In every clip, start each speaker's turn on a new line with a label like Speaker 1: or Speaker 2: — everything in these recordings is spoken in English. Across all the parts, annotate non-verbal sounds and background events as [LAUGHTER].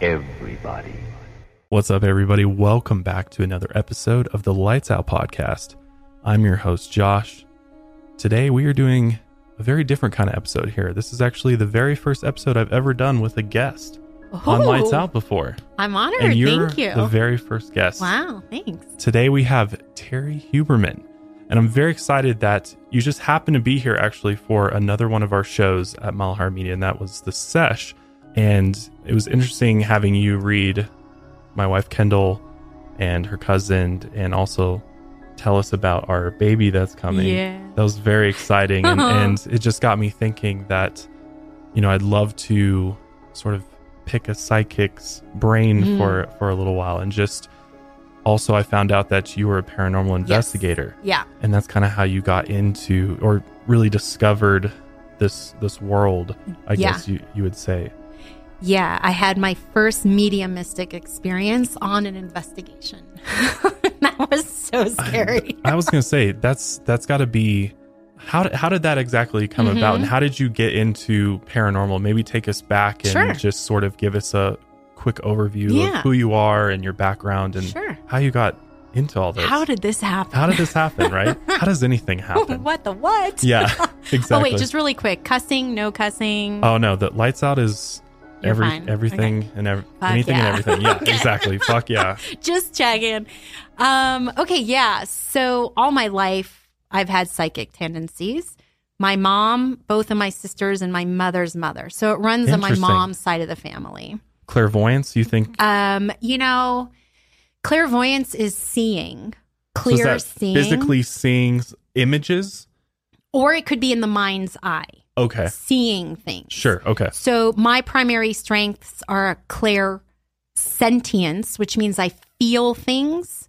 Speaker 1: everybody.
Speaker 2: What's up, everybody? Welcome back to another episode of the Lights Out Podcast. I'm your host, Josh. Today, we are doing a very different kind of episode here. This is actually the very first episode I've ever done with a guest on Lights
Speaker 3: Oh,
Speaker 2: Out before.
Speaker 3: I'm honored.
Speaker 2: And you're
Speaker 3: Thank you.
Speaker 2: the very first guest.
Speaker 3: wow. Thanks.
Speaker 2: Today, we have Terry Huberman. And I'm very excited that you just happened to be here actually for another one of our shows at Malahar Media, and that was The Sesh. And it was interesting having you read my wife Kendall and her cousin, and also tell us about our baby that's coming.
Speaker 3: Yeah.
Speaker 2: That was very exciting. And, and it just got me thinking that, you know, I'd love to sort of pick a psychic's brain
Speaker 3: Mm.
Speaker 2: for, for a little while. And just also, I found out that you were a paranormal investigator
Speaker 3: Yeah.
Speaker 2: and that's kind of how you got into or really discovered this this world i
Speaker 3: Yeah.
Speaker 2: guess you, you would say
Speaker 3: Yeah. I had my first mediumistic experience on an investigation. [LAUGHS] that was so scary.
Speaker 2: i was gonna say that's that's got to be how did, how did that exactly come about
Speaker 3: Mm-hmm.
Speaker 2: and how did you get into paranormal maybe take us back and
Speaker 3: Sure.
Speaker 2: just sort of give us a quick overview
Speaker 3: Yeah.
Speaker 2: of who you are and your background and
Speaker 3: Sure.
Speaker 2: how you got into all this
Speaker 3: How did this happen? [LAUGHS]
Speaker 2: how did this happen right how does anything happen
Speaker 3: what the what?
Speaker 2: yeah
Speaker 3: [LAUGHS] Oh,
Speaker 2: exactly
Speaker 3: wait, just really quick. Cussing, no cussing.
Speaker 2: Oh no, the lights out is
Speaker 3: You're
Speaker 2: every
Speaker 3: fine.
Speaker 2: everything and ev-
Speaker 3: Fuck
Speaker 2: anything
Speaker 3: yeah.
Speaker 2: and everything. Yeah,
Speaker 3: [LAUGHS] Okay.
Speaker 2: exactly. Fuck
Speaker 3: [LAUGHS]
Speaker 2: yeah.
Speaker 3: Just checking. Um, okay, yeah. So all my life I've had psychic tendencies. My mom, both of my sisters, and my mother's mother. So it runs on my
Speaker 2: Interesting.
Speaker 3: mom's side of the family.
Speaker 2: Clairvoyance, you think
Speaker 3: Um, you know, clairvoyance is seeing,
Speaker 2: so is
Speaker 3: clear
Speaker 2: that
Speaker 3: seeing,
Speaker 2: physically seeing s- images?
Speaker 3: or it could be in the mind's eye,
Speaker 2: Okay.
Speaker 3: seeing things.
Speaker 2: Sure. Okay.
Speaker 3: So my primary strengths are clair sentience, which means I feel things,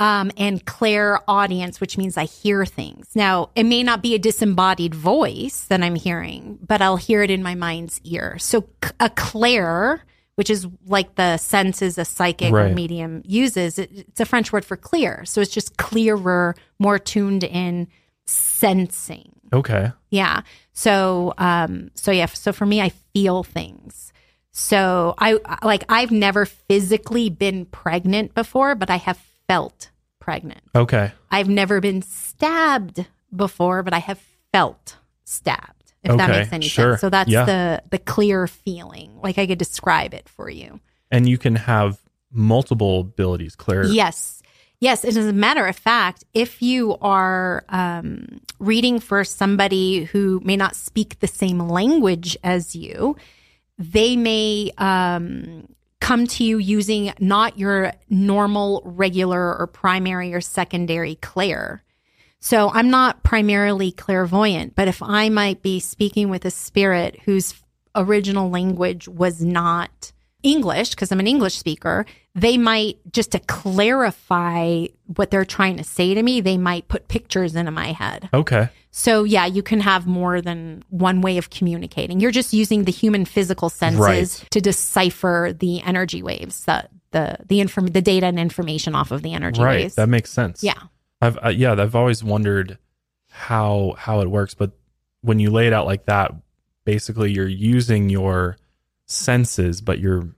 Speaker 3: um, and clair audience, which means I hear things. Now, it may not be a disembodied voice that I'm hearing, but I'll hear it in my mind's ear. So c- a clair, which is like the senses a psychic
Speaker 2: Right.
Speaker 3: or medium uses, it, it's a French word for clear. So it's just clearer, more tuned in sensing.
Speaker 2: Okay.
Speaker 3: Yeah. So um so yeah, so for me I feel things. So I like I've never physically been pregnant before, but I have felt pregnant.
Speaker 2: Okay.
Speaker 3: I've never been stabbed before, but I have felt stabbed. If that
Speaker 2: Okay,
Speaker 3: makes any
Speaker 2: sure.
Speaker 3: sense. So that's
Speaker 2: Yeah.
Speaker 3: the the clear feeling. Like I could describe it for you.
Speaker 2: And you can have multiple abilities, Claire.
Speaker 3: Yes. Yes. And as a matter of fact, if you are um, reading for somebody who may not speak the same language as you, they may um, come to you using not your normal, regular, or primary or secondary clair. So I'm not primarily clairvoyant, but if I might be speaking with a spirit whose original language was not English, because I'm an English speaker, they might, just to clarify what they're trying to say to me, they might put pictures into my head.
Speaker 2: Okay.
Speaker 3: So, yeah, you can have more than one way of communicating. You're just using the human physical senses
Speaker 2: Right.
Speaker 3: to decipher the energy waves, the, the, the, inform- the data and information off of the energy
Speaker 2: Right.
Speaker 3: waves.
Speaker 2: That makes sense.
Speaker 3: yeah.
Speaker 2: I've uh, yeah, I've always wondered how how it works, but when you lay it out like that, basically you're using your senses, but your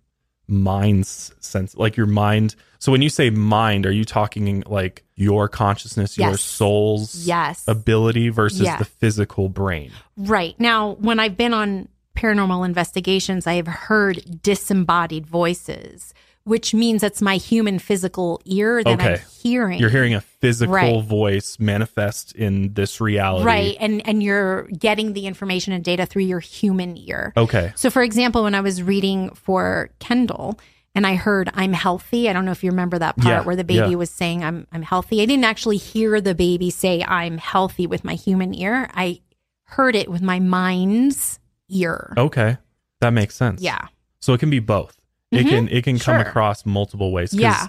Speaker 2: mind's sense, like your mind. So when you say mind, are you talking like your consciousness, your
Speaker 3: Yes.
Speaker 2: soul's
Speaker 3: Yes.
Speaker 2: ability versus
Speaker 3: Yeah.
Speaker 2: the physical brain?
Speaker 3: Right. Now, when I've been on paranormal investigations, I have heard disembodied voices, which means it's my human physical ear that I'm
Speaker 2: Okay.
Speaker 3: hearing.
Speaker 2: You're hearing a physical
Speaker 3: Right.
Speaker 2: voice manifest in this reality,
Speaker 3: right, and and you're getting the information and data through your human ear.
Speaker 2: Okay,
Speaker 3: So, for example, when I was reading for Kendall and I heard I'm healthy, I don't know if you remember that part
Speaker 2: Yeah,
Speaker 3: where the baby
Speaker 2: yeah.
Speaker 3: was saying I'm I'm healthy. I didn't actually hear the baby say I'm healthy with my human ear. I heard it with my mind's ear.
Speaker 2: okay, that makes sense.
Speaker 3: Yeah.
Speaker 2: So it can be both. It
Speaker 3: Mhm.
Speaker 2: can it can come
Speaker 3: Sure.
Speaker 2: across multiple ways. 'cause
Speaker 3: Yeah.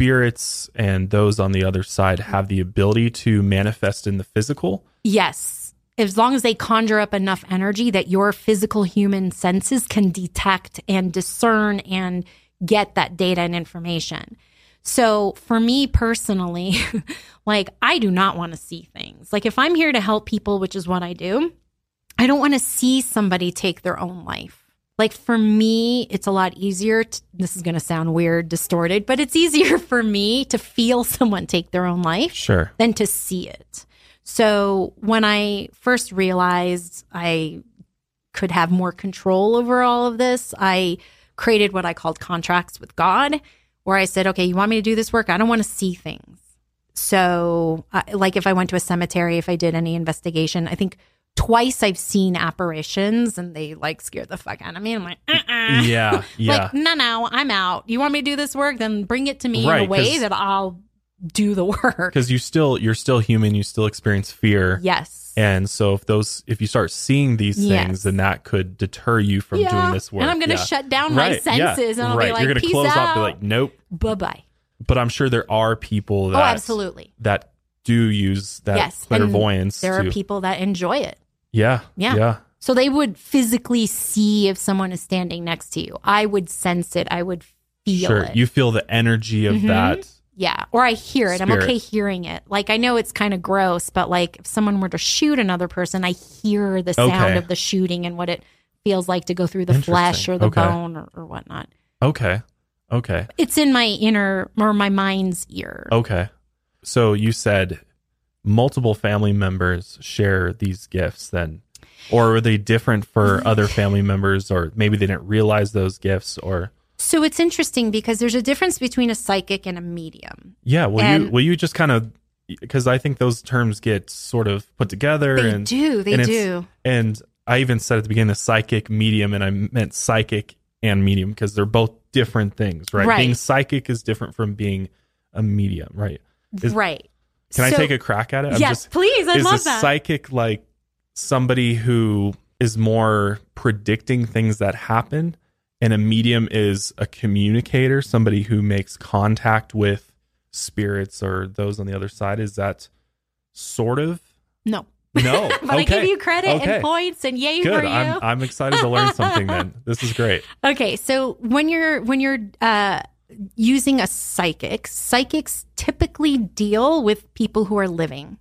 Speaker 2: Spirits and those on the other side have the ability to manifest in the physical.
Speaker 3: Yes. As long as they conjure up enough energy that your physical human senses can detect and discern and get that data and information. So for me personally, [LAUGHS] like I do not want to see things. Like if I'm here to help people, which is what I do, I don't want to see somebody take their own life. Like for me, it's a lot easier. To, this is going to sound weird, distorted, but it's easier [LAUGHS] for me to feel someone take their own life
Speaker 2: Sure.
Speaker 3: than to see it. So when I first realized I could have more control over all of this, I created what I called contracts with God, where I said, okay, you want me to do this work? I don't want to see things. So, uh, like if I went to a cemetery, if I did any investigation, I think twice I've seen apparitions and they like scare the fuck out of me. I'm like, uh-uh.
Speaker 2: [LAUGHS] Yeah. Yeah.
Speaker 3: Like, no, no, I'm out. You want me to do this work? Then bring it to me in
Speaker 2: Right,
Speaker 3: a way
Speaker 2: 'cause-
Speaker 3: that I'll do the [LAUGHS] work.
Speaker 2: Because you still you're still human. You still experience fear.
Speaker 3: Yes.
Speaker 2: And so if those if you start seeing these things,
Speaker 3: Yes.
Speaker 2: then that could deter you from doing this work.
Speaker 3: And I'm going to
Speaker 2: Yeah.
Speaker 3: shut down my
Speaker 2: yeah,
Speaker 3: senses and I'll
Speaker 2: right.
Speaker 3: be like,
Speaker 2: you're gonna
Speaker 3: peace
Speaker 2: close
Speaker 3: out.
Speaker 2: up, be like, nope.
Speaker 3: bye bye.
Speaker 2: But I'm sure there are people that
Speaker 3: Oh, absolutely.
Speaker 2: that do use that
Speaker 3: Yes, and
Speaker 2: clairvoyance.
Speaker 3: There are
Speaker 2: to-
Speaker 3: people that enjoy it.
Speaker 2: Yeah.
Speaker 3: Yeah.
Speaker 2: Yeah.
Speaker 3: So they would physically see if someone is standing next to you. I would sense it. I would feel
Speaker 2: sure.
Speaker 3: it.
Speaker 2: You feel the energy of
Speaker 3: Mhm.
Speaker 2: that.
Speaker 3: yeah. Or I hear it. I'm
Speaker 2: Spirit.
Speaker 3: okay hearing it. Like I know it's kind of gross, but like if someone were to shoot another person, I hear the sound
Speaker 2: Okay.
Speaker 3: of the shooting and what it feels like to go through the
Speaker 2: Interesting.
Speaker 3: flesh or the
Speaker 2: Okay.
Speaker 3: bone or, or whatnot.
Speaker 2: Okay. Okay.
Speaker 3: It's in my inner or my mind's ear.
Speaker 2: Okay. So you said multiple family members share these gifts then or are they different
Speaker 3: [LAUGHS]
Speaker 2: for other family members or maybe they didn't realize those gifts or
Speaker 3: So it's interesting because there's a difference between a psychic and a medium.
Speaker 2: yeah will you
Speaker 3: And-
Speaker 2: will you just kind of because i think those terms get sort of put together
Speaker 3: They
Speaker 2: and
Speaker 3: do, they
Speaker 2: and it's-
Speaker 3: do.
Speaker 2: and i even said at the beginning the psychic medium and i meant psychic and medium because they're both different things right?
Speaker 3: Right.
Speaker 2: being psychic is different from being a medium right is-
Speaker 3: right.
Speaker 2: can i
Speaker 3: So-
Speaker 2: take a crack at it
Speaker 3: yes, please. I
Speaker 2: is
Speaker 3: love
Speaker 2: a
Speaker 3: that.
Speaker 2: psychic like somebody who is more predicting things that happen and a medium is a communicator somebody who makes contact with spirits or those on the other side is that sort
Speaker 3: [LAUGHS]
Speaker 2: of
Speaker 3: no.
Speaker 2: no
Speaker 3: But I give you credit
Speaker 2: Okay.
Speaker 3: and points and yay
Speaker 2: good
Speaker 3: for you.
Speaker 2: I'm, I'm excited to learn something [LAUGHS] then this is great
Speaker 3: Okay, so when you're when you're uh, using a psychic, psychics typically deal with people who are living.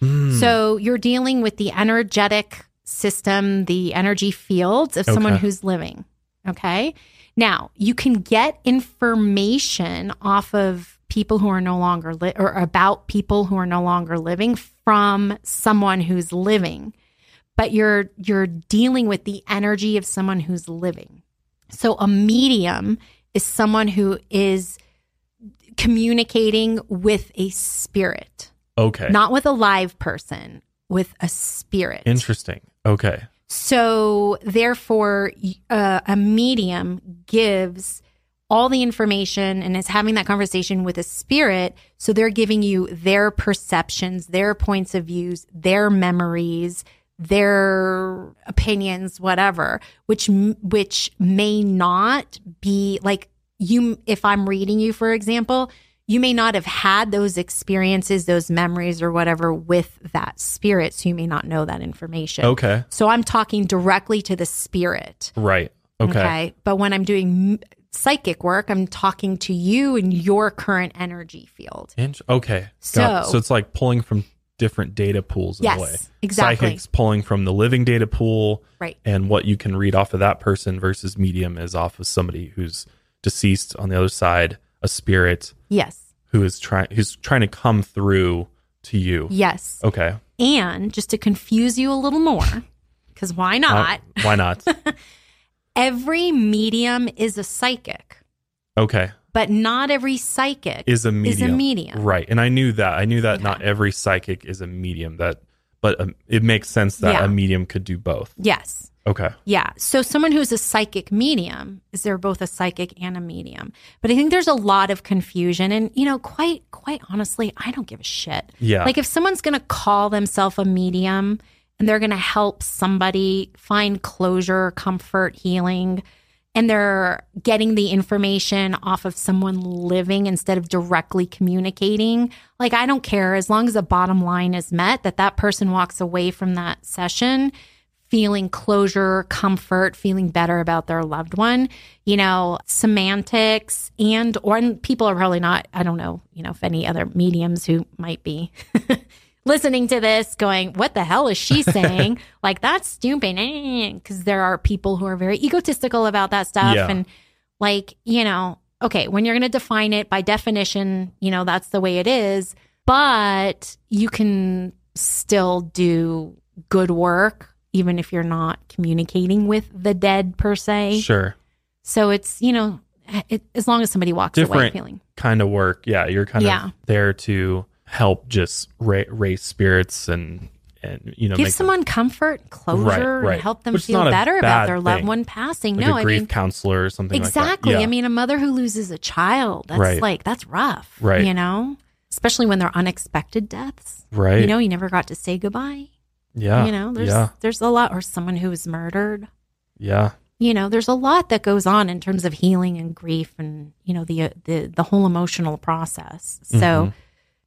Speaker 2: Hmm.
Speaker 3: So you're dealing with the energetic system, the energy fields of someone
Speaker 2: Okay.
Speaker 3: who's living. Okay. Now you can get information off of people who are no longer li- or about people who are no longer living from someone who's living, but you're you're dealing with the energy of someone who's living. So a medium is someone who is communicating with a spirit
Speaker 2: okay
Speaker 3: not with a live person with a spirit
Speaker 2: interesting okay
Speaker 3: so therefore y- uh, a medium gives all the information and is having that conversation with a spirit so they're giving you their perceptions their points of views their memories their opinions whatever which m- which may not be like you if i'm reading you for example you may not have had those experiences those memories or whatever with that spirit so you may not know that information
Speaker 2: okay
Speaker 3: so I'm talking directly to the spirit.
Speaker 2: right okay,
Speaker 3: But when I'm doing m- psychic work, I'm talking to you and your current energy field.
Speaker 2: Inch- okay. Got it.
Speaker 3: So-
Speaker 2: so it's like pulling from different data pools in a way.
Speaker 3: Yes, exactly.
Speaker 2: Psychics pulling from the living data pool
Speaker 3: Right.
Speaker 2: and what you can read off of that person versus medium is off of somebody who's deceased on the other side, a spirit
Speaker 3: Yes.
Speaker 2: who is trying who's trying to come through to you.
Speaker 3: Yes.
Speaker 2: Okay.
Speaker 3: And just to confuse you a little more, because why
Speaker 2: Why-
Speaker 3: not?
Speaker 2: Why [LAUGHS] not?
Speaker 3: Every medium is a psychic,
Speaker 2: okay.
Speaker 3: but not every psychic
Speaker 2: Is a medium.
Speaker 3: medium.
Speaker 2: Right. And I knew that. I knew that
Speaker 3: Yeah.
Speaker 2: not every psychic is a medium that but um, it makes sense that
Speaker 3: Yeah.
Speaker 2: a medium could do both.
Speaker 3: Yes.
Speaker 2: Okay.
Speaker 3: Yeah. So someone who's a psychic medium is they're both a psychic and a medium. But I think there's a lot of confusion and you know, quite quite honestly, I don't give a shit.
Speaker 2: Yeah.
Speaker 3: Like if someone's going to call themselves a medium and they're going to help somebody find closure, comfort, healing, and they're getting the information off of someone living instead of directly communicating, like I don't care as long as the bottom line is met that that person walks away from that session feeling closure, comfort, feeling better about their loved one, you know, semantics and or and people are probably not, I don't know, you know, if any other mediums who might be [LAUGHS] listening to this going, what the hell is she saying? like, that's stupid. [LAUGHS] Because there are people who are very egotistical about that stuff.
Speaker 2: Yeah.
Speaker 3: And, like, you know, okay, when you're going to define it by definition, you know, that's the way it is. But you can still do good work, even if you're not communicating with the dead per se.
Speaker 2: Sure.
Speaker 3: So it's, you know, it, as long as somebody walks away
Speaker 2: Different
Speaker 3: feeling.
Speaker 2: Kind of work. Yeah. You're kind
Speaker 3: Yeah.
Speaker 2: of there to help just ra- raise spirits and, and, you know,
Speaker 3: Give
Speaker 2: make
Speaker 3: someone comfort, closure,
Speaker 2: right.
Speaker 3: and help them
Speaker 2: Which is
Speaker 3: feel
Speaker 2: not a
Speaker 3: better
Speaker 2: bad
Speaker 3: about their loved
Speaker 2: thing.
Speaker 3: one passing.
Speaker 2: like
Speaker 3: no,
Speaker 2: a
Speaker 3: I
Speaker 2: grief
Speaker 3: mean,
Speaker 2: counselor or something like that.
Speaker 3: exactly.
Speaker 2: Yeah.
Speaker 3: I mean, a mother who loses a child, that's
Speaker 2: Right.
Speaker 3: like, that's rough.
Speaker 2: Right.
Speaker 3: You know, especially when they're unexpected deaths.
Speaker 2: right.
Speaker 3: You know, you never got to say goodbye.
Speaker 2: yeah.
Speaker 3: You know, there's
Speaker 2: yeah.
Speaker 3: there's a lot, or someone who was murdered.
Speaker 2: Yeah.
Speaker 3: You know, there's a lot that goes on in terms of healing and grief, and you know the uh, the the whole emotional process. So,
Speaker 2: Mhm.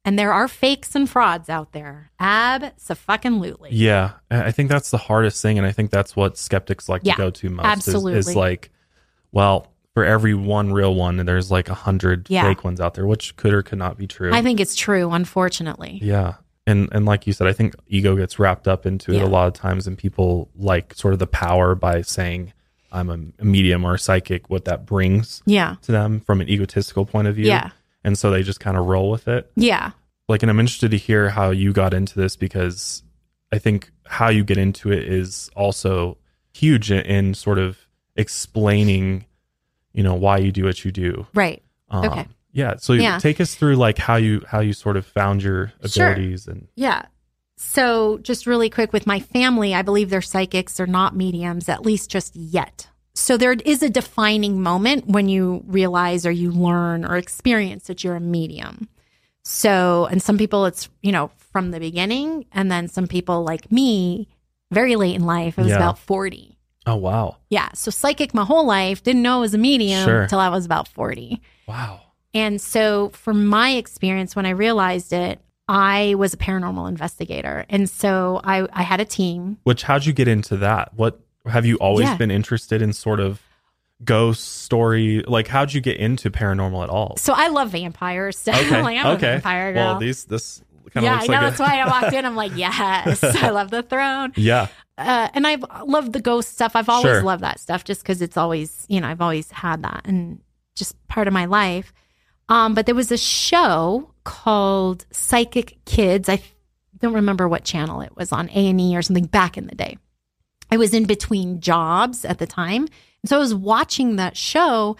Speaker 3: and there are fakes and frauds out there. Absolutely.
Speaker 2: Yeah, I I think that's the hardest thing, and I think that's what skeptics like
Speaker 3: Yeah,
Speaker 2: to go to most. is- is,
Speaker 3: absolutely.
Speaker 2: like, well, for every one real one, there's like a hundred
Speaker 3: Yeah.
Speaker 2: fake ones out there, which could or could not be true.
Speaker 3: I think it's true, unfortunately.
Speaker 2: yeah, and and like you said, I think ego gets wrapped up into it
Speaker 3: Yeah.
Speaker 2: a lot of times, and people like sort of the power by saying I'm a- a medium or a psychic, what that brings
Speaker 3: Yeah.
Speaker 2: to them from an egotistical point of view.
Speaker 3: Yeah.
Speaker 2: and so they just kind of roll with it.
Speaker 3: Yeah.
Speaker 2: like and i'm interested to hear how you got into this because i think how you get into it is also huge in, in sort of explaining you know why you do what you do
Speaker 3: Right.
Speaker 2: um,
Speaker 3: Okay.
Speaker 2: yeah so
Speaker 3: Yeah.
Speaker 2: take us through like how you how you sort of found your
Speaker 3: Sure.
Speaker 2: abilities and
Speaker 3: Yeah. So, just really quick with my family, I believe they're psychics, they're not mediums, at least just yet. So, there is a defining moment when you realize or you learn or experience that you're a medium. So, and some people it's, you know, from the beginning. And then some people like me, very late in life, it was
Speaker 2: Yeah.
Speaker 3: about 40.
Speaker 2: oh wow
Speaker 3: Yeah. So, psychic my whole life, didn't know it was a medium
Speaker 2: Sure.
Speaker 3: until I was about 40.
Speaker 2: wow
Speaker 3: And so, from my experience, when I realized it, I was a paranormal investigator. And so, I, I had a team.
Speaker 2: which how'd you get into that what have you always
Speaker 3: Yeah.
Speaker 2: been interested in sort of ghost story like how'd you get into paranormal at all
Speaker 3: So, I love vampires. [LAUGHS] So,
Speaker 2: okay
Speaker 3: [LAUGHS] like, I'm
Speaker 2: okay
Speaker 3: a vampire girl.
Speaker 2: well these this kind of
Speaker 3: yeah, I
Speaker 2: looks
Speaker 3: know.
Speaker 2: like
Speaker 3: that's
Speaker 2: a,
Speaker 3: why I walked in. I'm like, yes, I love the throne.
Speaker 2: [LAUGHS] yeah
Speaker 3: Uh, and I've loved the ghost stuff. I've always
Speaker 2: Sure.
Speaker 3: loved that stuff just because it's always, you know, I've always had that and just part of my life. Um, but there was a show called Psychic Kids. I don't remember what channel it was on, A&E or something back in the day. I was in between jobs at the time. And so I was watching that show,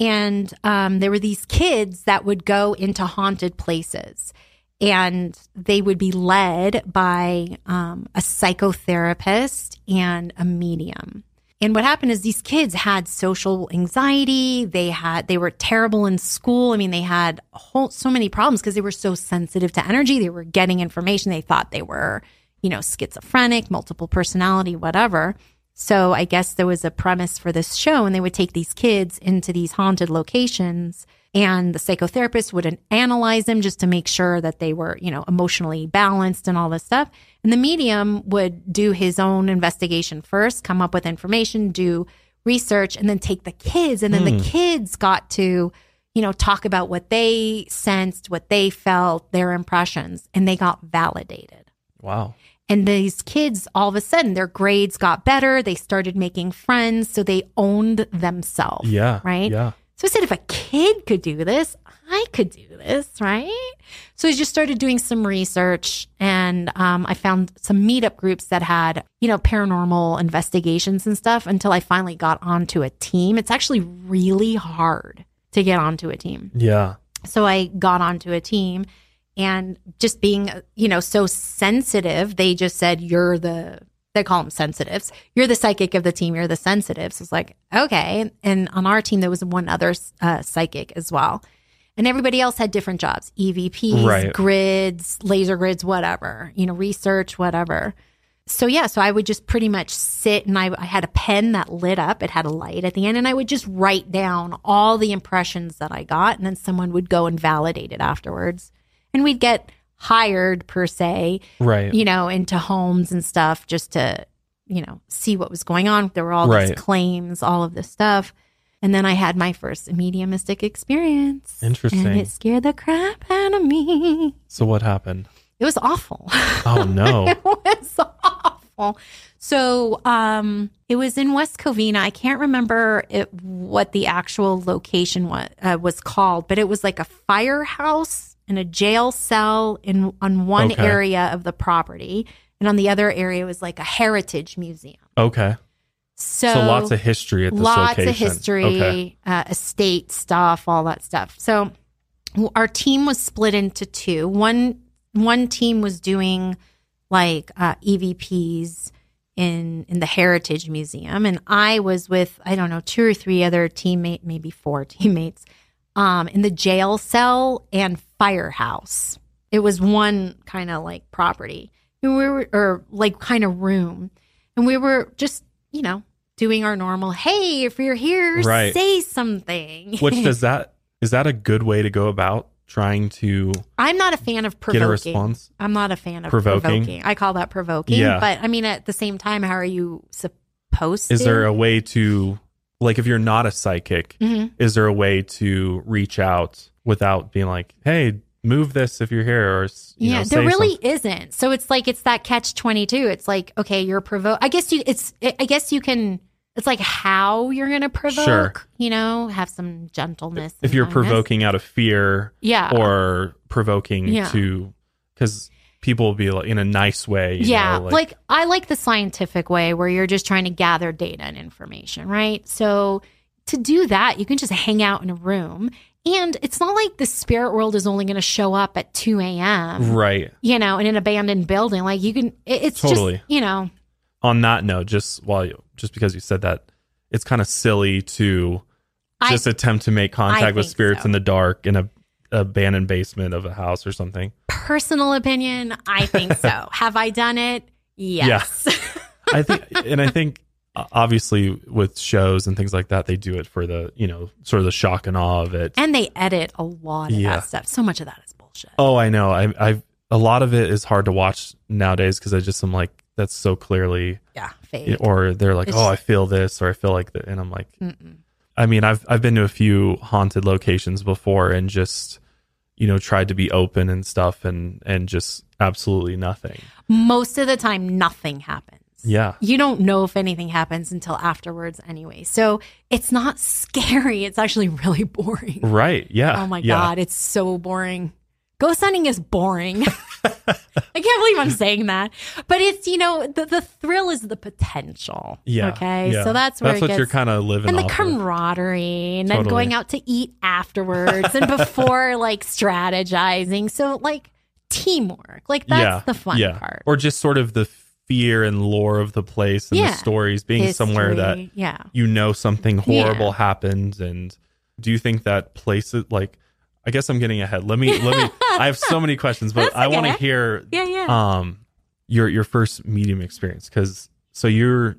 Speaker 3: and um, there were these kids that would go into haunted places. And they would be led by um, a psychotherapist and a medium. And what happened is these kids had social anxiety. They had they were terrible in school. I mean, they had a whole so many problems because they were so sensitive to energy. They were getting information. They thought they were, you know, schizophrenic, multiple personality, whatever. So I guess there was a premise for this show, and they would take these kids into these haunted locations, and the psychotherapist would an- analyze them just to make sure that they were, you know, emotionally balanced and all this stuff. And the medium would do his own investigation first, come up with information, do research, and then take the kids. And then the kids got to, you know, talk about what they sensed, what they felt, their impressions, and they got validated.
Speaker 2: wow
Speaker 3: And these kids, all of a sudden, their grades got better. They started making friends. So they owned themselves.
Speaker 2: Yeah.
Speaker 3: Right?
Speaker 2: Yeah.
Speaker 3: So I said, if a kid could do this, I could do this. Right. So I just started doing some research and um, I found some meetup groups that had, you know, paranormal investigations and stuff until I finally got onto a team. It's actually really hard to get onto a team
Speaker 2: Yeah.
Speaker 3: so I got onto a team and just being, you know, so sensitive, they just said, You're the, they call them sensitives. You're the psychic of the team. You're the sensitives. So it's like, okay. And on our team, there was one other uh, psychic as well. And everybody else had different jobs EVPs,
Speaker 2: Right.
Speaker 3: grids, laser grids, whatever, you know, research, whatever. So, yeah, so I would just pretty much sit and I, I had a pen that lit up. It had a light at the end, and I would just write down all the impressions that I got. And then someone would go and validate it afterwards. And we'd get hired, per se,
Speaker 2: Right.
Speaker 3: you know, into homes and stuff just to, you know, see what was going on. There were all these
Speaker 2: Right.
Speaker 3: claims, all of this stuff. And then I had my first mediumistic experience.
Speaker 2: Interesting.
Speaker 3: And it scared the crap out of me.
Speaker 2: so what happened?
Speaker 3: It was awful. [LAUGHS]
Speaker 4: Oh no.
Speaker 3: it [LAUGHS] was awful. So um, it was in West Covina. I can't remember it, what the actual location was, uh, was called, but it was like a firehouse and a jail cell in on one
Speaker 4: Okay.
Speaker 3: area of the property, and on the other area was like a heritage museum.
Speaker 4: Okay.
Speaker 3: So,
Speaker 4: So, lots of history at this
Speaker 3: lots
Speaker 4: location.
Speaker 3: of history,
Speaker 4: Okay.
Speaker 3: uh, estate stuff, all that stuff. So w- our team was split into two. One one team was doing like uh, EVPs in in the Heritage Museum, and I was with I don't know two or three other teammate, maybe four [LAUGHS] teammates, um, in the jail cell and firehouse. It was one kind of like property, and we were or like kind of room, and we were just you know doing our normal. Hey, if you're here,
Speaker 4: Right.
Speaker 3: say something.
Speaker 2: Which does that is that a good way to go about trying to
Speaker 3: [LAUGHS] I'm not a fan of provoking.
Speaker 2: get a response?
Speaker 3: I'm not a fan of
Speaker 2: Provoking?
Speaker 3: provoking. I call that provoking.
Speaker 2: Yeah.
Speaker 3: But I mean, at the same time, how are you supposed
Speaker 2: Is
Speaker 3: to?
Speaker 2: there a way to like if you're not a psychic,
Speaker 3: Mhm.
Speaker 2: is there a way to reach out without being like, "Hey, move this if you're here," or s- you
Speaker 3: yeah,
Speaker 2: know,
Speaker 3: there
Speaker 2: say
Speaker 3: really
Speaker 2: something.
Speaker 3: isn't. So it's like it's that catch twenty two. It's like okay, you're provoke. I guess you. It's I guess you can. It's like how you're gonna provoke.
Speaker 2: Sure.
Speaker 3: You know, have some gentleness.
Speaker 2: if
Speaker 3: and
Speaker 2: you're
Speaker 3: kindness.
Speaker 2: provoking out of fear
Speaker 3: yeah,
Speaker 2: or provoking
Speaker 3: Uh, Yeah.
Speaker 2: to because people will be like in a nice way. you
Speaker 3: yeah
Speaker 2: know,
Speaker 3: like, i like the scientific way where you're just trying to gather data and information right so to do that you can just hang out in a room and it's not like the spirit world is only going to show up at 2 a.m
Speaker 2: right.
Speaker 3: you know in an abandoned building like you can it, it's
Speaker 2: Totally.
Speaker 3: just you know
Speaker 2: On that note, just while you, just because you said that, it's kind of silly to
Speaker 3: I-
Speaker 2: just attempt to make contact with
Speaker 3: think
Speaker 2: spirits
Speaker 3: so.
Speaker 2: in the dark in a abandoned basement of a house or something.
Speaker 3: personal opinion i think
Speaker 2: [LAUGHS]
Speaker 3: so have i done it yes [LAUGHS]
Speaker 2: I think, and I think uh, obviously with shows and things like that, they do it for the you know sort of the shock and awe of it.
Speaker 3: and they edit a lot of
Speaker 2: Yeah.
Speaker 3: that stuff so much of that is bullshit
Speaker 2: oh, I know. I, I've a lot of it is hard to watch nowadays because I just am like that's so clearly,
Speaker 3: yeah fake
Speaker 2: or they're like,
Speaker 3: It's
Speaker 2: oh,
Speaker 3: just-
Speaker 2: I feel this, or I feel like that, and I'm like,
Speaker 3: Mm-mm.
Speaker 2: I mean, I've I've been to a few haunted locations before and just you know tried to be open and stuff and and just absolutely nothing.
Speaker 3: most of the time nothing happens
Speaker 2: Yeah.
Speaker 3: you don't know if anything happens until afterwards anyway. So it's not scary. It's actually really [LAUGHS] boring.
Speaker 2: Right. Yeah.
Speaker 3: Oh my
Speaker 2: yeah.
Speaker 3: God. It's so boring. Ghost hunting is boring. [LAUGHS] I can't believe I'm saying that. But it's, you know, the, the thrill is the potential.
Speaker 2: Yeah.
Speaker 3: Okay.
Speaker 2: yeah.
Speaker 3: So that's where
Speaker 2: that's
Speaker 3: it
Speaker 2: what
Speaker 3: gets.
Speaker 2: you're kind of living.
Speaker 3: and the
Speaker 2: off of.
Speaker 3: camaraderie and then
Speaker 2: Totally.
Speaker 3: going out to eat afterwards and before [LAUGHS] like strategizing. So like teamwork. Like that's the fun part.
Speaker 2: Or just sort of the fear and lore of the place and
Speaker 3: Yeah.
Speaker 2: the stories being somewhere that
Speaker 3: History. Yeah.
Speaker 2: you know something horrible happened and do you think that places like I guess I'm getting ahead. Let me let me I have so many questions, but
Speaker 3: [LAUGHS] That's
Speaker 2: I want to
Speaker 3: okay.
Speaker 2: hear
Speaker 3: Yeah, yeah.
Speaker 2: um your your first medium experience cuz so you're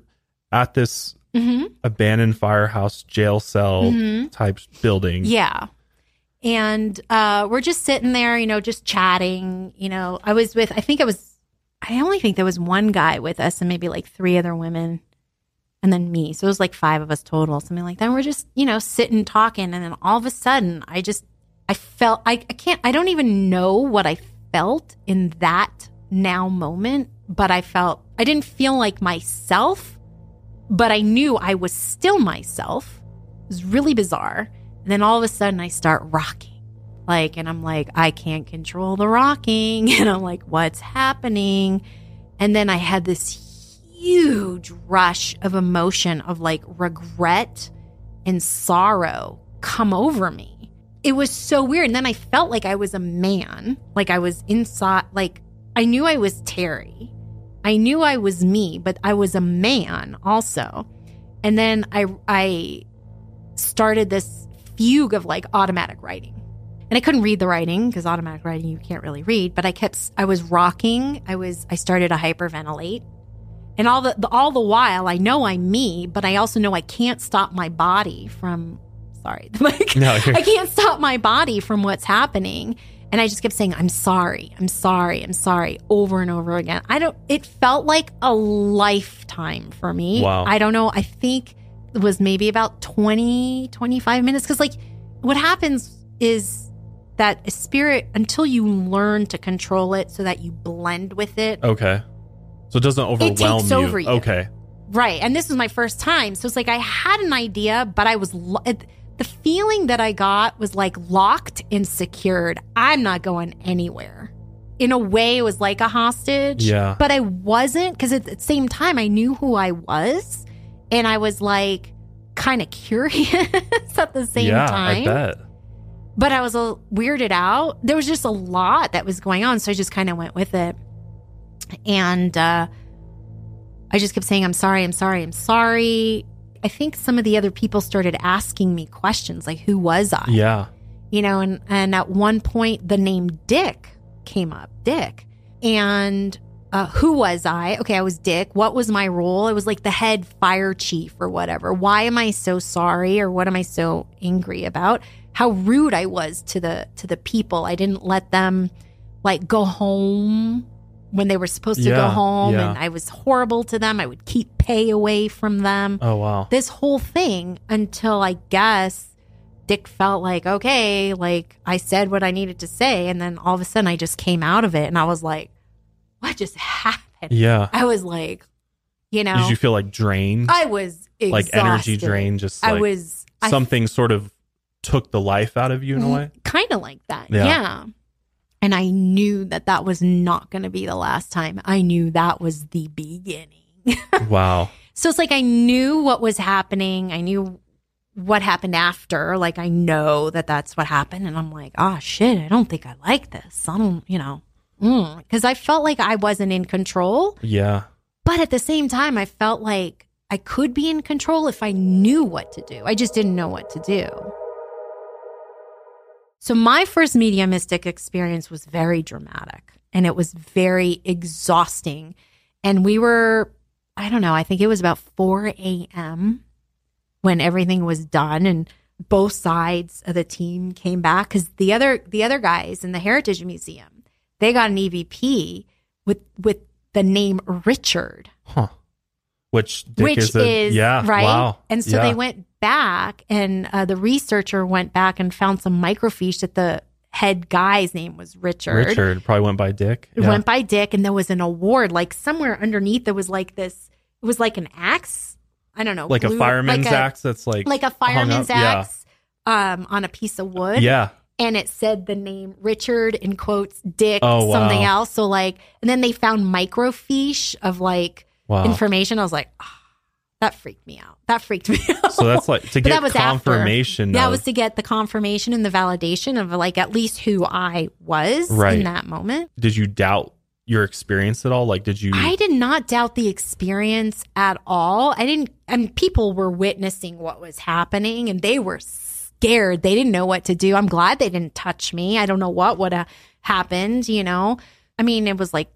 Speaker 2: at this
Speaker 3: hmm
Speaker 2: abandoned firehouse jail cell
Speaker 3: Mhm.
Speaker 2: type building.
Speaker 3: Yeah. And uh, we're just sitting there, you know, just chatting. You know, I was with, I think I was, I only think there was one guy with us and maybe like three other women and then me. So it was like five of us total, something like that. And we're just, you know, sitting, talking. And then all of a sudden, I just, I felt, I, I can't, I don't even know what I felt in that now moment, but I felt, I didn't feel like myself, but I knew I was still myself. It was really bizarre. And then all of a sudden I start rocking. Like, and I'm like, I can't control the rocking. [LAUGHS] And I'm like, what's happening? And then I had this huge rush of emotion of like regret and sorrow come over me. It was so weird. And then I felt like I was a man, like I was inside, like I knew I was Terry. I knew I was me, but I was a man also. And then I, I, started this fugue of like automatic writing. And I couldn't read the writing because automatic writing you can't really read, but I kept I was rocking, I was I started to hyperventilate. And all the, the all the while I know I'm me, but I also know I can't stop my body from sorry, [LAUGHS] the mic.
Speaker 2: [LAUGHS] No, [LAUGHS] you're-
Speaker 3: I can't stop my body from what's happening. And I just kept saying, I'm sorry, I'm sorry, I'm sorry, over and over again. I don't, it felt like a lifetime for me.
Speaker 2: Wow.
Speaker 3: I don't know. I think it was maybe about 20, 25 minutes. Cause like what happens is that a spirit until you learn to control it so that you blend with it.
Speaker 1: Okay. So it doesn't overwhelm
Speaker 3: takes
Speaker 1: you.
Speaker 3: over you.
Speaker 1: Okay.
Speaker 3: Right. And this was my first time. So it's like I had an idea, but I was lo- it- the feeling that I got was like locked and secured. I'm not going anywhere. In a way, it was like a hostage.
Speaker 1: Yeah.
Speaker 3: But I wasn't because at the same time, I knew who I was. And I was like kind of curious [LAUGHS] at the same
Speaker 1: yeah,
Speaker 3: time.
Speaker 1: I bet.
Speaker 3: But I was a weirded out. There was just a lot that was going on, so I just kind of went with it. And uh, I just kept saying, "I'm sorry, I'm sorry, I'm sorry." I think some of the other people started asking me questions, like, "Who was I?"
Speaker 1: Yeah.
Speaker 3: You know, and and at one point, the name Dick came up, Dick, and uh, who was I? Okay, I was Dick. What was my role? I was like the head fire chief or whatever. Why am I so sorry or what am I so angry about? How rude I was to the to the people. I didn't let them like go home when they were supposed to go
Speaker 1: Yeah,
Speaker 3: home
Speaker 1: yeah.
Speaker 3: and I was horrible to them. I would keep pay away from them
Speaker 1: Oh wow.
Speaker 3: this whole thing until I guess Dick felt like, okay, like I said what I needed to say. And then all of a sudden I just came out of it and I was like, what just [LAUGHS] happened?
Speaker 1: Yeah.
Speaker 3: I was like, you know,
Speaker 1: Did you feel like drained?
Speaker 3: I was
Speaker 1: like
Speaker 3: exhausted.
Speaker 1: energy drain just like
Speaker 3: I was I
Speaker 1: something sort of took the life out of you in a way?
Speaker 3: kind of like that.
Speaker 1: Yeah.
Speaker 3: Yeah. And I knew that that was not going to be the last time. I knew that was the beginning. [LAUGHS]
Speaker 1: wow.
Speaker 3: So it's like I knew what was happening. I knew what happened after. Like I know that that's what happened. And I'm like, ah, shit, I don't think I like this. I don't, you know, because I felt like I wasn't in control.
Speaker 1: Yeah.
Speaker 3: But at the same time, I felt like I could be in control if I knew what to do. I just didn't know what to do. So my first mediumistic experience was very dramatic and it was very exhausting. And we were, I don't know, I think it was about 4 a.m. when everything was done and both sides of the team came back because the other the other guys in the Heritage Museum, they got an EVP with with the name Richard
Speaker 1: Huh. Which Dick
Speaker 3: which
Speaker 1: is
Speaker 3: is,
Speaker 1: a yeah.
Speaker 3: right.
Speaker 1: Wow.
Speaker 3: And so
Speaker 1: Yeah.
Speaker 3: they went back, and uh, the researcher went back and found some microfiche that the head guy's name was Richard.
Speaker 1: Richard probably went by Dick.
Speaker 3: It
Speaker 1: Yeah.
Speaker 3: went by Dick, and there was an award like somewhere underneath. There was like this. It was like an axe. I don't know,
Speaker 1: like
Speaker 3: blue-
Speaker 1: a fireman's
Speaker 3: like a-
Speaker 1: axe that's like
Speaker 3: like a fireman's
Speaker 1: up, yeah.
Speaker 3: axe. Um, on a piece of wood,
Speaker 1: yeah.
Speaker 3: and it said the name Richard in quotes, Dick,
Speaker 1: Oh, wow.
Speaker 3: something else. So like, and then they found microfiche of like
Speaker 1: Wow.
Speaker 3: information. I was like, "Ah, that freaked me out. That freaked me [LAUGHS] out.
Speaker 1: So that's like to
Speaker 3: But
Speaker 1: get
Speaker 3: that was after.
Speaker 1: confirmation.
Speaker 3: that
Speaker 1: of-
Speaker 3: was to get the confirmation and the validation of like at least who I was
Speaker 1: Right.
Speaker 3: in that moment.
Speaker 1: did you doubt your experience at all? Like, did you?
Speaker 3: I did not doubt the experience at all. I didn't, and people were witnessing what was happening and they were scared. They didn't know what to do. I'm glad they didn't touch me. I don't know what would have happened, you know? I mean, it was like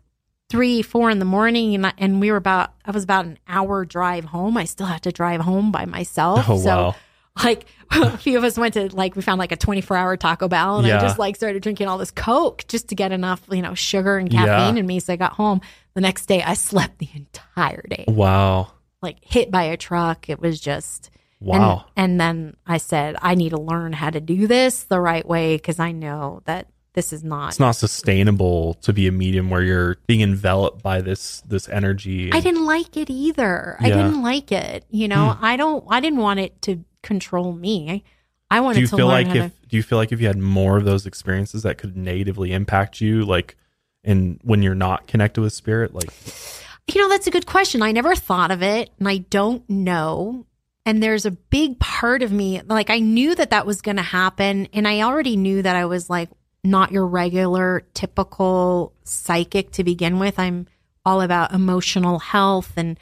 Speaker 3: three, four in the morning and, I, and we were about, I was about an hour drive home. I still had to drive home by myself.
Speaker 1: oh
Speaker 3: so
Speaker 1: wow.
Speaker 3: like [LAUGHS] a few of us went to like we found like a 24 hour taco bell and
Speaker 1: Yeah.
Speaker 3: i just like started drinking all this coke just to get enough you know sugar and caffeine
Speaker 1: Yeah.
Speaker 3: in me so i got home the next day i slept the entire day
Speaker 1: Wow.
Speaker 3: like hit by a truck it was just and-
Speaker 1: Wow.
Speaker 3: and, then i said i need to learn how to do this the right way because i know that this is not,
Speaker 1: it's not sustainable to be a medium where you're being enveloped by this this energy.
Speaker 3: i didn't like it either i
Speaker 1: Yeah. Hmm.
Speaker 3: didn't like it you know i don't i didn't want it to control me i wanted
Speaker 1: do you
Speaker 3: to
Speaker 1: feel
Speaker 3: learn
Speaker 1: like
Speaker 3: how
Speaker 1: if
Speaker 3: to
Speaker 1: do you feel like if you had more of those experiences that could natively impact you, like, and when you're not connected with spirit, like,
Speaker 3: You know, that's a good question. I never thought of it and I don't know. And there's a big part of me, like, I knew that that was going to happen. And I already knew that I was like not your regular, typical psychic to begin with. I'm all about emotional health and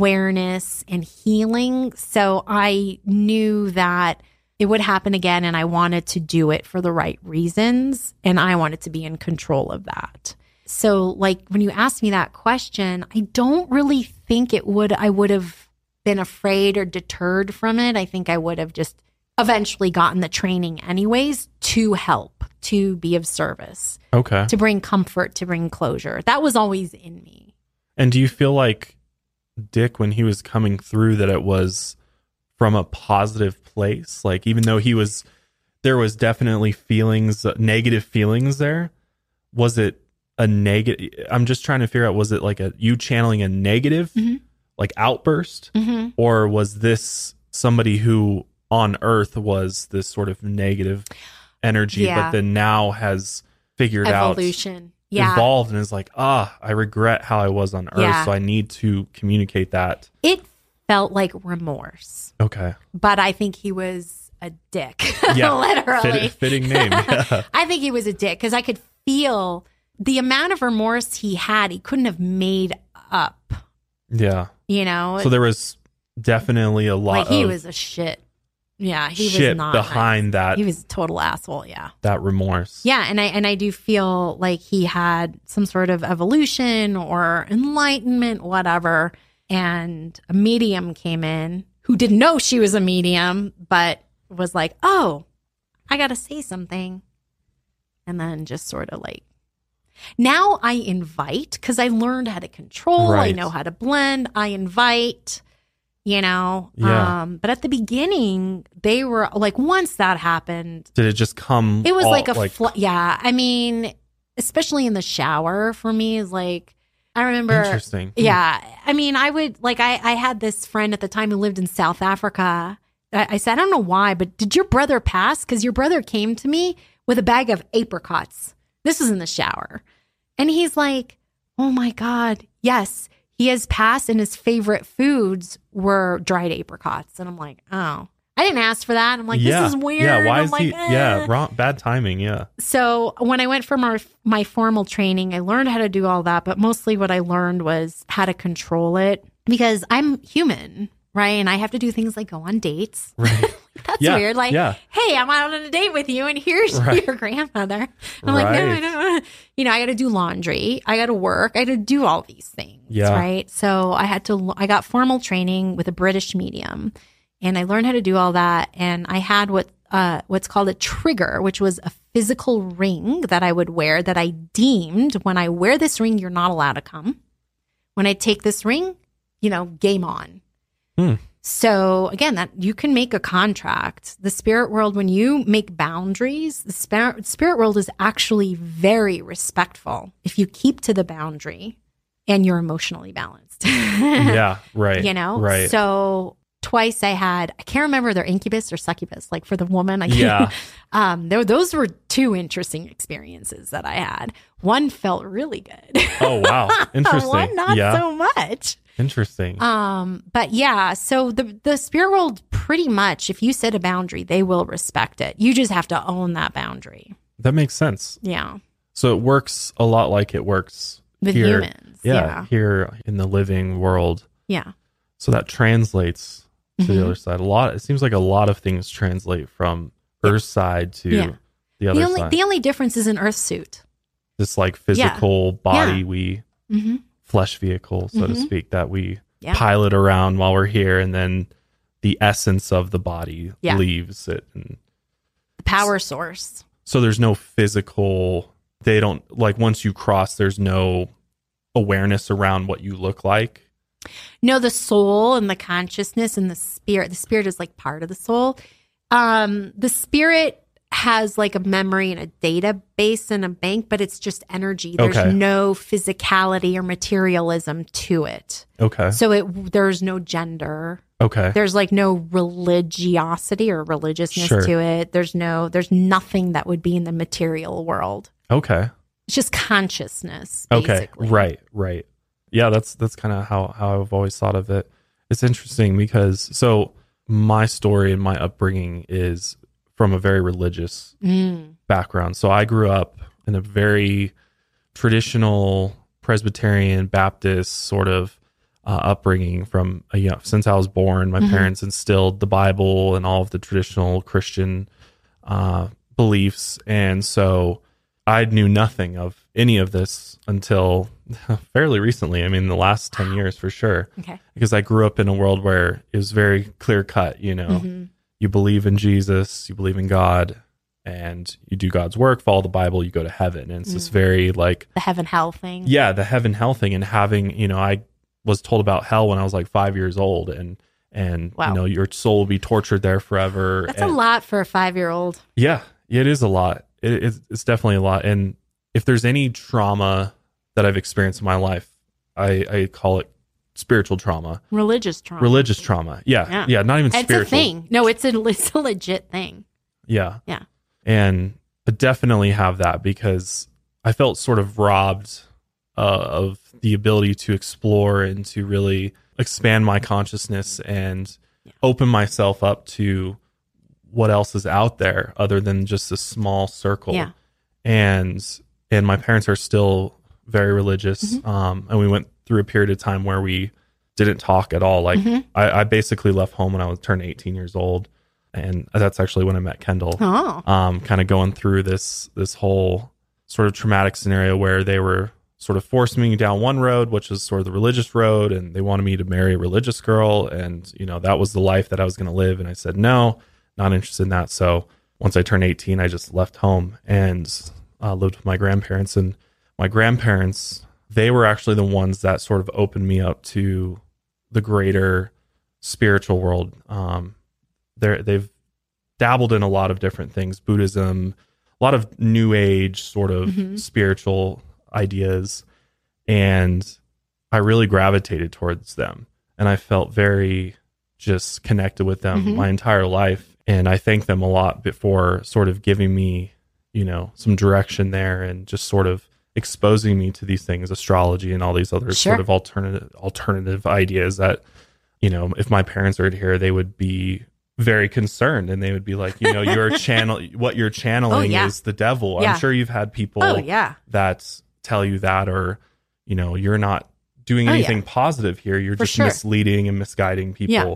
Speaker 3: awareness and healing. So I knew that it would happen again. And I wanted to do it for the right reasons. And I wanted to be in control of that. So like when you asked me that question, I don't really think it would I would have been afraid or deterred from it. I think I would have just eventually gotten the training anyways to help, to be of service,
Speaker 1: okay.
Speaker 3: to bring comfort, to bring closure. That was always in me.
Speaker 1: And do you feel like Dick, when he was coming through, that it was uh, from a positive place? Like, even though he was
Speaker 2: there was definitely feelings, negative feelings there. Was it a negative? I'm just trying to figure out was it like a you channeling a negative,
Speaker 3: Mhm.
Speaker 2: like outburst,
Speaker 3: Mm-hmm.
Speaker 2: or was this somebody who on Earth was this sort of negative energy,
Speaker 3: Yeah.
Speaker 2: but then now has figured out
Speaker 3: Evolution. Yeah.
Speaker 2: evolved and is like, ah, I regret how I was on Earth,
Speaker 3: Yeah.
Speaker 2: so I need to communicate that.
Speaker 3: it felt like remorse,
Speaker 2: Okay,
Speaker 3: but I think he was a dick. [LAUGHS]
Speaker 2: Yeah.
Speaker 3: Literally.
Speaker 2: Fit,
Speaker 3: [LAUGHS]
Speaker 2: fitting name. Yeah.
Speaker 3: I think he was a dick because I could feel the amount of remorse he had, he couldn't have made up,
Speaker 2: yeah.
Speaker 3: you know?
Speaker 2: So there was definitely a lot
Speaker 3: like he
Speaker 2: of
Speaker 3: was a shit. Yeah, he
Speaker 2: shit
Speaker 3: was not
Speaker 2: behind
Speaker 3: nice.
Speaker 2: that
Speaker 3: He was a total asshole, yeah.
Speaker 2: that remorse.
Speaker 3: Yeah, and I and I do feel like he had some sort of evolution or enlightenment, whatever. And a medium came in who didn't know she was a medium, but was like, "Oh, I gotta say something," and then just sort of like. Now I invite because I learned how to control. I
Speaker 2: Right.
Speaker 3: know how to blend. I invite, you know.
Speaker 2: Yeah.
Speaker 3: Um, but at the beginning, they were like, once that happened,
Speaker 2: Did it just come?
Speaker 3: it was
Speaker 2: all-
Speaker 3: like a fl- yeah. I mean, especially in the shower for me is like I remember.
Speaker 2: interesting.
Speaker 3: Yeah, I mean, I would like I I had this friend at the time who lived in South Africa. I, I said I don't know why, but did your brother pass? Because your brother came to me with a bag of apricots. This was in the shower, and he's like, "Oh my god, yes." He has passed, and his favorite foods were dried apricots. And I'm like, oh, I didn't ask for that. I'm like,
Speaker 2: yeah.
Speaker 3: this is weird.
Speaker 2: Yeah. Why
Speaker 3: I'm
Speaker 2: is
Speaker 3: like,
Speaker 2: he? Yeah.
Speaker 3: eh.
Speaker 2: Wrong, bad timing. Yeah.
Speaker 3: So when I went for my, my formal training, I learned how to do all that, but mostly what I learned was how to control it because I'm human, right? And I have to do things like go on dates.
Speaker 2: Right.
Speaker 3: [LAUGHS] That's
Speaker 2: Yeah,
Speaker 3: weird. Like, [LAUGHS]
Speaker 2: yeah.
Speaker 3: hey, I'm out on a date with you, and here's [LAUGHS]
Speaker 2: Right.
Speaker 3: your grandmother. I'm like, no, I
Speaker 2: Right.
Speaker 3: don't. You know, I got to do laundry. I got to work. I got to do all these things.
Speaker 2: Yeah.
Speaker 3: Right. So I had to. I got formal training with a British medium, and I learned how to do all that. And I had what uh, what's called a trigger, which was a physical ring that I would wear that I deemed when I wear this ring, you're not allowed to come. When I take this ring, you know, game on.
Speaker 2: Hmm.
Speaker 3: So again, that you can make a contract. The spirit world, when you make boundaries, the spirit, spirit world is actually very respectful if you keep to the boundary and you're emotionally balanced.
Speaker 2: [LAUGHS] yeah. Right.
Speaker 3: [LAUGHS] You know?
Speaker 2: Right.
Speaker 3: So twice I had, I can't remember they're incubus or succubus, like for the woman. I can't,
Speaker 2: Yeah.
Speaker 3: [LAUGHS] um, there, those were two interesting experiences that I had. One felt really good. [LAUGHS]
Speaker 2: oh wow. Interesting.
Speaker 3: One not
Speaker 2: yeah.
Speaker 3: so much.
Speaker 2: Interesting.
Speaker 3: Um, but yeah, so the the spirit world pretty much, if you set a boundary, they will respect it. You just have to own that boundary.
Speaker 2: that makes sense.
Speaker 3: Yeah,
Speaker 2: So it works a lot like it works
Speaker 3: with
Speaker 2: here.
Speaker 3: humans.
Speaker 2: yeah. Here in the living world.
Speaker 3: yeah,
Speaker 2: So that translates to the
Speaker 3: Mhm.
Speaker 2: other side. A lot. It seems like a lot of things translate from Earth's side to
Speaker 3: Yeah.
Speaker 2: the other
Speaker 3: The only
Speaker 2: side.
Speaker 3: the only difference is an Earth suit.
Speaker 2: this like physical body
Speaker 3: Yeah.
Speaker 2: we
Speaker 3: Mm-hmm.
Speaker 2: flesh vehicle, so to
Speaker 3: Mhm.
Speaker 2: speak, that we
Speaker 3: Yeah.
Speaker 2: pilot around while we're here, and then the essence of the body
Speaker 3: Yeah.
Speaker 2: leaves it. And
Speaker 3: The power source.
Speaker 2: so there's no physical. They don't like once you cross. There's no awareness around what you look like.
Speaker 3: No, the soul and the consciousness and the spirit. The spirit is like part of the soul. Um, the spirit has like a memory and a database and a bank, but it's just energy. There's
Speaker 2: Okay.
Speaker 3: no physicality or materialism to it.
Speaker 2: Okay.
Speaker 3: So it there's no gender.
Speaker 2: Okay.
Speaker 3: There's like no religiosity or religiousness
Speaker 2: Sure.
Speaker 3: to it. There's no there's nothing that would be in the material world.
Speaker 2: Okay.
Speaker 3: It's just consciousness.
Speaker 2: Okay.
Speaker 3: basically.
Speaker 2: Right. Right. Yeah. That's that's kind of how how I've always thought of it. It's interesting because so my story and my upbringing is from a very religious
Speaker 3: Mm.
Speaker 2: background. So I grew up in a very traditional Presbyterian Baptist sort of uh, upbringing from a young, since I was born. My
Speaker 3: Mhm.
Speaker 2: parents instilled the Bible and all of the traditional Christian uh, beliefs, and so I knew nothing of any of this until [LAUGHS] fairly recently. I mean, the last ten years for sure,
Speaker 3: Okay.
Speaker 2: because I grew up in a world where it was very clear cut. You know,
Speaker 3: Mhm.
Speaker 2: you believe in Jesus, you believe in God, and you do God's work, follow the Bible, you go to heaven. And it's
Speaker 3: Mm-hmm.
Speaker 2: this very like,
Speaker 3: The heaven hell thing.
Speaker 2: yeah, the heaven hell thing and having, you know, I was told about hell when I was like five years old and and
Speaker 3: Wow.
Speaker 2: you know your soul will be tortured there forever.
Speaker 3: That's
Speaker 2: and-
Speaker 3: a lot for a five year old.
Speaker 2: Yeah, it is a lot. It, it's, it's definitely a lot. And if there's any trauma that I've experienced in my life, I, I call it spiritual trauma,
Speaker 3: Religious trauma.
Speaker 2: religious trauma. Yeah,
Speaker 3: Yeah.
Speaker 2: yeah, not even
Speaker 3: it's
Speaker 2: spiritual.
Speaker 3: a thing. No, it's a, it's a legit thing.
Speaker 2: Yeah.
Speaker 3: Yeah.
Speaker 2: And I definitely have that because I felt sort of robbed uh, of the ability to explore and to really expand my consciousness and open myself up to what else is out there other than just a small circle.
Speaker 3: Yeah.
Speaker 2: And and my parents are still very religious. Um, and we went through a period of time where we didn't talk at all. Like I, I basically left home when I was turned 18 years old, and that's actually when I met Kendall.
Speaker 3: Oh,
Speaker 2: Um, kind of going through this this whole sort of traumatic scenario where they were sort of forcing me down one road, which is sort of the religious road, and they wanted me to marry a religious girl, and you know that was the life that I was going to live, and I said no, not interested in that. So once I turned 18, I just left home and uh, lived with my grandparents, and my grandparents they were actually the ones that sort of opened me up to the greater spiritual world. Um, they're, they've dabbled in a lot of different things Buddhism, a lot of new age sort of
Speaker 3: Mhm.
Speaker 2: spiritual ideas. And I really gravitated towards them. And I felt very just connected with them
Speaker 3: Mhm.
Speaker 2: my entire life. And I thank them a lot for sort of giving me, you know, some direction there and just sort of exposing me to these things, astrology and all these other
Speaker 3: Sure.
Speaker 2: sort of alternative alternative ideas that you know, if my parents were here, they would be very concerned and they would be like, you know,
Speaker 3: [LAUGHS]
Speaker 2: your channel, what you're channeling
Speaker 3: Oh, yeah.
Speaker 2: is the devil.
Speaker 3: Yeah.
Speaker 2: I'm sure you've had people
Speaker 3: oh yeah.
Speaker 2: that tell you that, or, you know, you're not doing
Speaker 3: Oh, yeah.
Speaker 2: anything positive here. You're
Speaker 3: For
Speaker 2: just
Speaker 3: sure.
Speaker 2: misleading and misguiding people.
Speaker 3: Yeah.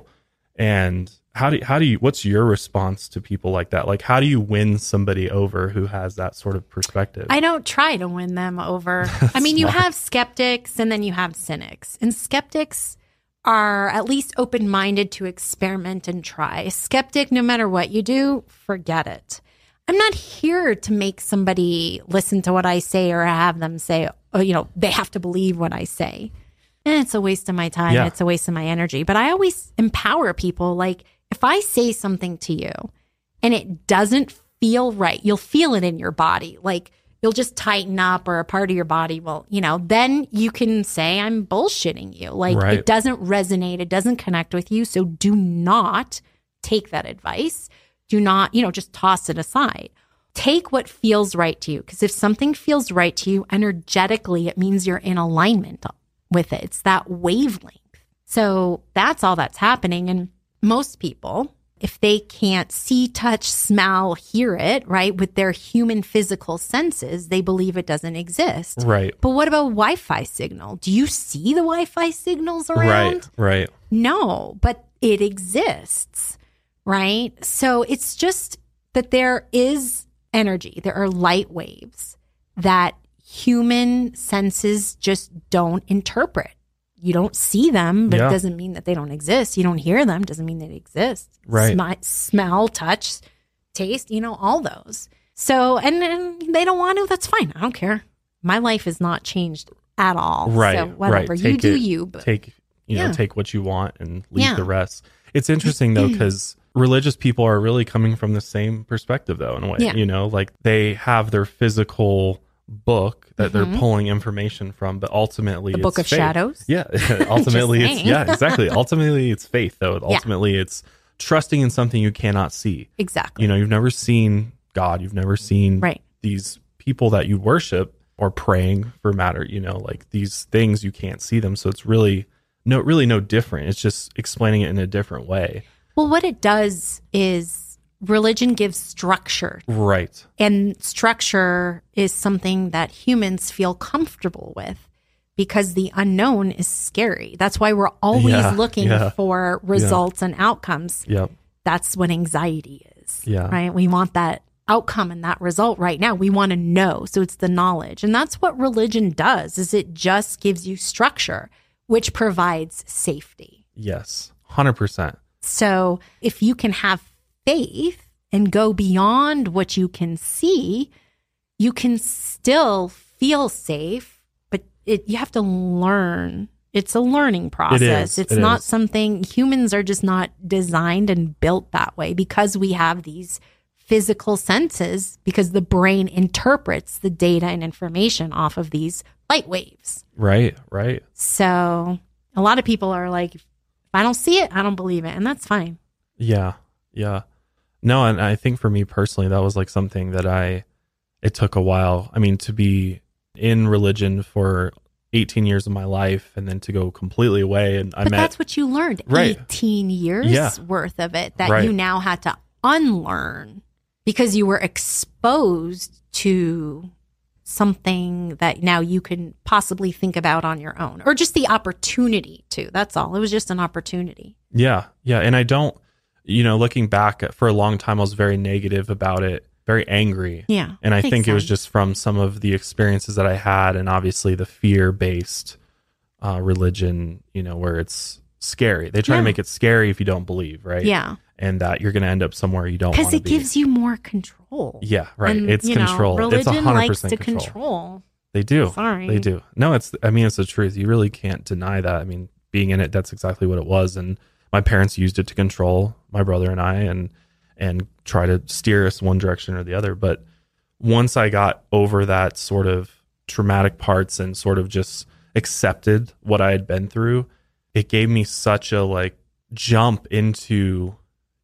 Speaker 2: And how do how do you what's your response to people like that? Like how do you win somebody over who has that sort of perspective?
Speaker 3: I don't try to win them over. I mean, you have skeptics and then you have cynics. And skeptics are at least open minded to experiment and try. A skeptic, no matter what you do, forget it. I'm not here to make somebody listen to what I say or have them say, oh, you know, they have to believe what I say. Eh, it's a waste of my time.
Speaker 2: Yeah.
Speaker 3: It's a waste of my energy. But I always empower people. Like, if I say something to you and it doesn't feel right, you'll feel it in your body. Like, you'll just tighten up or a part of your body will, you know, then you can say, I'm bullshitting you. Like, it
Speaker 2: Right.
Speaker 3: doesn't resonate. It doesn't connect with you. So do not take that advice. Do not, you know, just toss it aside. Take what feels right to you. Because if something feels right to you energetically, it means you're in alignment with it. It's that wavelength. So that's all that's happening. And most people, if they can't see, touch, smell, hear it, right, with their human physical senses, they believe it doesn't exist.
Speaker 2: right.
Speaker 3: But what about Wi Fi signal? Do you see the Wi Fi signals around?
Speaker 2: Right. Right.
Speaker 3: No, but it exists, right? So it's just that there is energy, there are light waves that human senses just don't interpret. You don't see them, but
Speaker 2: Yeah.
Speaker 3: it doesn't mean that they don't exist. You don't hear them, doesn't mean they exist.
Speaker 2: Right.
Speaker 3: Smi- smell, touch, taste, you know, all those. So, and, and they don't want to, that's fine. I don't care. My life is not changed at all.
Speaker 2: Right,
Speaker 3: So,
Speaker 2: right.
Speaker 3: whatever. You
Speaker 2: Take
Speaker 3: do
Speaker 2: it-
Speaker 3: you, but
Speaker 2: take you
Speaker 3: Yeah.
Speaker 2: know take what you want and leave
Speaker 3: Yeah. Mm-hmm.
Speaker 2: the rest it's interesting though because religious people are really coming from the same perspective though in a way
Speaker 3: Yeah.
Speaker 2: you know like they have their physical book that
Speaker 3: Mhm.
Speaker 2: they're pulling information from but ultimately
Speaker 3: the book
Speaker 2: it's
Speaker 3: of
Speaker 2: faith.
Speaker 3: shadows. [LAUGHS]
Speaker 2: yeah [LAUGHS] ultimately it's
Speaker 3: saying.
Speaker 2: yeah
Speaker 3: [LAUGHS]
Speaker 2: exactly ultimately it's faith though ultimately it's trusting in something you cannot see
Speaker 3: Exactly.
Speaker 2: you know you've never seen god you've never seen
Speaker 3: Right.
Speaker 2: these people that you worship or praying for matter you know like these things you can't see them so it's really no really no different it's just explaining it in a different way
Speaker 3: Well, what it does is religion gives structure,
Speaker 2: right
Speaker 3: and structure is something that humans feel comfortable with because the unknown is scary. That's why we're always
Speaker 2: Yeah,
Speaker 3: looking
Speaker 2: yeah.
Speaker 3: for results and outcomes.
Speaker 2: yep
Speaker 3: That's what anxiety is.
Speaker 2: Yeah.
Speaker 3: Right? We want that outcome and that result right now. We want to know. So it's the knowledge. And that's what religion does is it just gives you structure which provides safety.
Speaker 2: yes 100%
Speaker 3: So if you can have faith and go beyond what you can see, you can still feel safe, but it, you have to learn It's a learning process.
Speaker 2: is.
Speaker 3: It's
Speaker 2: It
Speaker 3: not
Speaker 2: is.
Speaker 3: something humans are just not designed and built that way because we have these physical senses because the brain interprets the data and information off of these light waves.
Speaker 2: Right, right.
Speaker 3: So a lot of people are like, if I don't see it, I don't believe it. And that's fine.
Speaker 2: Yeah, yeah. No, and I think for me personally, that was like something that I, it took a while. I mean, to be in religion for 18 years of my life and then to go completely away. And I
Speaker 3: but
Speaker 2: met,
Speaker 3: that's what you learned
Speaker 2: Right.
Speaker 3: 18 years
Speaker 2: Yeah.
Speaker 3: worth of it that
Speaker 2: Right.
Speaker 3: you now had to unlearn because you were exposed to something that now you can possibly think about on your own or just the opportunity to. That's all. It was just an opportunity.
Speaker 2: yeah, yeah. And I don't, you know, looking back uh, for a long time, I was very negative about it, very angry.
Speaker 3: Yeah.
Speaker 2: And I think it was
Speaker 3: sense.
Speaker 2: just from some of the experiences that I had, and obviously the fear based uh, religion, you know, where it's scary. They try
Speaker 3: Yeah.
Speaker 2: to make it scary if you don't believe, right?
Speaker 3: Yeah.
Speaker 2: And that you're going to end up somewhere you don't want
Speaker 3: Because
Speaker 2: to
Speaker 3: it
Speaker 2: be.
Speaker 3: gives you more control.
Speaker 2: yeah, right.
Speaker 3: And,
Speaker 2: it's
Speaker 3: you know,
Speaker 2: control. it's 100%
Speaker 3: Religion likes to
Speaker 2: control.
Speaker 3: control.
Speaker 2: They do.
Speaker 3: Sorry.
Speaker 2: They do. No, it's, I mean, it's the truth. You really can't deny that. I mean, being in it, that's exactly what it was. And my parents used it to control my brother and I and, and try to steer us one direction or the other. But once I got over that sort of traumatic parts and sort of just accepted what I had been through, it gave me such a like jump into,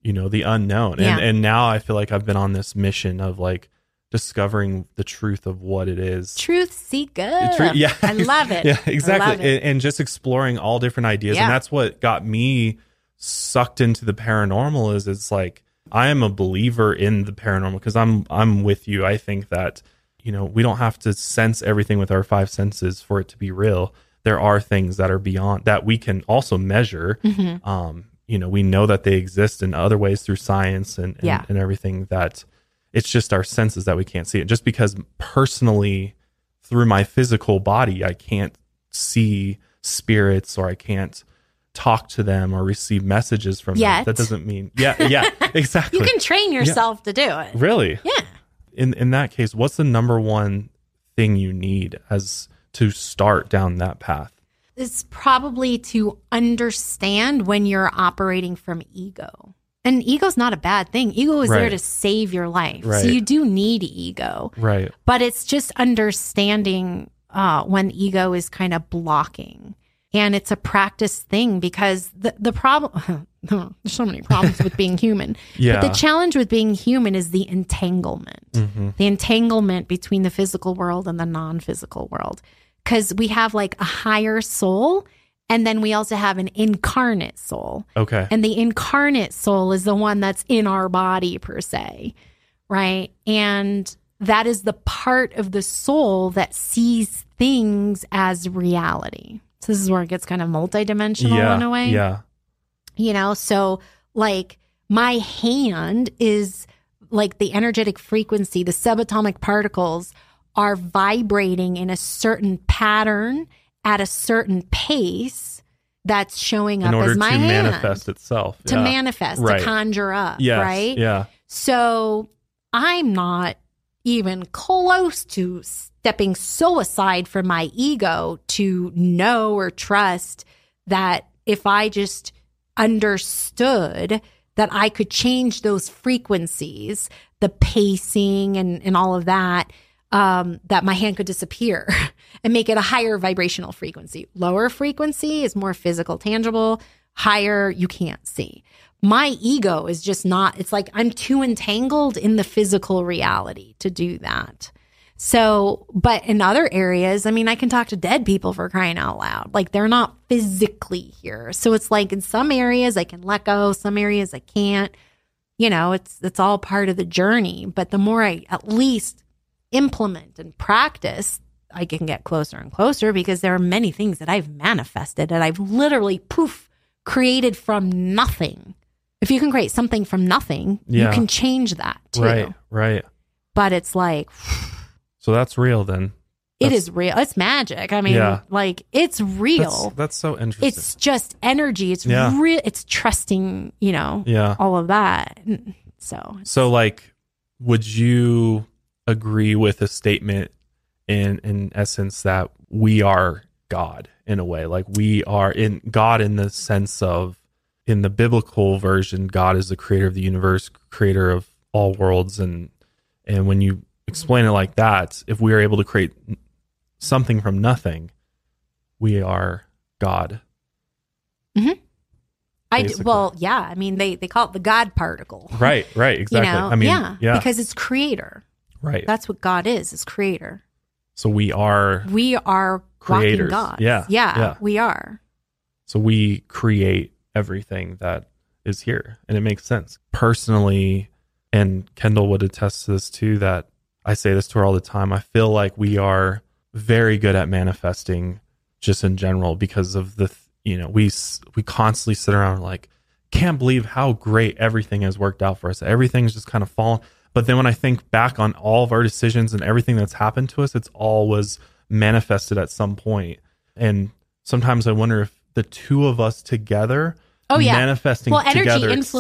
Speaker 2: you know, the unknown.
Speaker 3: Yeah.
Speaker 2: And and now I feel like I've been on this mission of like discovering the truth of what it is.
Speaker 3: Truth seeker.
Speaker 2: It's re- yeah,
Speaker 3: I love
Speaker 2: [LAUGHS]
Speaker 3: it.
Speaker 2: Yeah,
Speaker 3: I love
Speaker 2: exactly.
Speaker 3: it.
Speaker 2: And, and just exploring all different ideas,
Speaker 3: Yeah.
Speaker 2: and that's what got me sucked into the paranormal. Is it's like I am a believer in the paranormal because I'm I'm with you. I think that you know we don't have to sense everything with our five senses for it to be real. There are things that are beyond that we can also measure.
Speaker 3: Mm-hmm.
Speaker 2: Um, you know, we know that they exist in other ways through science and and,
Speaker 3: Yeah.
Speaker 2: and everything that. It's just our senses that we can't see it. Just because personally, through my physical body i can't see spirits or i can't talk to them or receive messages from them
Speaker 3: Yet.
Speaker 2: that doesn't mean yeah yeah exactly
Speaker 3: [LAUGHS] You can train yourself to do it.
Speaker 2: really
Speaker 3: Yeah.
Speaker 2: in in that case what's the number one thing you need as to start down that path
Speaker 3: is probably to understand when you're operating from ego. And ego's not a bad thing. Ego is there
Speaker 2: Right.
Speaker 3: to save your life. So
Speaker 2: Right.
Speaker 3: you do need ego,
Speaker 2: right
Speaker 3: but it's just understanding uh, when ego is kind of blocking. And it's a practice thing because the, the problem, [LAUGHS] there's so many problems with being human.
Speaker 2: Yeah.
Speaker 3: But the challenge with being human is the entanglement the entanglement between the physical world and the non physical world. Because we have like a higher soul, and then we also have an incarnate soul.
Speaker 2: okay
Speaker 3: And the incarnate soul is the one that's in our body, per se, right? And that is the part of the soul that sees things as reality. So, this is where it gets kind of multidimensional
Speaker 2: yeah
Speaker 3: in a way
Speaker 2: yeah
Speaker 3: you know so like my hand is like the energetic frequency the subatomic particles are vibrating in a certain pattern at a certain pace that's showing up
Speaker 2: in order
Speaker 3: as
Speaker 2: to
Speaker 3: my hand
Speaker 2: manifest itself
Speaker 3: to
Speaker 2: yeah.
Speaker 3: manifest
Speaker 2: Right.
Speaker 3: to conjure up
Speaker 2: Yes,
Speaker 3: right
Speaker 2: yeah
Speaker 3: so i'm not even close to stepping so aside from my ego to know or trust that if I just understood that I could change those frequencies, the pacing and, and all of that, um, that my hand could disappear [LAUGHS] and make it a higher vibrational frequency. Lower frequency is more physical, tangible. Higher, you can't see. My ego is just not, it's like I'm too entangled in the physical reality to do that. So, but in other areas, I mean, I can talk to dead people for crying out loud. Like they're not physically here. So it's like in some areas I can let go, some areas I can't. You know, it's it's all part of the journey, but the more I at least implement and practice, I can get closer and closer because there are many things that I've manifested that I've literally poof created from nothing. If you can create something from nothing,
Speaker 2: Yeah.
Speaker 3: you can change that too.
Speaker 2: right right
Speaker 3: But it's like
Speaker 2: so that's real then
Speaker 3: it
Speaker 2: That's-
Speaker 3: is real. It's magic. I mean,
Speaker 2: Yeah.
Speaker 3: like it's
Speaker 2: that's,
Speaker 3: real.
Speaker 2: that's so interesting
Speaker 3: It's just energy. It's
Speaker 2: Yeah.
Speaker 3: real. It's trusting. You know,
Speaker 2: yeah
Speaker 3: all of that. And So
Speaker 2: So, like, would you agree with a statement in in essence that we are God in a way. Like we are in God in the sense of in the biblical version, God is the creator of the universe, creator of all worlds, and and when you explain it like that, if we are able to create something from nothing, we are
Speaker 3: [LAUGHS]
Speaker 2: God.
Speaker 3: I d-
Speaker 2: basically.
Speaker 3: well, yeah. I mean, they they call it the God particle.
Speaker 2: Right, right, exactly.
Speaker 3: You know,
Speaker 2: I mean,
Speaker 3: yeah,
Speaker 2: yeah,
Speaker 3: because it's creator.
Speaker 2: right.
Speaker 3: That's what God is. Is creator.
Speaker 2: So we are,
Speaker 3: We are walking
Speaker 2: Creators.
Speaker 3: gods.
Speaker 2: Yeah,
Speaker 3: yeah,
Speaker 2: yeah.
Speaker 3: we are.
Speaker 2: so we create everything that is here, and it makes sense personally. And Kendall would attest to this too. That I say this to her all the time. I feel like we are very good at manifesting, just in general, because of the th- you know we s- we constantly sit around like can't believe how great everything has worked out for us. Everything's just kind of fallen. But then when I think back on all of our decisions and everything that's happened to us, it's all was manifested at some point. And sometimes I wonder if the two of us together,
Speaker 3: Oh, yeah.
Speaker 2: manifesting
Speaker 3: Well, energy
Speaker 2: together
Speaker 3: influences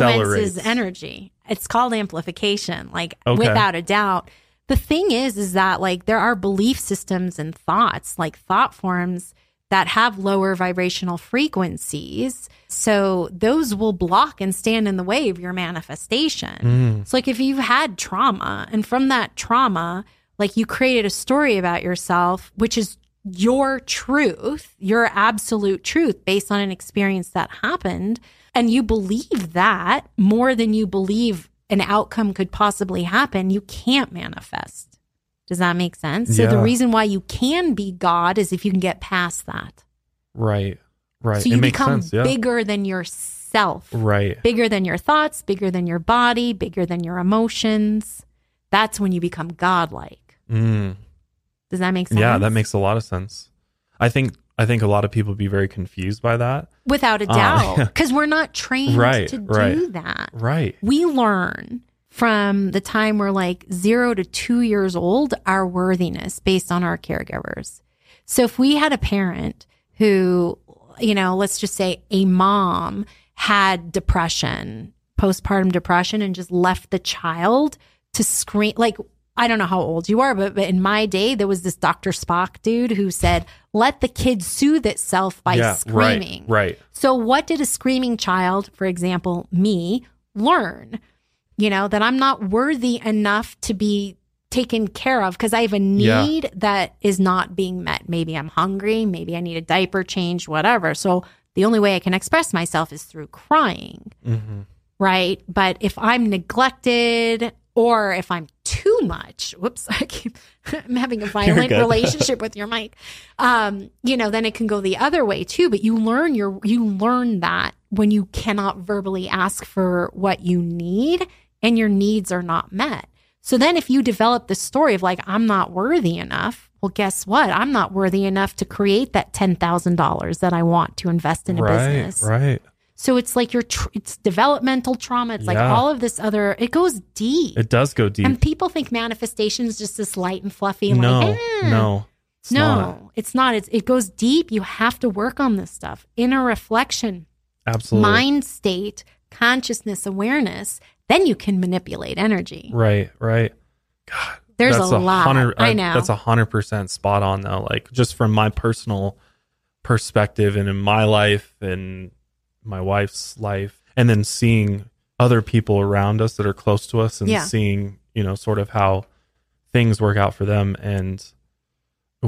Speaker 2: accelerates.
Speaker 3: energy. It's called amplification, like
Speaker 2: Okay.
Speaker 3: without a doubt. The thing is, is that like there are belief systems and thoughts, like thought forms that have lower vibrational frequencies. So those will block and stand in the way of your manifestation.
Speaker 2: Mm,
Speaker 3: It's like if you've had trauma and from that trauma, like you created a story about yourself, which is your truth, your absolute truth based on an experience that happened. And you believe that more than you believe an outcome could possibly happen, you can't manifest. Does that make sense? So the
Speaker 2: Yeah.
Speaker 3: reason why you can be God is if you can get past that.
Speaker 2: right, right.
Speaker 3: So
Speaker 2: it
Speaker 3: you
Speaker 2: makes
Speaker 3: become
Speaker 2: sense. Yeah.
Speaker 3: bigger than yourself
Speaker 2: right.
Speaker 3: bigger than your thoughts, bigger than your body, bigger than your emotions. That's when you become godlike.
Speaker 2: Mm.
Speaker 3: Does that make sense?
Speaker 2: Yeah, that makes a lot of sense. I think I think a lot of people be very confused by that.
Speaker 3: without a
Speaker 2: Ah.
Speaker 3: doubt because we're not trained
Speaker 2: Right,
Speaker 3: to do
Speaker 2: right.
Speaker 3: that.
Speaker 2: Right.
Speaker 3: We learn from the time we're like zero to two years old our worthiness based on our caregivers. So if we had a parent who, you know, let's just say a mom had depression, postpartum depression, and just left the child to scream, like, I don't know how old you are, but, but in my day, there was this Dr. Spock dude who said, let the kid soothe itself by
Speaker 2: yeah.
Speaker 3: screaming.
Speaker 2: Right. Right.
Speaker 3: So, what did a screaming child, for example, me, learn? You know, that I'm not worthy enough to be taken care of because I have a
Speaker 2: Yeah.
Speaker 3: need that is not being met. Maybe I'm hungry, maybe I need a diaper change, whatever. So, the only way I can express myself is through crying,
Speaker 2: hmm
Speaker 3: right? But if I'm neglected or if I'm too much, whoops, [LAUGHS] I keep, I'm
Speaker 2: [LAUGHS]
Speaker 3: having a violent
Speaker 2: good.
Speaker 3: relationship with your mic. Um, you know, then it can go the other way too. But you learn your you learn that when you cannot verbally ask for what you need and your needs are not met. So then if you develop this story of like, I'm not worthy enough, well, guess what? I'm not worthy enough to create that ten thousand dollars that I want to invest in a
Speaker 2: right.
Speaker 3: business.
Speaker 2: Right.
Speaker 3: So it's like your tr- it's developmental trauma. It's like
Speaker 2: Yeah.
Speaker 3: all of this other. It goes deep.
Speaker 2: It does go deep.
Speaker 3: and people think manifestation is just this light and fluffy.
Speaker 2: no.
Speaker 3: like, eh.
Speaker 2: No. It's
Speaker 3: no,
Speaker 2: not.
Speaker 3: it's not. It's, it goes deep. You have to work on this stuff. Inner reflection,
Speaker 2: Absolutely.
Speaker 3: mind state, consciousness, awareness. Then you can manipulate energy.
Speaker 2: Right. Right.
Speaker 3: There's
Speaker 2: That's
Speaker 3: a lot.
Speaker 2: Hundred, uh,
Speaker 3: I know.
Speaker 2: That's a hundred percent spot on though. Like just from my personal perspective and in my life and my wife's life, and then seeing other people around us that are close to us and
Speaker 3: Yeah.
Speaker 2: seeing you know sort of how things work out for them. And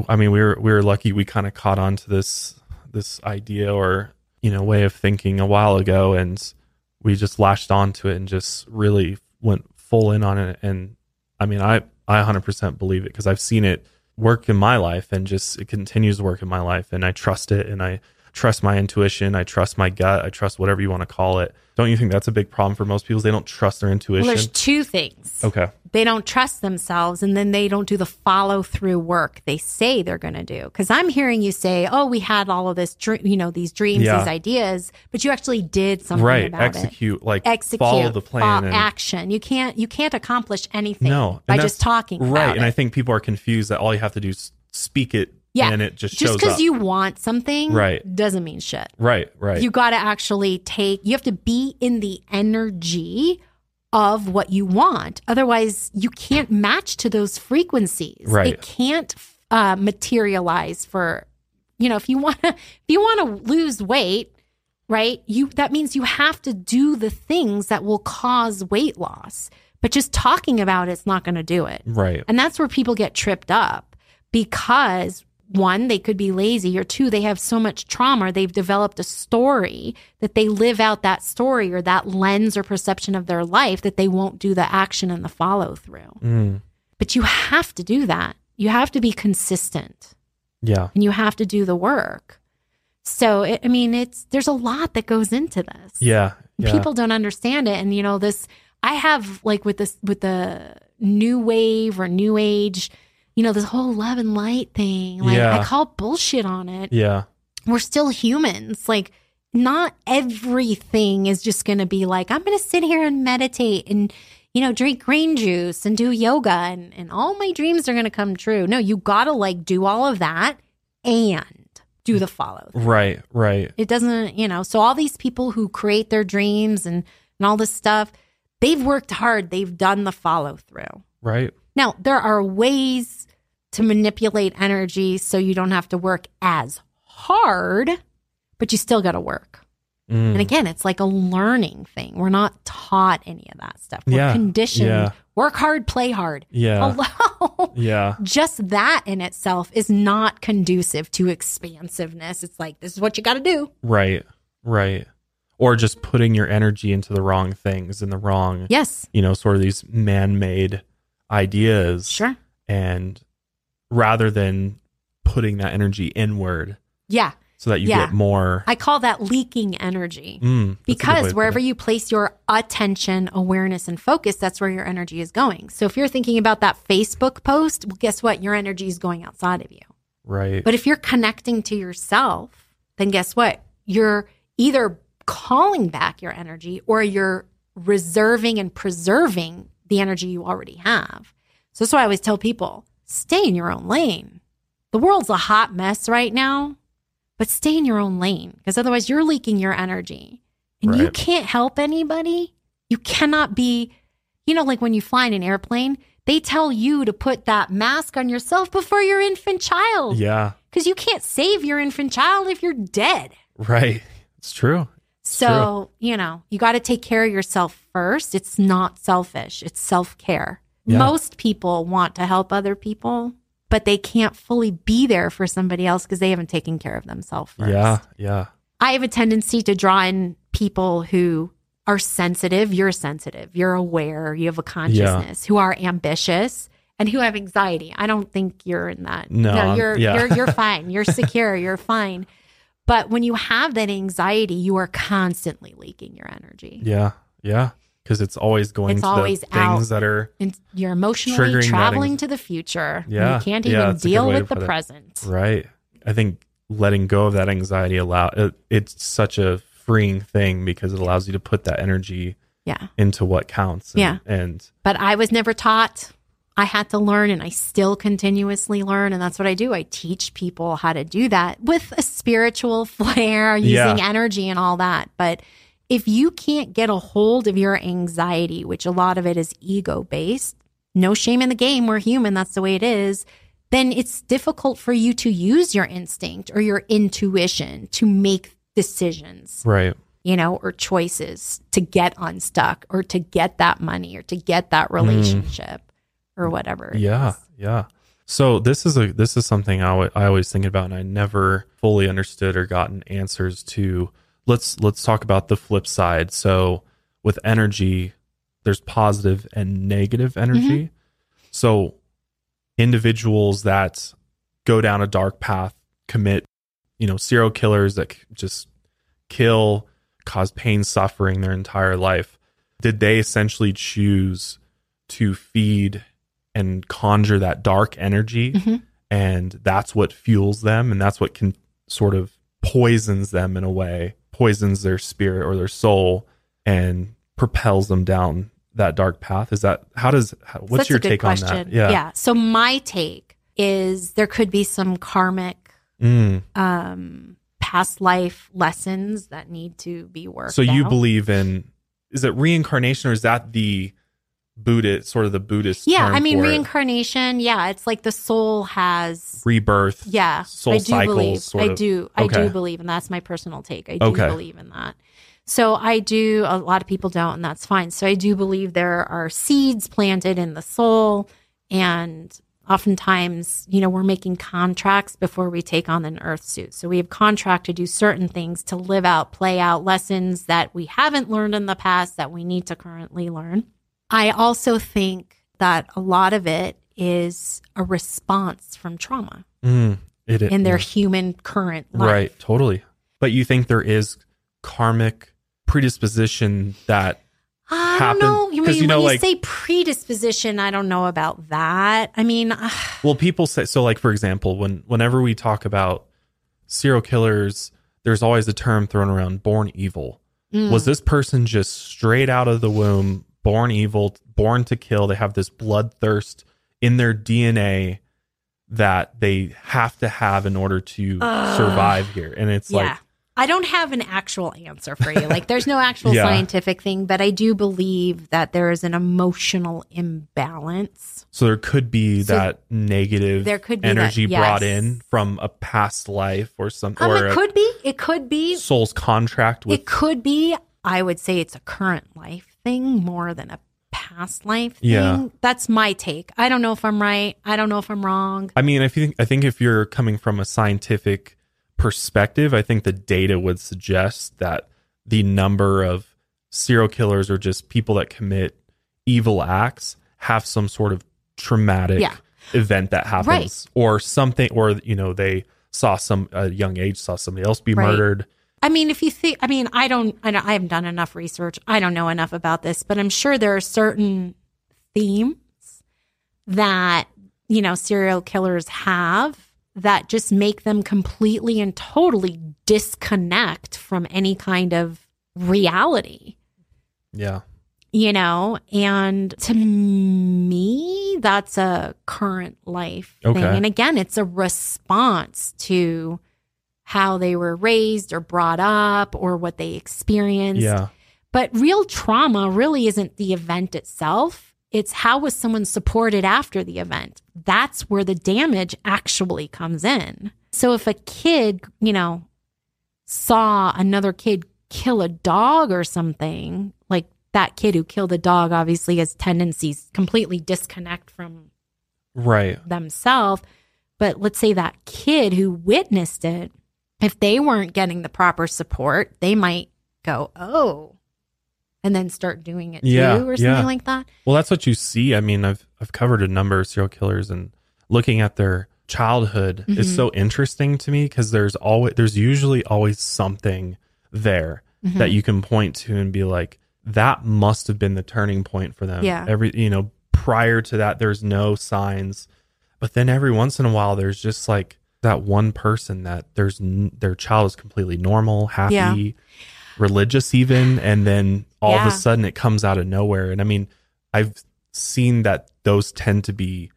Speaker 2: I mean, we were we were lucky. We kind of caught on to this this idea or you know way of thinking a while ago, and we just latched onto it and just really went full in on it and I mean, I I 100% believe it because I've seen it work in my life and just it continues to work in my life and I trust it and I trust my intuition, I trust my gut, I trust whatever you want to call it. Don't you think that's a big problem for most people? They don't trust their
Speaker 3: well,
Speaker 2: intuition.
Speaker 3: there's two things.
Speaker 2: okay.
Speaker 3: they don't trust themselves and then they don't do the follow through work they say they're going to do because i'm hearing you say oh we had all of this dr- you know these dreams
Speaker 2: Yeah.
Speaker 3: these ideas but you actually did something
Speaker 2: Right.
Speaker 3: about it
Speaker 2: Execute like
Speaker 3: execute
Speaker 2: follow the plan
Speaker 3: fo-
Speaker 2: and
Speaker 3: action you can't you can't accomplish anything
Speaker 2: no,
Speaker 3: by
Speaker 2: and
Speaker 3: just
Speaker 2: that's-
Speaker 3: talking
Speaker 2: Right.
Speaker 3: about
Speaker 2: and
Speaker 3: it.
Speaker 2: I think people are confused that all you have to do is speak it
Speaker 3: Yeah,
Speaker 2: and it just,
Speaker 3: just
Speaker 2: shows up.
Speaker 3: because you want something
Speaker 2: Right.
Speaker 3: doesn't mean shit
Speaker 2: right, right.
Speaker 3: you got to actually take you have to be in the energy of what you want otherwise you can't match to those frequencies
Speaker 2: Right.
Speaker 3: it can't uh, materialize for you know, if you want to, if you want to lose weight, right? You that means you have to do the things that will cause weight loss. But just talking about it's not going to do it.
Speaker 2: Right.
Speaker 3: And that's where people get tripped up because one, they could be lazy, or two, they have so much trauma. They've developed a story that they live out that story or that lens or perception of their life that they won't do the action and the follow through.
Speaker 2: Mm.
Speaker 3: But you have to do that. You have to be consistent
Speaker 2: Yeah.
Speaker 3: and you have to do the work. So, it, I mean, it's there's a lot that goes into this.
Speaker 2: Yeah. Yeah.
Speaker 3: People don't understand it, and you know this. I have like with this with the new wave or new age, you know, this whole love and light thing. Like
Speaker 2: Yeah.
Speaker 3: I call bullshit on it.
Speaker 2: yeah.
Speaker 3: We're still humans. Like not everything is just going to be like I'm going to sit here and meditate and you know drink green juice and do yoga and and all my dreams are going to come true. No, you got to like do all of that and do the follow
Speaker 2: Right. Right.
Speaker 3: it doesn't you know so all these people who create their dreams and and all this stuff they've worked hard they've done the follow through
Speaker 2: Right.
Speaker 3: now there are ways to manipulate energy so you don't have to work as hard but you still got to work
Speaker 2: Mm.
Speaker 3: and again it's like a learning thing we're not taught any of that stuff we're
Speaker 2: Yeah.
Speaker 3: conditioned
Speaker 2: Yeah.
Speaker 3: work hard play hard
Speaker 2: Yeah.
Speaker 3: hello
Speaker 2: Yeah.
Speaker 3: [LAUGHS] just that in itself is not conducive to expansiveness it's like this is what you got to do
Speaker 2: Right. Right. Or just putting your energy into the wrong things and the wrong,
Speaker 3: yes
Speaker 2: you know, sort of these man made ideas.
Speaker 3: sure
Speaker 2: And rather than putting that energy inward
Speaker 3: Yeah.
Speaker 2: so that you
Speaker 3: Yeah.
Speaker 2: get more.
Speaker 3: I call that leaking energy
Speaker 2: Mm, that's a good way to
Speaker 3: because
Speaker 2: put
Speaker 3: wherever
Speaker 2: it.
Speaker 3: you place your attention, awareness, and focus, that's where your energy is going. So if you're thinking about that Facebook post, well, guess what? Your energy is going outside of you.
Speaker 2: Right.
Speaker 3: But if you're connecting to yourself, then guess what? You're either calling back your energy or you're reserving and preserving the energy you already have. So that's why I always tell people stay in your own lane. The world's a hot mess right now, but stay in your own lane because otherwise you're leaking your energy and you
Speaker 2: Right.
Speaker 3: can't help anybody. You cannot be, you know, like when you fly in an airplane, they tell you to put that mask on yourself before your infant child
Speaker 2: yeah.
Speaker 3: because you can't save your infant child if you're dead.
Speaker 2: Right. It's true.
Speaker 3: So, you know, you got to take care of yourself first. It's not selfish, it's self care.
Speaker 2: Yeah.
Speaker 3: Most people want to help other people, but they can't fully be there for somebody else because they haven't taken care of themselves first.
Speaker 2: Yeah. Yeah.
Speaker 3: I have a tendency to draw in people who are sensitive. You're sensitive. You're aware. You have a consciousness. Who are ambitious and who have anxiety. I don't think you're in that.
Speaker 2: No, I'm-
Speaker 3: you're
Speaker 2: yeah.
Speaker 3: you're
Speaker 2: [LAUGHS]
Speaker 3: you're fine. You're secure. You're fine. But when you have that anxiety, you are constantly leaking your energy.
Speaker 2: Yeah. Yeah. Because it's always going
Speaker 3: It's
Speaker 2: to
Speaker 3: always
Speaker 2: the
Speaker 3: out.
Speaker 2: things that are
Speaker 3: And you're emotionally
Speaker 2: Triggering that
Speaker 3: traveling
Speaker 2: anx-
Speaker 3: to the future.
Speaker 2: Yeah,
Speaker 3: You can't
Speaker 2: yeah,
Speaker 3: even
Speaker 2: that's a good
Speaker 3: deal
Speaker 2: way to
Speaker 3: with the
Speaker 2: put it.
Speaker 3: present.
Speaker 2: right. I think letting go of that anxiety allow it, it's such a freeing thing because it allows you to put that energy
Speaker 3: Yeah.
Speaker 2: into what counts. And,
Speaker 3: Yeah.
Speaker 2: And
Speaker 3: but I was never taught. I had to learn and I still continuously learn. And that's what I do. I teach people how to do that with a spiritual [LAUGHS] flair, using
Speaker 2: Yeah.
Speaker 3: energy and all that. But if you can't get a hold of your anxiety, which a lot of it is ego based, no shame in the game. We're human. That's the way it is. Then it's difficult for you to use your instinct or your intuition to make decisions
Speaker 2: right.
Speaker 3: you know, or choices to get unstuck or to get that money or to get that relationship or whatever. it
Speaker 2: Hmm. Yeah.
Speaker 3: is.
Speaker 2: Yeah. So this is a this is something I wa- I always think about and I never fully understood or gotten answers to. Let's let's talk about the flip side. So with energy, there's positive and negative energy. So individuals that go down a dark path commit, you know, serial killers that c- just kill, cause pain, suffering their entire life. Did they essentially choose to feed and conjure that dark energy?
Speaker 3: Mhm.
Speaker 2: And that's what fuels them. And that's what can sort of poisons them in a way, poisons their spirit or their soul and propels them down that dark path. Is that, how does, how,
Speaker 3: So
Speaker 2: what's
Speaker 3: that's a
Speaker 2: your
Speaker 3: good
Speaker 2: take on
Speaker 3: question.
Speaker 2: that? Yeah.
Speaker 3: Yeah. So my take is there could be some karmic
Speaker 2: Mm.
Speaker 3: um past life lessons that need to be worked
Speaker 2: So you
Speaker 3: out.
Speaker 2: believe in, is it reincarnation or is that the Buddhist, sort of the Buddhist.
Speaker 3: Yeah,
Speaker 2: term
Speaker 3: I mean
Speaker 2: for it.
Speaker 3: reincarnation. Yeah, it's like the soul has.
Speaker 2: rebirth.
Speaker 3: Yeah,
Speaker 2: soul
Speaker 3: I do
Speaker 2: cycles,
Speaker 3: believe.
Speaker 2: sort
Speaker 3: I
Speaker 2: of.
Speaker 3: do. I
Speaker 2: Okay.
Speaker 3: do believe, and that's my personal take. I do
Speaker 2: Okay.
Speaker 3: believe in that. So I do. A lot of people don't, and that's fine. So I do believe there are seeds planted in the soul, and oftentimes, you know, we're making contracts before we take on an earth suit. So we have contract to do certain things to live out, play out lessons that we haven't learned in the past that we need to currently learn. I also think that a lot of it is a response from trauma
Speaker 2: Mm, it,
Speaker 3: in their
Speaker 2: yeah.
Speaker 3: human current life.
Speaker 2: right, totally. But you think there is karmic predisposition that
Speaker 3: I
Speaker 2: happen-
Speaker 3: don't know. You
Speaker 2: 'cause
Speaker 3: mean
Speaker 2: you know,
Speaker 3: when
Speaker 2: like-
Speaker 3: you say predisposition, I don't know about that. I mean, [SIGHS] uh,
Speaker 2: Well, people say so. Like for example, when whenever we talk about serial killers, there's always a term thrown around: "born evil."
Speaker 3: mm,
Speaker 2: Was this person just straight out of the womb, born evil, born to kill? They have this bloodthirst in their DNA that they have to have in order to
Speaker 3: Ugh.
Speaker 2: survive here, and it's
Speaker 3: yeah.
Speaker 2: like
Speaker 3: I don't have an actual answer for you. Like,
Speaker 2: [LAUGHS]
Speaker 3: there's no actual
Speaker 2: Yeah.
Speaker 3: scientific thing, but I do believe that there is an emotional imbalance.
Speaker 2: so there could be
Speaker 3: So
Speaker 2: that negative
Speaker 3: there could be that,
Speaker 2: energy brought
Speaker 3: yes.
Speaker 2: in from a past life or some
Speaker 3: Um,
Speaker 2: or
Speaker 3: it
Speaker 2: a
Speaker 3: could be. It could be.
Speaker 2: soul's contract with
Speaker 3: It could be. I would say it's a current life thing more than a past life thing.
Speaker 2: Yeah.
Speaker 3: That's my take. I don't know if I'm right. I don't know if I'm wrong.
Speaker 2: I mean, if you think, I think if you're coming from a scientific perspective, I think the data would suggest that the number of serial killers or just people that commit evil acts have some sort of traumatic
Speaker 3: Yeah.
Speaker 2: event that happens
Speaker 3: Right.
Speaker 2: or something, or, you know, they saw some, a young age, saw somebody else be
Speaker 3: Right.
Speaker 2: murdered.
Speaker 3: I mean, if you think, I mean, I don't, I don't, I haven't done enough research. I don't know enough about this, but I'm sure there are certain themes that, you know, serial killers have that just make them completely and totally disconnect from any kind of reality,
Speaker 2: Yeah.
Speaker 3: you know? And to me, that's a current life thing.
Speaker 2: Okay.
Speaker 3: And again, it's a response to how they were raised or brought up or what they experienced.
Speaker 2: Yeah.
Speaker 3: But real trauma really isn't the event itself. It's how was someone supported after the event. That's where the damage actually comes in. So if a kid, you know, saw another kid kill a dog or something, like that kid who killed a dog obviously has tendencies completely disconnect from
Speaker 2: Right.
Speaker 3: themselves. But let's say that kid who witnessed it, if they weren't getting the proper support, they might go, oh, and then start doing it
Speaker 2: Yeah,
Speaker 3: too, or something
Speaker 2: yeah.
Speaker 3: like that.
Speaker 2: Well, that's what you see. I mean, I've I've covered a number of serial killers and looking at their childhood is
Speaker 3: Mhm.
Speaker 2: so interesting to me because there's always there's usually always something there
Speaker 3: Mm-hmm.
Speaker 2: that you can point to and be like that must have been the turning point for them.
Speaker 3: Yeah.
Speaker 2: Every you know, prior to that there's no signs. But then every once in a while there's just like that one person that there's n- their child is completely normal, happy,
Speaker 3: Yeah.
Speaker 2: religious even and then all of
Speaker 3: Yeah.
Speaker 2: a sudden it comes out of nowhere and i mean i've seen that those tend to be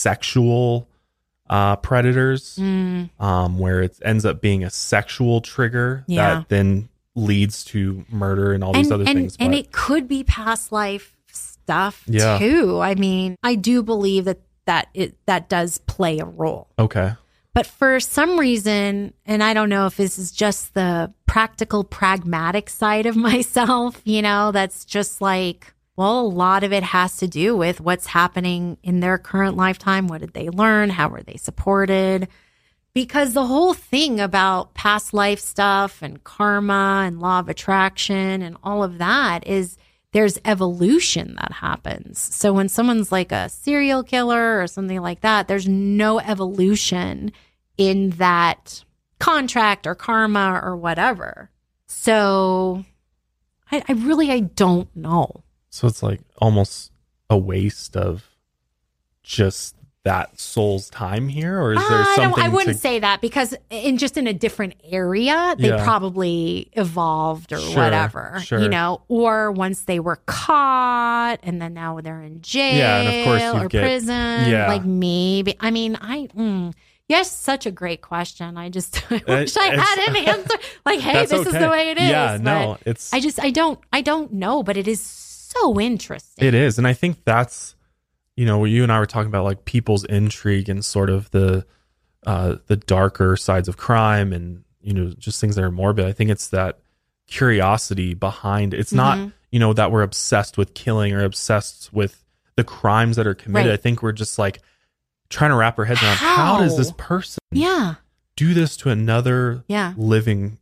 Speaker 2: sexual uh predators
Speaker 3: Mm,
Speaker 2: um where it ends up being a sexual trigger
Speaker 3: Yeah.
Speaker 2: that then leads to murder and all these
Speaker 3: and
Speaker 2: other
Speaker 3: and,
Speaker 2: things
Speaker 3: and
Speaker 2: but
Speaker 3: it could be past life stuff
Speaker 2: Yeah.
Speaker 3: too. I mean, I do believe that that it that does play a role.
Speaker 2: okay
Speaker 3: But for some reason, and I don't know if this is just the practical, pragmatic side of [LAUGHS] myself, you know, that's just like, well, a lot of it has to do with what's happening in their current lifetime. What did they learn? How were they supported? Because the whole thing about past life stuff and karma and law of attraction and all of that is there's evolution that happens. So when someone's like a serial killer or something like that, there's no evolution in that contract or karma or whatever. So I, I really I don't know.
Speaker 2: so it's like almost a waste of just that soul's time here or is there
Speaker 3: Ah, I,
Speaker 2: something
Speaker 3: I wouldn't
Speaker 2: to,
Speaker 3: say that because in just in a different area, they
Speaker 2: Yeah.
Speaker 3: probably evolved or
Speaker 2: Sure,
Speaker 3: whatever,
Speaker 2: sure.
Speaker 3: you know, or once they were caught and then now they're in jail
Speaker 2: Yeah, and of course you
Speaker 3: or
Speaker 2: get-
Speaker 3: prison.
Speaker 2: yeah.
Speaker 3: Like maybe, I mean, I, mm, yes, such a great question. I just [LAUGHS] I wish I
Speaker 2: Uh, it's-
Speaker 3: had an answer. Like, hey,
Speaker 2: That's
Speaker 3: this is
Speaker 2: okay.
Speaker 3: the way it is.
Speaker 2: yeah
Speaker 3: but
Speaker 2: no it's
Speaker 3: I just, I don't, I don't know, but it is so interesting.
Speaker 2: It is. And I think that's, you know, where you and I were talking about like people's intrigue and sort of the uh the darker sides of crime and, you know, just things that are morbid. I think it's that curiosity behind it's
Speaker 3: Mm-hmm.
Speaker 2: not, you know, that we're obsessed with killing or obsessed with the crimes that are committed.
Speaker 3: Right.
Speaker 2: I think we're just like trying to wrap our heads around how does this
Speaker 3: How?
Speaker 2: person
Speaker 3: Yeah.
Speaker 2: do this to another
Speaker 3: Yeah.
Speaker 2: living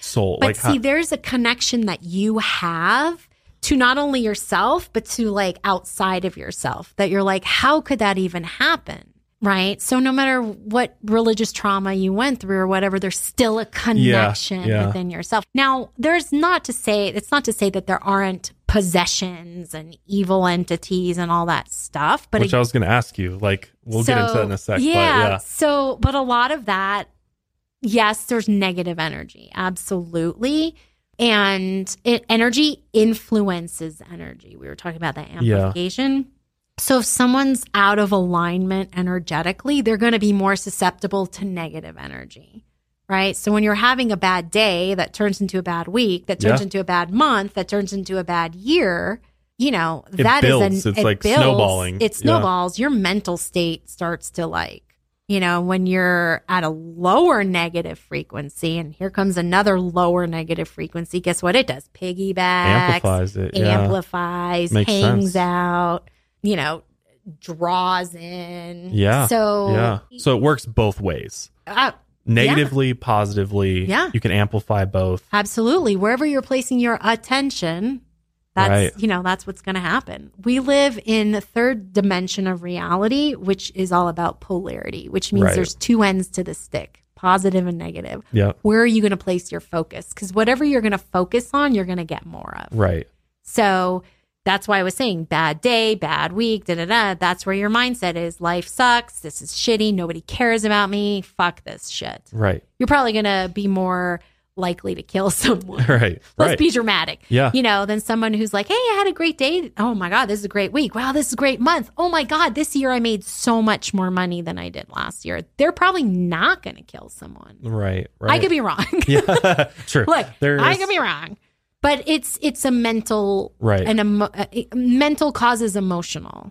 Speaker 2: soul?
Speaker 3: But
Speaker 2: like
Speaker 3: see,
Speaker 2: how,
Speaker 3: there's a connection that you have to not only yourself, but to like outside of yourself that you're like, how could that even happen? Right. So no matter what religious trauma you went through or whatever, there's still a connection
Speaker 2: yeah.
Speaker 3: within yourself. Now, there's not to say, it's not to say that there aren't possessions and evil entities and all that stuff, but
Speaker 2: which I was going to ask you. Like, we'll get into that in a sec. But
Speaker 3: yeah,
Speaker 2: yeah.
Speaker 3: So, but a lot of that, yes, there's negative energy, absolutely. And it, energy influences energy. We were talking about that
Speaker 2: Yeah.
Speaker 3: amplification. So, if someone's out of alignment energetically, they're going to be more susceptible to negative energy, right? So, when you're having a bad day that turns into a bad week, that turns
Speaker 2: Yeah.
Speaker 3: into a bad month, that turns into a bad year, you know,
Speaker 2: It
Speaker 3: that is
Speaker 2: builds.
Speaker 3: an,
Speaker 2: It's like snowballing.
Speaker 3: It
Speaker 2: Yeah.
Speaker 3: snowballs. Your mental state starts to like, you know, when you're at a lower negative frequency, and here comes another lower negative frequency. Guess what? It does piggybacks,
Speaker 2: Amplifies it. Yeah.
Speaker 3: amplifies,
Speaker 2: Makes
Speaker 3: hangs
Speaker 2: sense.
Speaker 3: out, you know, draws in.
Speaker 2: Yeah.
Speaker 3: So
Speaker 2: yeah. So it works both ways.
Speaker 3: uh,
Speaker 2: Negatively, positively.
Speaker 3: Yeah.
Speaker 2: You can amplify both.
Speaker 3: absolutely, wherever you're placing your attention, that's
Speaker 2: Right.
Speaker 3: you know that's what's going to happen. We live in the third dimension of reality, which is all about polarity, which means
Speaker 2: Right.
Speaker 3: there's two ends to the stick, positive and negative.
Speaker 2: Yep.
Speaker 3: Where are you going to place your focus? Because whatever you're going to focus on, you're going to get more of.
Speaker 2: Right.
Speaker 3: So that's why I was saying bad day, bad week, da da da. That's where your mindset is. Life sucks. This is shitty. Nobody cares about me. Fuck this shit.
Speaker 2: Right. [LAUGHS]
Speaker 3: You're probably going to be more likely to kill [LAUGHS] someone.
Speaker 2: Right.
Speaker 3: Let's
Speaker 2: right.
Speaker 3: be dramatic.
Speaker 2: Yeah.
Speaker 3: You know, than someone who's like, hey, I had a great day. Oh my God, this is a great week. Wow, this is a great month. Oh my God, this year I made so much more money than I did last year. They're probably not going to kill someone.
Speaker 2: right. Right.
Speaker 3: I could be wrong.
Speaker 2: [LAUGHS] yeah. True.
Speaker 3: [LAUGHS] Look,
Speaker 2: There
Speaker 3: I
Speaker 2: is-
Speaker 3: could be wrong, but it's it's a mental
Speaker 2: Right.
Speaker 3: and emo- uh, uh, mental causes emotional.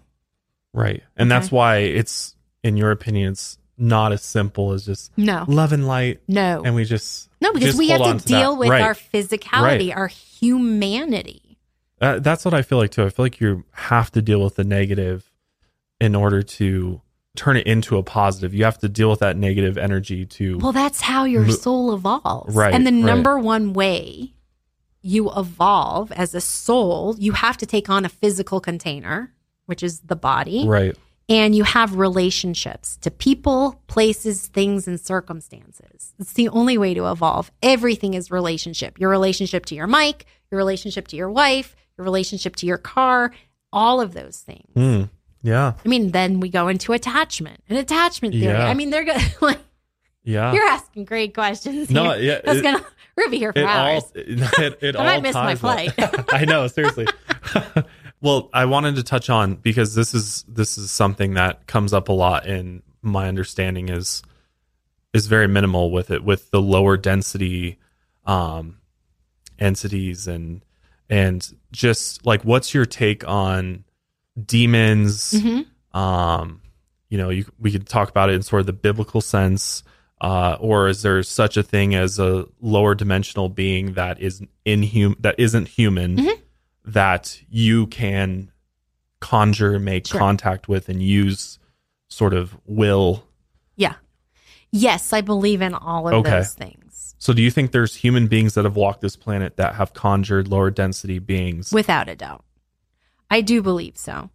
Speaker 2: Right. And
Speaker 3: Okay.
Speaker 2: that's why it's, in your opinion, it's not as simple as just
Speaker 3: No,
Speaker 2: love and light.
Speaker 3: no,
Speaker 2: Mm. And we just.
Speaker 3: no, because
Speaker 2: just
Speaker 3: we
Speaker 2: hold
Speaker 3: have
Speaker 2: on
Speaker 3: to
Speaker 2: to that.
Speaker 3: deal with
Speaker 2: Right.
Speaker 3: our physicality, our humanity.
Speaker 2: Uh, that's what I feel like too. I feel like you have to deal with the negative in order to turn it into a positive. You have to deal with that negative energy to
Speaker 3: Well, that's how your
Speaker 2: Mo-
Speaker 3: soul evolves,
Speaker 2: Mm-hmm. Right,
Speaker 3: and the
Speaker 2: right.
Speaker 3: number one way you evolve as a soul, you have to take on a physical container, which is the body,
Speaker 2: right,
Speaker 3: and you have relationships to people, places, things, and circumstances. It's the only way to evolve. Everything is relationship. Your relationship to your mic, your relationship to your wife, your relationship to your car, all of those things.
Speaker 2: Mm. yeah,
Speaker 3: I mean, then we go into attachment and attachment theory.
Speaker 2: Yeah.
Speaker 3: I mean, they're going [LAUGHS] like,
Speaker 2: yeah.
Speaker 3: you're asking great questions.
Speaker 2: No,
Speaker 3: here.
Speaker 2: yeah,
Speaker 3: I was
Speaker 2: it-
Speaker 3: gonna, [LAUGHS] we're gonna be here for
Speaker 2: it
Speaker 3: hours.
Speaker 2: all [LAUGHS] it, it
Speaker 3: I might
Speaker 2: all
Speaker 3: miss my
Speaker 2: ties up. [LAUGHS] I know,
Speaker 3: [LAUGHS]
Speaker 2: seriously. well, I wanted to touch on because this is this is something that comes up a lot in my understanding is is very minimal with it with the lower density um entities and and just like what's your take on demons
Speaker 3: Mhm.
Speaker 2: um you know you, we could talk about it in sort of the biblical sense uh, or is there such a thing as a lower dimensional being that is inhum that isn't human
Speaker 3: Mm-hmm.
Speaker 2: that you can conjure make
Speaker 3: Sure.
Speaker 2: contact with and use sort of will
Speaker 3: Yeah. Yes, I believe in all of
Speaker 2: Okay.
Speaker 3: those things
Speaker 2: so do you think there's human beings that have walked this planet that have conjured lower density beings
Speaker 3: without a doubt. I do believe so.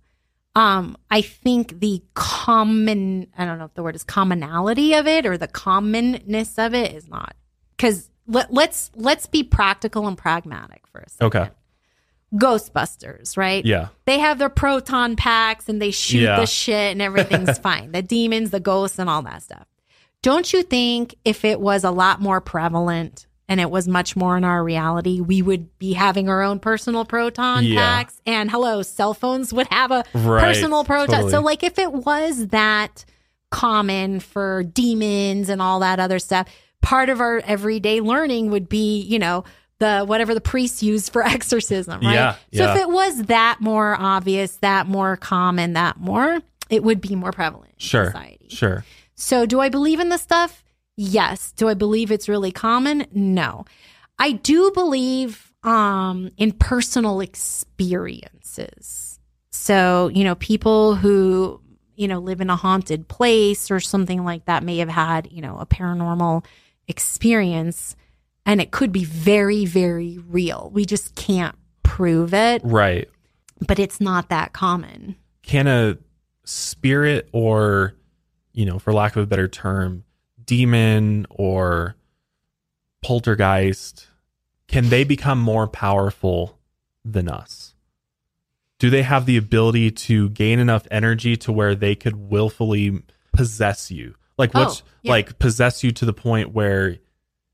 Speaker 3: Um, I think the common, I don't know if the word is commonality of it or the commonness of it is not. Cause let, let's, let's be practical and pragmatic for a second.
Speaker 2: okay
Speaker 3: Ghostbusters, right?
Speaker 2: yeah
Speaker 3: They have their proton packs and they shoot
Speaker 2: Yeah.
Speaker 3: the shit
Speaker 2: [LAUGHS]
Speaker 3: and everything's fine. The demons, the ghosts, and all that stuff. Don't you think if it was a lot more prevalent and it was much more in our reality, we would be having our own personal proton
Speaker 2: Yeah.
Speaker 3: packs? And hello, cell phones would have a
Speaker 2: Right,
Speaker 3: personal proton. So,
Speaker 2: totally.
Speaker 3: like, if it was that common for demons and all that other stuff, part of our everyday learning would be, you know, the whatever the priests use for [LAUGHS] exorcism, right?
Speaker 1: Yeah,
Speaker 3: so
Speaker 1: yeah.
Speaker 3: if it was that more obvious, that more common, that more, it would be more prevalent in
Speaker 2: Sure.
Speaker 3: society.
Speaker 2: Sure.
Speaker 3: So, do I believe in this stuff? Yes. Do I believe it's really common? No. I do believe um, in personal experiences. So, you know, people who, you know, live in a haunted place or something like that may have had, you know, a paranormal experience and it could be very, very real. We just can't prove it,
Speaker 2: Right.
Speaker 3: but it's not that common.
Speaker 2: Can a spirit or, you know, for lack of a better term, demon or poltergeist, can they become more powerful than us? Do they have the ability to gain enough energy to where they could willfully possess you? Like
Speaker 3: Oh,
Speaker 2: what's
Speaker 3: yeah.
Speaker 2: like possess you to the point where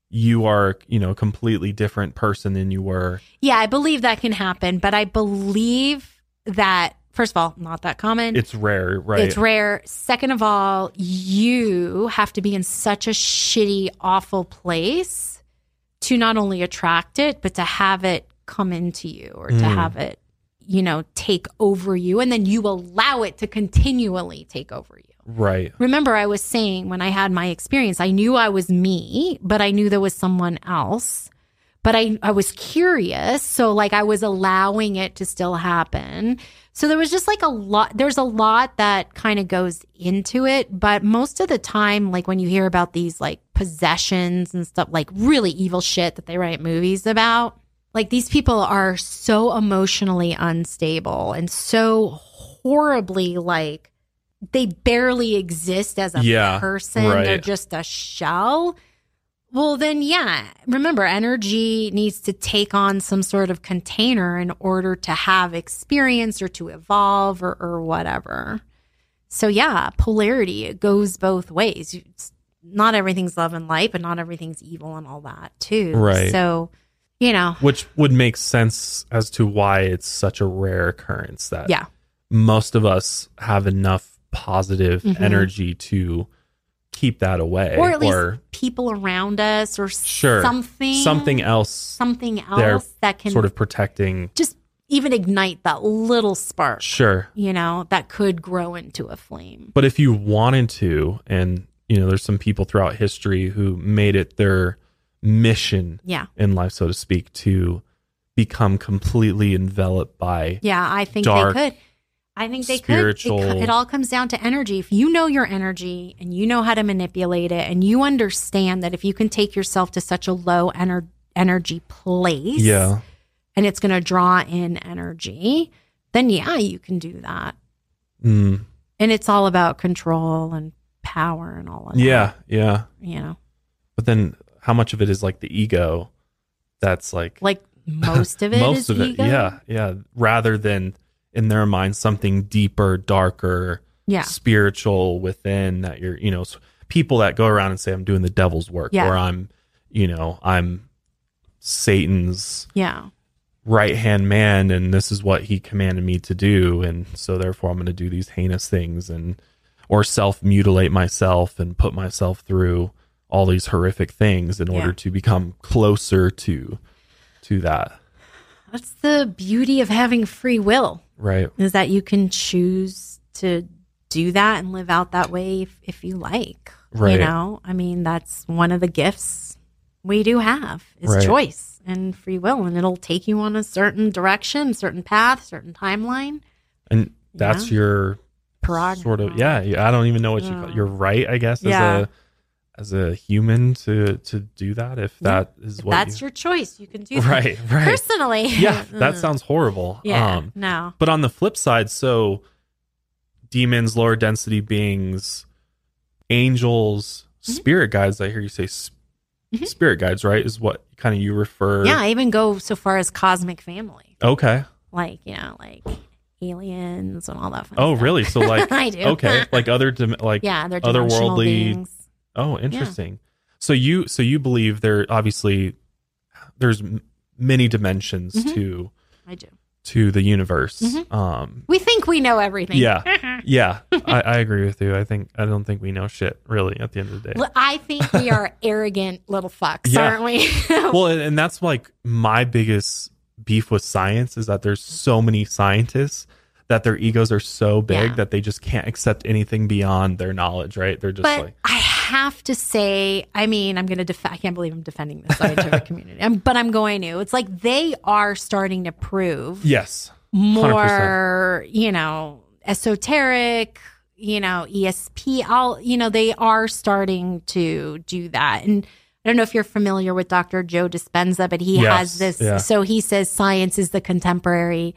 Speaker 2: you are, you know, a completely different person than you were.
Speaker 3: Yeah, I believe that can happen, but I believe that first of all, not that common.
Speaker 2: It's rare, right?
Speaker 3: It's rare. Second of all, you have to be in such a shitty, awful place to not only attract it, but to have it come into you or to
Speaker 2: Mm.
Speaker 3: have it, you know, take over you. And then you allow it to continually take over you.
Speaker 2: Right.
Speaker 3: Remember, I was saying when I had my experience, I knew I was me, but I knew there was someone else. But I, I was curious. So, like, I was allowing it to still happen. So, there was just like a lot, there's a lot that kind of goes into it. But most of the time, like, when you hear about these like possessions and stuff, like really evil shit that they write movies about, like, these people are so emotionally unstable and so horribly like they barely exist as a
Speaker 2: Yeah,
Speaker 3: person. They're
Speaker 2: right.
Speaker 3: just a shell. Well, then, yeah. Remember, energy needs to take on some sort of container in order to have experience or to evolve or, or whatever. So, yeah, polarity, it goes both ways. You- It's, not everything's love and light, but not everything's evil and all that, too.
Speaker 2: Right.
Speaker 3: So, you know,
Speaker 2: which would make sense as to why it's such a rare occurrence that
Speaker 3: Yeah.
Speaker 2: most of us have enough positive
Speaker 3: Mhm.
Speaker 2: energy to keep that away
Speaker 3: or at least people around us or
Speaker 2: Sure.
Speaker 3: something,
Speaker 2: something else
Speaker 3: something
Speaker 2: They're
Speaker 3: else that can
Speaker 2: sort of protecting
Speaker 3: just even ignite that little spark,
Speaker 2: sure
Speaker 3: you know, that could grow into a flame.
Speaker 2: but if you wanted to and you know there's some people throughout history who made it their mission
Speaker 3: Yeah.
Speaker 2: in life so to speak to become completely enveloped by
Speaker 3: Yeah. I think
Speaker 2: Dark,
Speaker 3: they could. I think they
Speaker 2: spiritual-
Speaker 3: could. It co- It, all comes down to energy. If you know your energy and you know how to manipulate it and you understand that if you can take yourself to such a low ener- energy place
Speaker 2: yeah
Speaker 3: and it's going to draw in energy, then yeah, you can do that.
Speaker 2: Mm.
Speaker 3: And it's all about control and power and all of that.
Speaker 2: yeah yeah
Speaker 3: You know,
Speaker 2: But then how much of it is like the ego that's like,
Speaker 3: like most of
Speaker 2: [LAUGHS]
Speaker 3: it
Speaker 2: most
Speaker 3: is
Speaker 2: of it.
Speaker 3: ego.
Speaker 2: Yeah. Yeah. Rather than in their mind something deeper, darker,
Speaker 3: Yeah.
Speaker 2: spiritual within that you're, you know, s- people that go around and say, I'm doing the devil's work
Speaker 3: Yeah.
Speaker 2: or I'm, you know, I'm Satan's
Speaker 3: Yeah.
Speaker 2: right hand man and this is what he commanded me to do. And so therefore I'm going to do these heinous things and, or self mutilate myself and put myself through all these horrific things in
Speaker 3: Yeah.
Speaker 2: order to become closer to to that
Speaker 3: That's the beauty of having free will
Speaker 2: right
Speaker 3: is that you can choose to do that and live out that way if, if you like. You
Speaker 2: Right.
Speaker 3: know, I mean, that's one of the gifts we do have is
Speaker 2: Right.
Speaker 3: choice and free will. And it'll take you on a certain direction, certain path, certain timeline.
Speaker 2: and that's
Speaker 3: Yeah.
Speaker 2: your
Speaker 3: Prerogative.
Speaker 2: sort of yeah you- i don't even know what you
Speaker 3: Yeah.
Speaker 2: call your right i guess
Speaker 3: Mm. Yeah.
Speaker 2: as a as a human to to do that if
Speaker 3: Yeah.
Speaker 2: that is
Speaker 3: If
Speaker 2: what
Speaker 3: that's
Speaker 2: you,
Speaker 3: your choice. You can do that.
Speaker 2: [LAUGHS] right right
Speaker 3: Personally. [LAUGHS]
Speaker 2: yeah that
Speaker 3: Mm.
Speaker 2: sounds horrible
Speaker 3: Yeah.
Speaker 2: um
Speaker 3: no.
Speaker 2: But on the flip side, so demons, lower density beings, angels,
Speaker 3: Mhm.
Speaker 2: spirit guides, I hear you say sp-
Speaker 3: Mhm.
Speaker 2: spirit guides, right? Is what kind of you refer.
Speaker 3: Yeah. I even go so far as cosmic family.
Speaker 2: Okay.
Speaker 3: like you know, like aliens and all that. Fun
Speaker 2: Oh,
Speaker 3: stuff.
Speaker 2: really?
Speaker 3: [LAUGHS]
Speaker 2: So like
Speaker 3: I do.
Speaker 2: okay, like other dim- like
Speaker 3: yeah, they're
Speaker 2: otherworldly-
Speaker 3: otherworldly. Beings.
Speaker 2: oh, interesting. So you so you believe there obviously there's m- many dimensions
Speaker 3: Mhm.
Speaker 2: to
Speaker 3: I do.
Speaker 2: to the universe.
Speaker 3: Mm-hmm.
Speaker 2: Um,
Speaker 3: We think we know everything. [LAUGHS]
Speaker 2: yeah, yeah, I, I agree with you. I think I don't think we know shit really at the end of the day.
Speaker 3: L- I think
Speaker 2: [LAUGHS]
Speaker 3: we are arrogant little fucks,
Speaker 2: Yeah.
Speaker 3: aren't we?
Speaker 2: well and, and that's like my biggest beef with science is that there's so many scientists that their egos are so big
Speaker 3: Yeah.
Speaker 2: that they just can't accept anything beyond their knowledge right they're just
Speaker 3: [LAUGHS] but
Speaker 2: like
Speaker 3: I have to say, I mean, I'm going to defend. I can't believe I'm defending the
Speaker 2: [LAUGHS]
Speaker 3: scientific community, I'm, but I'm going to. It's like they are starting to prove
Speaker 2: yes
Speaker 3: more, you know, esoteric, you know, ESP. All you know, they are starting to do that, and. I don't know if you're familiar with Dr. Joe Dispenza, but he
Speaker 2: Yes,
Speaker 3: has this.
Speaker 2: yeah.
Speaker 3: So he says science is the contemporary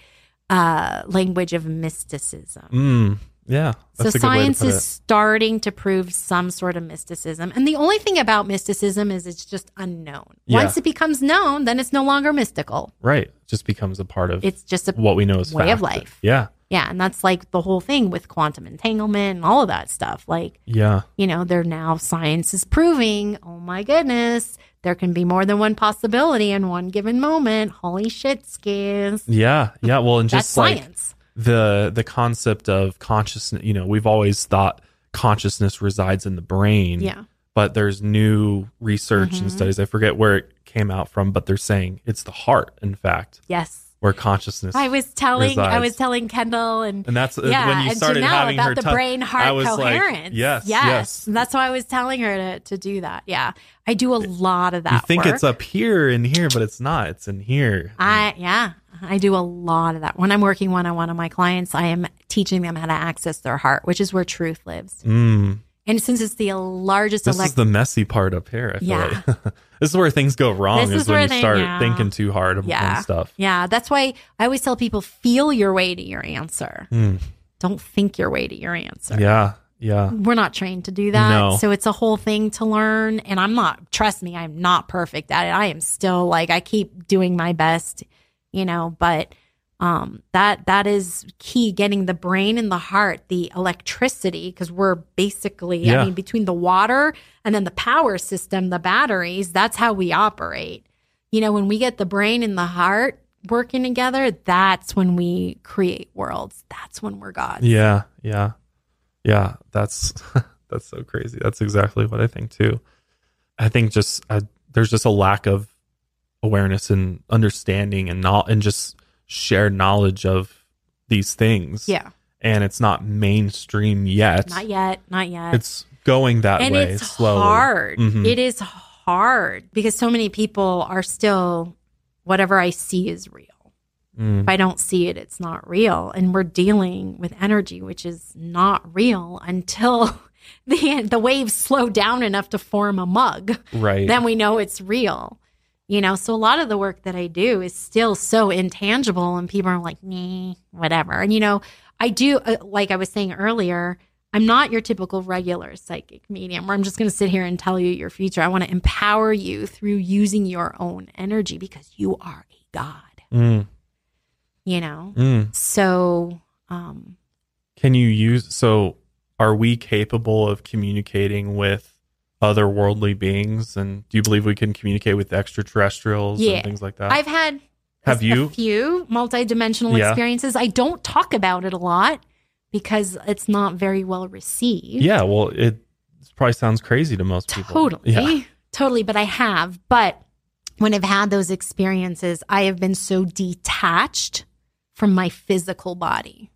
Speaker 3: uh, language of mysticism.
Speaker 2: mm, yeah
Speaker 3: So
Speaker 2: that's a good way to
Speaker 3: science
Speaker 2: put
Speaker 3: is
Speaker 2: it.
Speaker 3: starting to prove some sort of mysticism. And the only thing about mysticism is it's just unknown.
Speaker 2: Yeah.
Speaker 3: Once it becomes known, then it's no longer mystical.
Speaker 2: right It just becomes a part of
Speaker 3: It's just a
Speaker 2: what we know is
Speaker 3: way of
Speaker 2: fact.
Speaker 3: life.
Speaker 2: yeah
Speaker 3: yeah, and that's like the whole thing with quantum entanglement and all of that stuff. Like,
Speaker 2: yeah
Speaker 3: you know, they're now science is proving, oh my goodness, there can be more than one possibility in one given moment. Holy shit, skis.
Speaker 2: yeah yeah well and
Speaker 3: That's
Speaker 2: just like
Speaker 3: science.
Speaker 2: the the concept of consciousness you know we've always thought consciousness resides in the brain
Speaker 3: Yeah.
Speaker 2: but there's new research and
Speaker 3: Mhm.
Speaker 2: studies i forget where it came out from but they're saying it's the heart in fact
Speaker 3: Yes.
Speaker 2: where consciousness
Speaker 3: I was telling I
Speaker 2: resides.
Speaker 3: was telling Kendall and
Speaker 2: and that's uh,
Speaker 3: yeah,
Speaker 2: when you
Speaker 3: and
Speaker 2: started
Speaker 3: to know
Speaker 2: having
Speaker 3: about
Speaker 2: her
Speaker 3: the
Speaker 2: tongue-
Speaker 3: brain heart
Speaker 2: I was like,
Speaker 3: coherence.
Speaker 2: yes,
Speaker 3: yes,
Speaker 2: yes.
Speaker 3: And that's why I was telling her to, to do that. Yeah, I do a lot of that.
Speaker 2: you think
Speaker 3: work.
Speaker 2: it's up here and here but it's not it's in here
Speaker 3: I yeah, I do a lot of that. When I'm working one on one on my clients, I am teaching them how to access their heart, which is where truth lives.
Speaker 2: mm,
Speaker 3: And since it's the largest
Speaker 2: this
Speaker 3: elect-
Speaker 2: is the messy part up here I feel
Speaker 3: Yeah.
Speaker 2: like. [LAUGHS] this is where things go wrong
Speaker 3: This
Speaker 2: is,
Speaker 3: is
Speaker 2: when
Speaker 3: where
Speaker 2: you
Speaker 3: they-
Speaker 2: start
Speaker 3: yeah.
Speaker 2: thinking too hard on
Speaker 3: Yeah.
Speaker 2: stuff
Speaker 3: yeah, that's why I always tell people feel your way to your answer.
Speaker 2: Mm,
Speaker 3: Don't think your way to your answer.
Speaker 2: yeah yeah
Speaker 3: we're not trained to do that.
Speaker 2: No.
Speaker 3: So it's a whole thing to learn. And I'm not, trust me, I'm not perfect at it. I am still like, I keep doing my best, you know, but um that that is key getting the brain and the heart the electricity because we're basically i
Speaker 2: Yeah.
Speaker 3: mean between the water and then the power system the batteries that's how we operate you know when we get the brain and the heart working together that's when we create worlds that's when we're god
Speaker 2: Yeah, yeah, yeah. That's [LAUGHS] that's so crazy. That's exactly what I think too. I think just uh there's just a lack of awareness and understanding and not and just shared knowledge of these things.
Speaker 3: yeah
Speaker 2: and it's not mainstream yet.
Speaker 3: not yet not yet
Speaker 2: It's going that
Speaker 3: and
Speaker 2: way
Speaker 3: it's
Speaker 2: slowly.
Speaker 3: hard.
Speaker 2: Mhm.
Speaker 3: It is hard because so many people are still whatever I see is real.
Speaker 2: Mm,
Speaker 3: If I don't see it, it's not real, and we're dealing with energy which is not real until [LAUGHS] the the waves slow down enough to form a mug.
Speaker 2: right.
Speaker 3: Then we know it's real. You know, so a lot of the work that I do is still so intangible, and people are like, nah, whatever. And, you know, I do, uh, like I was saying earlier, I'm not your typical regular psychic medium where I'm just going to sit here and tell you your future. I want to empower you through using your own energy because you are a God,
Speaker 2: Mm,
Speaker 3: you know?
Speaker 2: mm.
Speaker 3: So, um,
Speaker 2: Can you use so are we capable of communicating with otherworldly beings and do you believe we can communicate with extraterrestrials
Speaker 3: Yeah.
Speaker 2: and things like that?
Speaker 3: I've had
Speaker 2: Uh, Have
Speaker 3: a
Speaker 2: you?
Speaker 3: few multidimensional
Speaker 2: Yeah.
Speaker 3: experiences. I don't talk about it a lot because it's not very well received.
Speaker 2: Yeah, well it probably sounds crazy to most people.
Speaker 3: Totally.
Speaker 2: Yeah.
Speaker 3: Totally. But I have. But when I've had those experiences, I have been so detached from my physical body.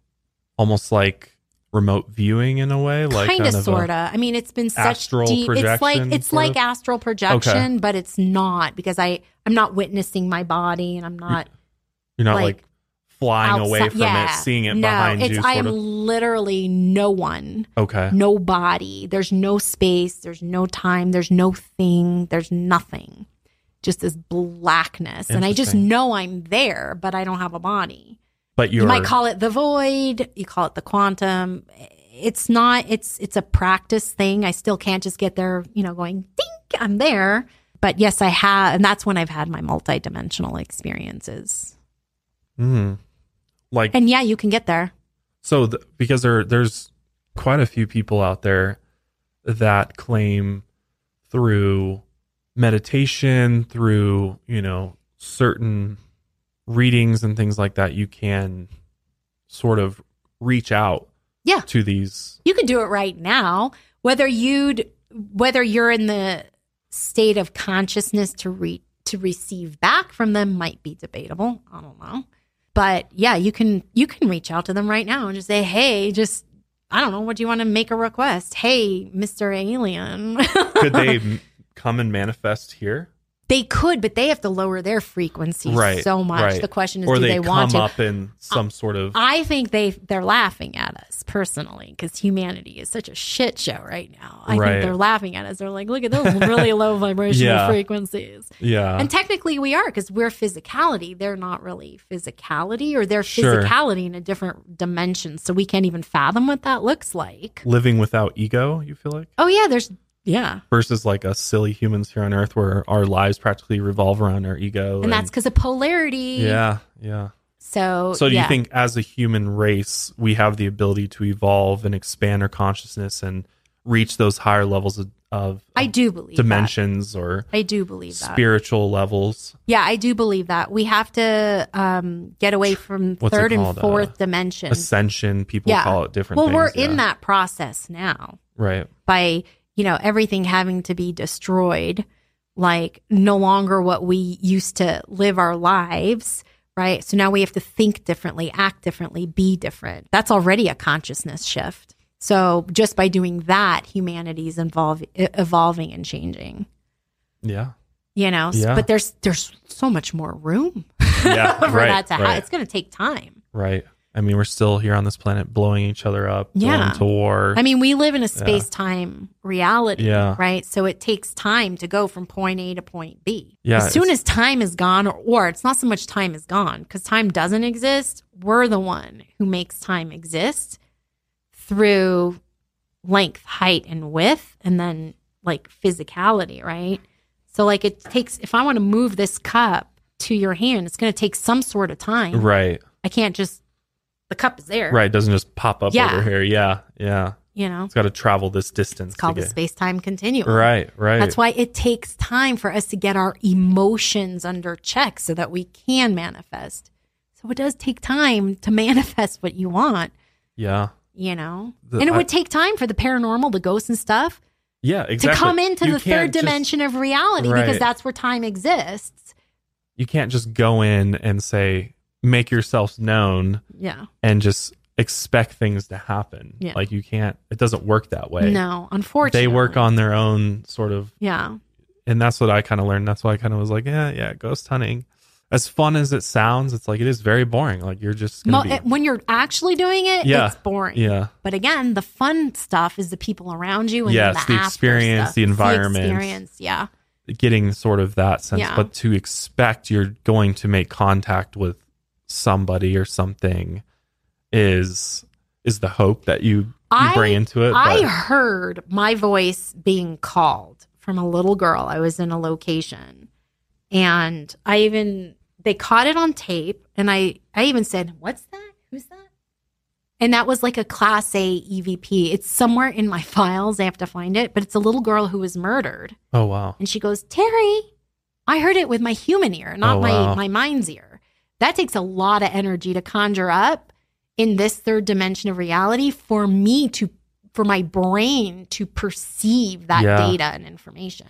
Speaker 2: Almost like remote viewing in a way, like
Speaker 3: kind
Speaker 2: kind
Speaker 3: of,
Speaker 2: a-
Speaker 3: sorta. I mean, it's been such
Speaker 2: astral
Speaker 3: deep. It's like
Speaker 2: projection,
Speaker 3: it's
Speaker 2: sort
Speaker 3: like
Speaker 2: of?
Speaker 3: astral projection, but it's not because I I'm not witnessing my body and I'm not
Speaker 2: you're not
Speaker 3: like,
Speaker 2: like, flying away
Speaker 3: outside-
Speaker 2: from
Speaker 3: yeah.
Speaker 2: it, seeing it
Speaker 3: no,
Speaker 2: behind
Speaker 3: it's
Speaker 2: you sort
Speaker 3: I am
Speaker 2: of.
Speaker 3: literally no one.
Speaker 2: Okay.
Speaker 3: no body. There's no space. There's no time. There's no thing. There's nothing. Just this blackness. And I just
Speaker 2: Interesting.
Speaker 3: know I'm there, but I don't have a body.
Speaker 2: But you're
Speaker 3: You might call it the void. You call it the quantum. It's not, it's, it's a practice thing. I still can't just get there, you know, going, dink, I'm there. But yes, I have. And that's when I've had my multidimensional experiences.
Speaker 2: Mm. like
Speaker 3: And yeah, you can get there.
Speaker 2: so th- because there there's quite a few people out there that claim through meditation through you know certain readings and things like that, you can sort of reach out
Speaker 3: Yeah.
Speaker 2: to these
Speaker 3: You could do it right now. Whether you'd whether you're in the state of consciousness to re to receive back from them might be debatable. I don't know. But yeah, you can you can reach out to them right now and just say, hey, just I don't know, what do you want to make a request? Hey, Mr. Alien. [LAUGHS]
Speaker 2: could they m- come and manifest here
Speaker 3: they could, but they have to lower their frequency
Speaker 2: Right,
Speaker 3: so much.
Speaker 2: right.
Speaker 3: The question is,
Speaker 2: or
Speaker 3: do
Speaker 2: they,
Speaker 3: they,
Speaker 2: come
Speaker 3: want to? Uh,
Speaker 2: up in some sort of
Speaker 3: I think they they're laughing at us personally because humanity is such a shit show right now. I
Speaker 2: Right.
Speaker 3: think they're laughing at us. They're like, look at those
Speaker 2: [LAUGHS]
Speaker 3: really low vibrational
Speaker 2: Yeah.
Speaker 3: frequencies.
Speaker 2: yeah
Speaker 3: and technically we are because we're physicality. They're not really physicality or they're
Speaker 2: Sure.
Speaker 3: physicality in a different dimension. So we can't even fathom what that looks like.
Speaker 2: living without ego you feel like
Speaker 3: Oh yeah, there's yeah.
Speaker 2: versus like us silly humans here on earth where our lives practically revolve around our ego
Speaker 3: And that's because of polarity.
Speaker 2: yeah yeah
Speaker 3: So
Speaker 2: so do
Speaker 3: Oh, yeah.
Speaker 2: you think as a human race we have the ability to evolve and expand our consciousness and reach those higher levels of, of
Speaker 3: I do believe
Speaker 2: dimensions or
Speaker 3: That. I do believe that.
Speaker 2: spiritual levels
Speaker 3: Yeah, I do believe that. We have to um, get away from
Speaker 2: What's it
Speaker 3: third and
Speaker 2: called? Uh,
Speaker 3: fourth dimension.
Speaker 2: ascension people
Speaker 3: Yeah.
Speaker 2: call it different
Speaker 3: Well, we're
Speaker 2: things, yeah.
Speaker 3: in that process now
Speaker 2: right
Speaker 3: by, you know, everything having to be destroyed, like no longer what we used to live our lives, right? So now we have to think differently, act differently, be different. That's already a consciousness shift. So just by doing that, humanity's involve, e-, evolving and changing. [LAUGHS]
Speaker 2: yeah
Speaker 3: You know, S-
Speaker 2: Yeah.
Speaker 3: but there's there's so much more room
Speaker 2: yeah
Speaker 3: for that to happen.
Speaker 2: right,
Speaker 3: It's going to take time.
Speaker 2: right i mean we're still here on this planet blowing each other up
Speaker 3: Yeah.
Speaker 2: going to war
Speaker 3: I mean, we live in a space time reality,
Speaker 2: Yeah.
Speaker 3: right? So it takes time to go from point A to point B.
Speaker 2: Yeah,
Speaker 3: as soon
Speaker 2: it's-
Speaker 3: as time is gone, or, or it's not so much time is gone because time doesn't exist. We're the one who makes time exist through length, height, and width, and then like physicality, right? So, like, it takes, if I want to move this cup to your hand, it's going to take some sort of time.
Speaker 2: right
Speaker 3: I can't just, the cup is there,
Speaker 2: right it doesn't just pop up
Speaker 3: Yeah.
Speaker 2: over here yeah yeah
Speaker 3: you know?
Speaker 2: it's got to travel this distance
Speaker 3: It's called
Speaker 2: to
Speaker 3: the
Speaker 2: get,
Speaker 3: space time continuum.
Speaker 2: right right
Speaker 3: That's why it takes time for us to get our emotions under check so that we can manifest. So it does take time to [LAUGHS] manifest what you want,
Speaker 2: yeah
Speaker 3: you know?
Speaker 2: The-
Speaker 3: and it
Speaker 2: I-
Speaker 3: would take time for the paranormal, the ghosts and stuff
Speaker 2: yeah exactly
Speaker 3: to come into
Speaker 2: You
Speaker 3: the
Speaker 2: can't
Speaker 3: third
Speaker 2: just-
Speaker 3: dimension of reality
Speaker 2: Right.
Speaker 3: because that's where time exists.
Speaker 2: you can't just go in and say make yourself known
Speaker 3: Yeah.
Speaker 2: and just expect things to happen
Speaker 3: Yeah.
Speaker 2: like you can't it doesn't work that way
Speaker 3: No, unfortunately.
Speaker 2: they work on their own sort of
Speaker 3: Yeah.
Speaker 2: and that's what I kind of learned. That's why I kind of was like, yeah, yeah, ghost hunting. As fun as it sounds, it's like it is very boring. Like you're just
Speaker 3: Mo-
Speaker 2: gonna be,
Speaker 3: when you're actually doing it,
Speaker 2: Yeah.
Speaker 3: it's boring.
Speaker 2: yeah,
Speaker 3: But again, the fun stuff is the people around you and then
Speaker 2: Yes,
Speaker 3: the,
Speaker 2: the
Speaker 3: after
Speaker 2: experience,
Speaker 3: stuff.
Speaker 2: the environment.
Speaker 3: experience, yeah.
Speaker 2: getting sort of that sense.
Speaker 3: Yeah.
Speaker 2: But to expect you're going to make contact with somebody or something is is the hope that you, you
Speaker 3: I-
Speaker 2: bring into it.
Speaker 3: I
Speaker 2: but-
Speaker 3: heard my voice being called from a little girl. I was in a location and I even they caught it on tape and I I even said, "What's that? Who's that?" And that was like a class A EVP. It's somewhere in my [LAUGHS] files. I have to find it, but it's a little girl who was murdered.
Speaker 2: oh wow,
Speaker 3: And she goes, "Terry, I heard it with my human ear, not
Speaker 2: Oh,
Speaker 3: my
Speaker 2: wow.
Speaker 3: my mind's ear." That takes a lot of energy to conjure up in this third dimension of reality for me to for my brain to perceive that
Speaker 2: Yeah.
Speaker 3: data and information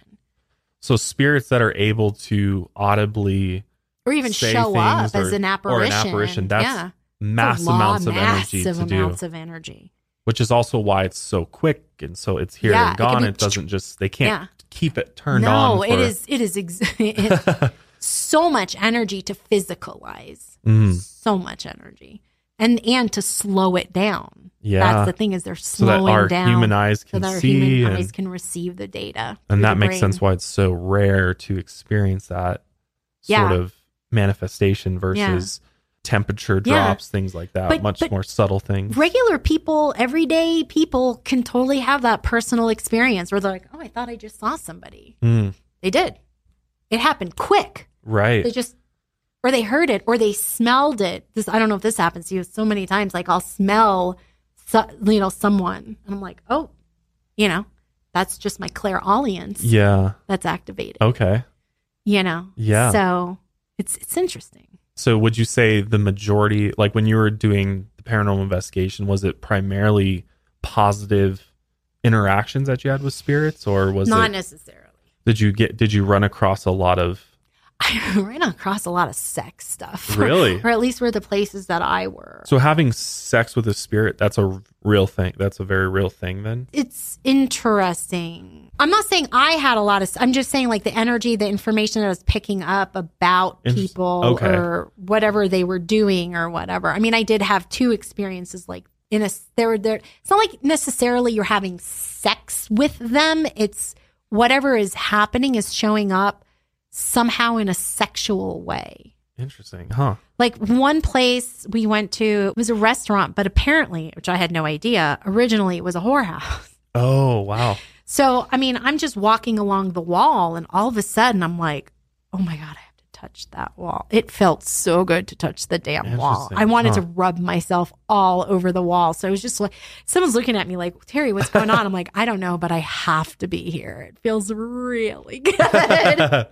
Speaker 2: so spirits that are able to audibly
Speaker 3: or even
Speaker 2: Say
Speaker 3: show
Speaker 2: things
Speaker 3: up as
Speaker 2: or- or an
Speaker 3: an apparition.
Speaker 2: apparition. That's
Speaker 3: yeah.
Speaker 2: mass
Speaker 3: It's a law,
Speaker 2: amounts of energy to
Speaker 3: massive
Speaker 2: do,
Speaker 3: amounts of energy.
Speaker 2: which is also why it's so quick and so it's here
Speaker 3: Yeah, it
Speaker 2: and
Speaker 3: can
Speaker 2: gone.
Speaker 3: be
Speaker 2: It, doesn't just they can't keep it turned
Speaker 3: no,
Speaker 2: on.
Speaker 3: it
Speaker 2: for-
Speaker 3: is it is ex- [LAUGHS] it-
Speaker 2: [LAUGHS]
Speaker 3: so much energy to physicalize.
Speaker 2: Mm,
Speaker 3: so much energy and and to slow it down
Speaker 2: yeah.
Speaker 3: that's the thing is they're
Speaker 2: so
Speaker 3: slowing
Speaker 2: that our
Speaker 3: down
Speaker 2: human eyes
Speaker 3: so
Speaker 2: can
Speaker 3: that our
Speaker 2: see
Speaker 3: human
Speaker 2: and,
Speaker 3: eyes can receive the data through
Speaker 2: and that
Speaker 3: the
Speaker 2: makes
Speaker 3: brain.
Speaker 2: sense why it's so rare to experience that
Speaker 3: Yeah.
Speaker 2: sort of manifestation versus temperature
Speaker 3: Yeah.
Speaker 2: drops things like that
Speaker 3: But-
Speaker 2: much
Speaker 3: but-
Speaker 2: more subtle things
Speaker 3: regular people everyday people can totally have that personal experience where they're like oh i thought i just saw somebody
Speaker 2: Mm,
Speaker 3: they did it happened quick
Speaker 2: right
Speaker 3: they just or they heard it or they smelled it this i don't know if this happens to you so many times like i'll smell so, you know someone and i'm like oh you know that's just my clairaudience
Speaker 2: yeah
Speaker 3: that's activated
Speaker 2: okay
Speaker 3: you know
Speaker 2: Oh. Yeah.
Speaker 3: so it's it's interesting
Speaker 2: So would you say the majority, like when you were doing the paranormal investigation, was it primarily positive interactions that you had with spirits, or was
Speaker 3: Not
Speaker 2: it?
Speaker 3: necessarily. [LAUGHS]
Speaker 2: Did you get? Did you run across a lot of?
Speaker 3: I ran across a lot of sex stuff.
Speaker 2: Really?
Speaker 3: or at least were the places that I were.
Speaker 2: So having sex with a spirit, that's a real thing. That's a very real thing. Then
Speaker 3: it's interesting. I'm not saying I had a lot of. I'm just saying like the energy, the information that I was picking up about
Speaker 2: Interest-
Speaker 3: people
Speaker 2: okay.
Speaker 3: or whatever they were doing or whatever. I mean, I did have two experiences like in a there were there. It's not like necessarily you're having sex with them. It's whatever is happening is showing up somehow in a sexual way
Speaker 2: interesting, huh?
Speaker 3: like one place we went to it was a restaurant but apparently which i had no idea originally it was a whorehouse
Speaker 2: Oh [LAUGHS] wow,
Speaker 3: so i mean i'm just walking along the wall and all of a sudden i'm like oh my god i have to touch that wall it felt so good to touch the damn wall
Speaker 2: Interesting.
Speaker 3: i wanted
Speaker 2: Huh.
Speaker 3: to rub myself all over the wall so it was just like someone's looking at me like terry what's going on i'm like i don't know but i have to be here it feels really [LAUGHS] good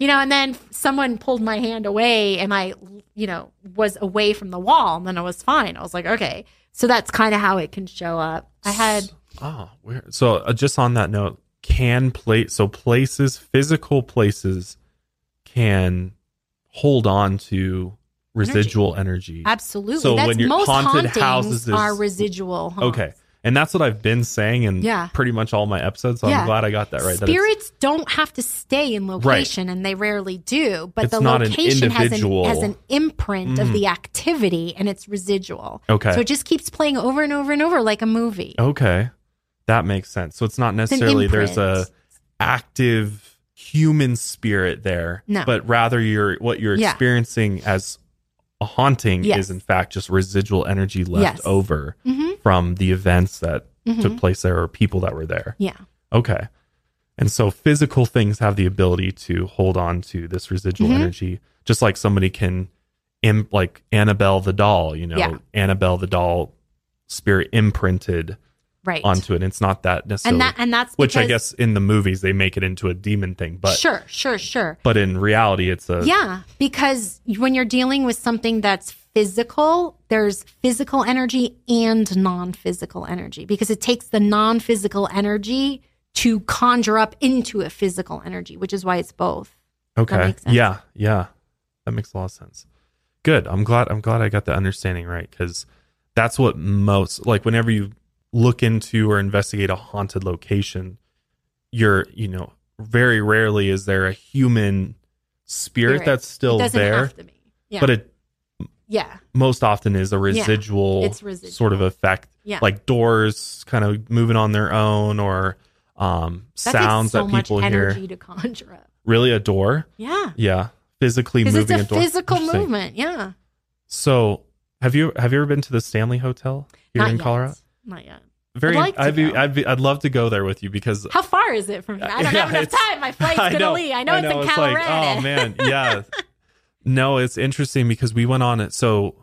Speaker 3: you know, and then someone pulled my hand away and I, you know, was away from the wall and then I was fine. I was like, okay. So that's kind of how it can show up. I had,
Speaker 2: Oh, weird. So uh, just on that note, can plate so places, physical places, can hold on to residual energy.
Speaker 3: absolutely.
Speaker 2: So
Speaker 3: that's
Speaker 2: when you're-
Speaker 3: most
Speaker 2: haunted
Speaker 3: hauntings
Speaker 2: houses is-
Speaker 3: are residual. haunts.
Speaker 2: Okay, and that's what I've been saying in
Speaker 3: Yeah.
Speaker 2: pretty much all my episodes. So
Speaker 3: Yeah.
Speaker 2: I'm glad I got that right. that it's-
Speaker 3: Spirits don't have to stay in location, and they rarely do. But
Speaker 2: It's
Speaker 3: the
Speaker 2: not an
Speaker 3: location has an,
Speaker 2: individual.
Speaker 3: has an imprint of
Speaker 2: Mm.
Speaker 3: the activity, and it's residual.
Speaker 2: Okay. Oh.
Speaker 3: so it just keeps playing over and over and over like a movie.
Speaker 2: Okay. That makes sense. So it's not
Speaker 3: an
Speaker 2: necessarily there's a
Speaker 3: imprint.
Speaker 2: active human spirit there,
Speaker 3: No.
Speaker 2: but rather you're what you're
Speaker 3: Yeah.
Speaker 2: experiencing as a haunting
Speaker 3: Yes.
Speaker 2: is in fact just residual energy left
Speaker 3: Yes.
Speaker 2: over
Speaker 3: Mhm.
Speaker 2: from the events that
Speaker 3: Mhm.
Speaker 2: took place there or people that were there.
Speaker 3: Yeah,
Speaker 2: Okay. And so physical things have the ability to hold on to this residual
Speaker 3: Mhm.
Speaker 2: energy, just like somebody can, Im- like Annabelle the doll, you know,
Speaker 3: Yeah.
Speaker 2: Annabelle the doll spirit imprinted
Speaker 3: right.
Speaker 2: onto it. And it's not that necessarily,
Speaker 3: and that and that's
Speaker 2: which I guess
Speaker 3: because-
Speaker 2: in the movies they make it into a demon thing, but
Speaker 3: sure, sure, sure.
Speaker 2: but in reality it's a
Speaker 3: Yeah, because when you're dealing with something that's physical, there's physical energy and non physical energy because it takes the non physical energy to conjure up into a physical energy, which is why it's both.
Speaker 2: okay,
Speaker 3: makes sense.
Speaker 2: yeah, yeah, that makes a lot of sense. Good. I'm glad. I'm glad I got the understanding right because that's what most like whenever you look into or investigate a haunted location, you're you know very rarely is there a human spirit,
Speaker 3: Spirit.
Speaker 2: that's still
Speaker 3: it doesn't
Speaker 2: there,
Speaker 3: have to be. Yeah.
Speaker 2: but it
Speaker 3: yeah.
Speaker 2: most often is a residual,
Speaker 3: it's residual.
Speaker 2: sort of effect.
Speaker 3: Yeah.
Speaker 2: Like doors kind of moving on their own or um,
Speaker 3: That
Speaker 2: sounds
Speaker 3: takes so
Speaker 2: that people
Speaker 3: much
Speaker 2: hear.
Speaker 3: energy to conjure up.
Speaker 2: Really a door?
Speaker 3: Yeah.
Speaker 2: Yeah. Physically
Speaker 3: Because it's
Speaker 2: moving
Speaker 3: a
Speaker 2: door.
Speaker 3: physical
Speaker 2: Interesting.
Speaker 3: movement. Yeah.
Speaker 2: So have you have you ever been to the Stanley Hotel here
Speaker 3: Not
Speaker 2: in
Speaker 3: yet.
Speaker 2: Colorado?
Speaker 3: Not yet.
Speaker 2: Very
Speaker 3: I'd like to
Speaker 2: I'd be,
Speaker 3: go.
Speaker 2: I'd be I'd love to go there with you because
Speaker 3: How far is it from here? I
Speaker 2: [LAUGHS]
Speaker 3: don't
Speaker 2: Yeah,
Speaker 3: have enough
Speaker 2: it's-
Speaker 3: time.
Speaker 2: [LAUGHS]
Speaker 3: My flight's going to leave. I know, it's in Colorado.
Speaker 2: like, oh man, yeah. no, it's interesting because we went on it. So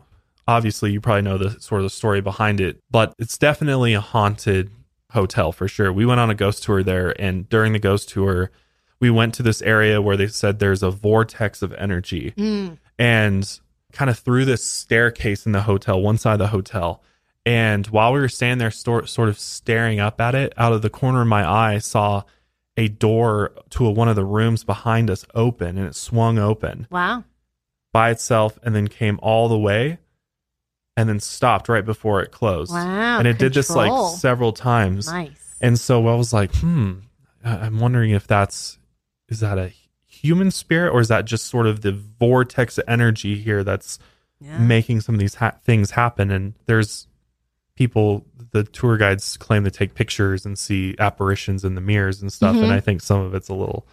Speaker 2: obviously, you probably know the sort of the story behind it, but it's definitely a haunted hotel for sure. We went on a ghost tour there, and during the ghost tour, we went to this area where they said there's a vortex of energy
Speaker 3: Mm.
Speaker 2: and kind of through this staircase in the hotel, one side of the hotel. And while we were standing there, stor- sort of staring up at it, out of the corner of my eye, I saw a door to a, one of the rooms behind us open and it swung open
Speaker 3: Wow.
Speaker 2: by itself and then came all the way and then stopped right before it closed.
Speaker 3: Wow,
Speaker 2: And it did this
Speaker 3: control.
Speaker 2: like several times.
Speaker 3: Nice.
Speaker 2: And so I was like, hmm, I- I'm wondering if that's is that a human spirit or is that just sort of the vortex of energy here that's
Speaker 3: Yeah.
Speaker 2: making some of these ha- things happen? And there's people, the tour guides claim to take pictures and see apparitions in the mirrors and stuff.
Speaker 3: Mhm.
Speaker 2: And I think some of it's a little.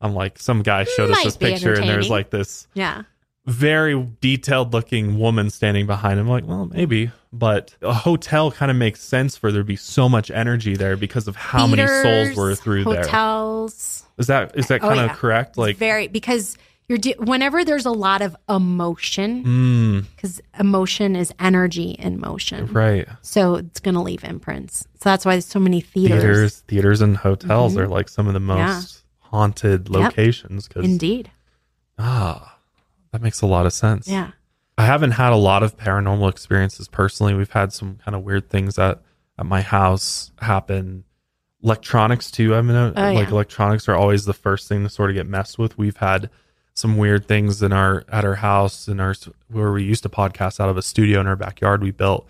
Speaker 2: I'm like, some guy showed us
Speaker 3: Might
Speaker 2: this
Speaker 3: be
Speaker 2: picture, and there's
Speaker 3: entertaining.
Speaker 2: like this
Speaker 3: yeah.
Speaker 2: very detailed looking woman standing behind him. Like, well, maybe, but a hotel kind of makes sense for there to be so much energy there because of how many souls
Speaker 3: Theaters,
Speaker 2: were through there.
Speaker 3: hotels.
Speaker 2: Is that is that
Speaker 3: Oh,
Speaker 2: kind of
Speaker 3: yeah.
Speaker 2: correct?
Speaker 3: Like
Speaker 2: Like,
Speaker 3: very because you're de- whenever there's a lot of emotion
Speaker 2: mm,
Speaker 3: because emotion is energy in motion,
Speaker 2: right?
Speaker 3: so it's gonna leave imprints. So that's why there's so many theaters. Mm-hmm.
Speaker 2: Theaters, theaters, and hotels are like some of the most haunted locations. Because
Speaker 3: Indeed.
Speaker 2: ah, That makes a lot of sense.
Speaker 3: Yeah.
Speaker 2: I haven't had a lot of paranormal experiences personally. We've had some kind of weird things at, at my house happen. Electronics too. I mean, uh,
Speaker 3: Oh,
Speaker 2: like
Speaker 3: yeah.
Speaker 2: electronics are always the first thing to sort of get messed with. We've had some weird things in our at our house in our where we used to podcast out of a studio in our backyard we built,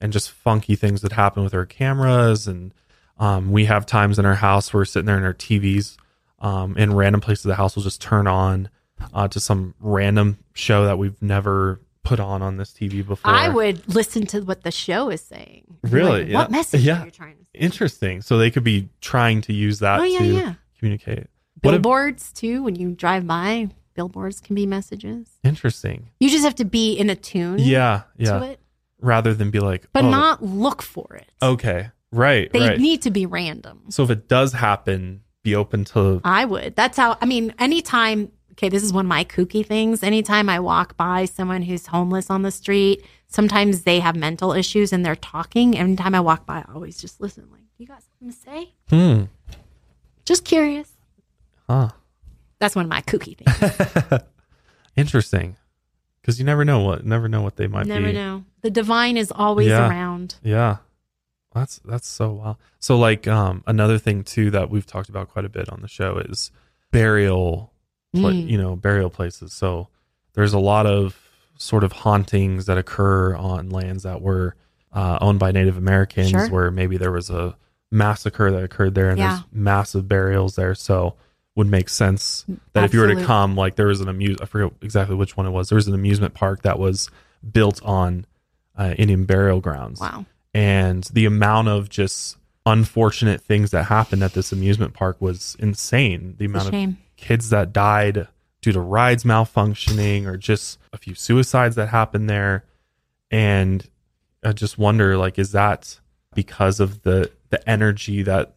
Speaker 2: and just funky things that happen with our cameras. And um, we have times in our house where we're sitting there and our TVs um, in random places of the house will just turn on uh, to some random show that we've never put on on this TV before.
Speaker 3: I would listen to what the show is saying. Like,
Speaker 2: Really? Yeah.
Speaker 3: What message
Speaker 2: Yeah.
Speaker 3: are you trying to say?
Speaker 2: Interesting. So they could be trying to use that
Speaker 3: Oh, yeah,
Speaker 2: to
Speaker 3: yeah.
Speaker 2: communicate. What a-
Speaker 3: Billboards, too, when you drive by, billboards can be messages.
Speaker 2: interesting.
Speaker 3: You just have to be in a tune
Speaker 2: Yeah,
Speaker 3: Mm-hmm. to
Speaker 2: yeah.
Speaker 3: it,
Speaker 2: Rather than be like,
Speaker 3: but
Speaker 2: oh,
Speaker 3: not look for it.
Speaker 2: okay, right,
Speaker 3: they
Speaker 2: right.
Speaker 3: need to be random.
Speaker 2: so if it does happen, be open to.
Speaker 3: I would. That's how, I mean, anytime, okay, this is one of my kooky things. Anytime I walk by someone who's homeless on the street, sometimes they have mental issues and they're talking. Every time I walk by, I always just listen, like, you got something to say?
Speaker 2: Hmm.
Speaker 3: Just curious.
Speaker 2: Huh.
Speaker 3: That's one of my kooky things.
Speaker 2: [LAUGHS] Interesting. Because you never know what never know what they [LAUGHS] might
Speaker 3: Never
Speaker 2: be.
Speaker 3: know. The divine is always
Speaker 2: Yeah.
Speaker 3: around.
Speaker 2: Yeah. That's that's so wild. So like um another thing too that we've talked about quite a bit on the show is burial pla-
Speaker 3: Mm.
Speaker 2: you know, burial places. So there's a lot of sort of hauntings that occur on lands that were uh, owned by Native Americans
Speaker 3: Sure.
Speaker 2: where maybe there was a massacre that occurred there and
Speaker 3: Yeah.
Speaker 2: there's massive burials there. So would make sense that if you were to
Speaker 3: Absolutely.
Speaker 2: come, like there was an amuse I forget exactly which one it was. There was an amusement park that was built on uh, Indian burial grounds
Speaker 3: Wow.
Speaker 2: and the amount of just unfortunate things that happened at this amusement park was insane. The
Speaker 3: It's
Speaker 2: amount
Speaker 3: a
Speaker 2: of
Speaker 3: shame.
Speaker 2: kids that died due to rides malfunctioning or just a few suicides that happened there. And I just wonder like is that because of the the energy that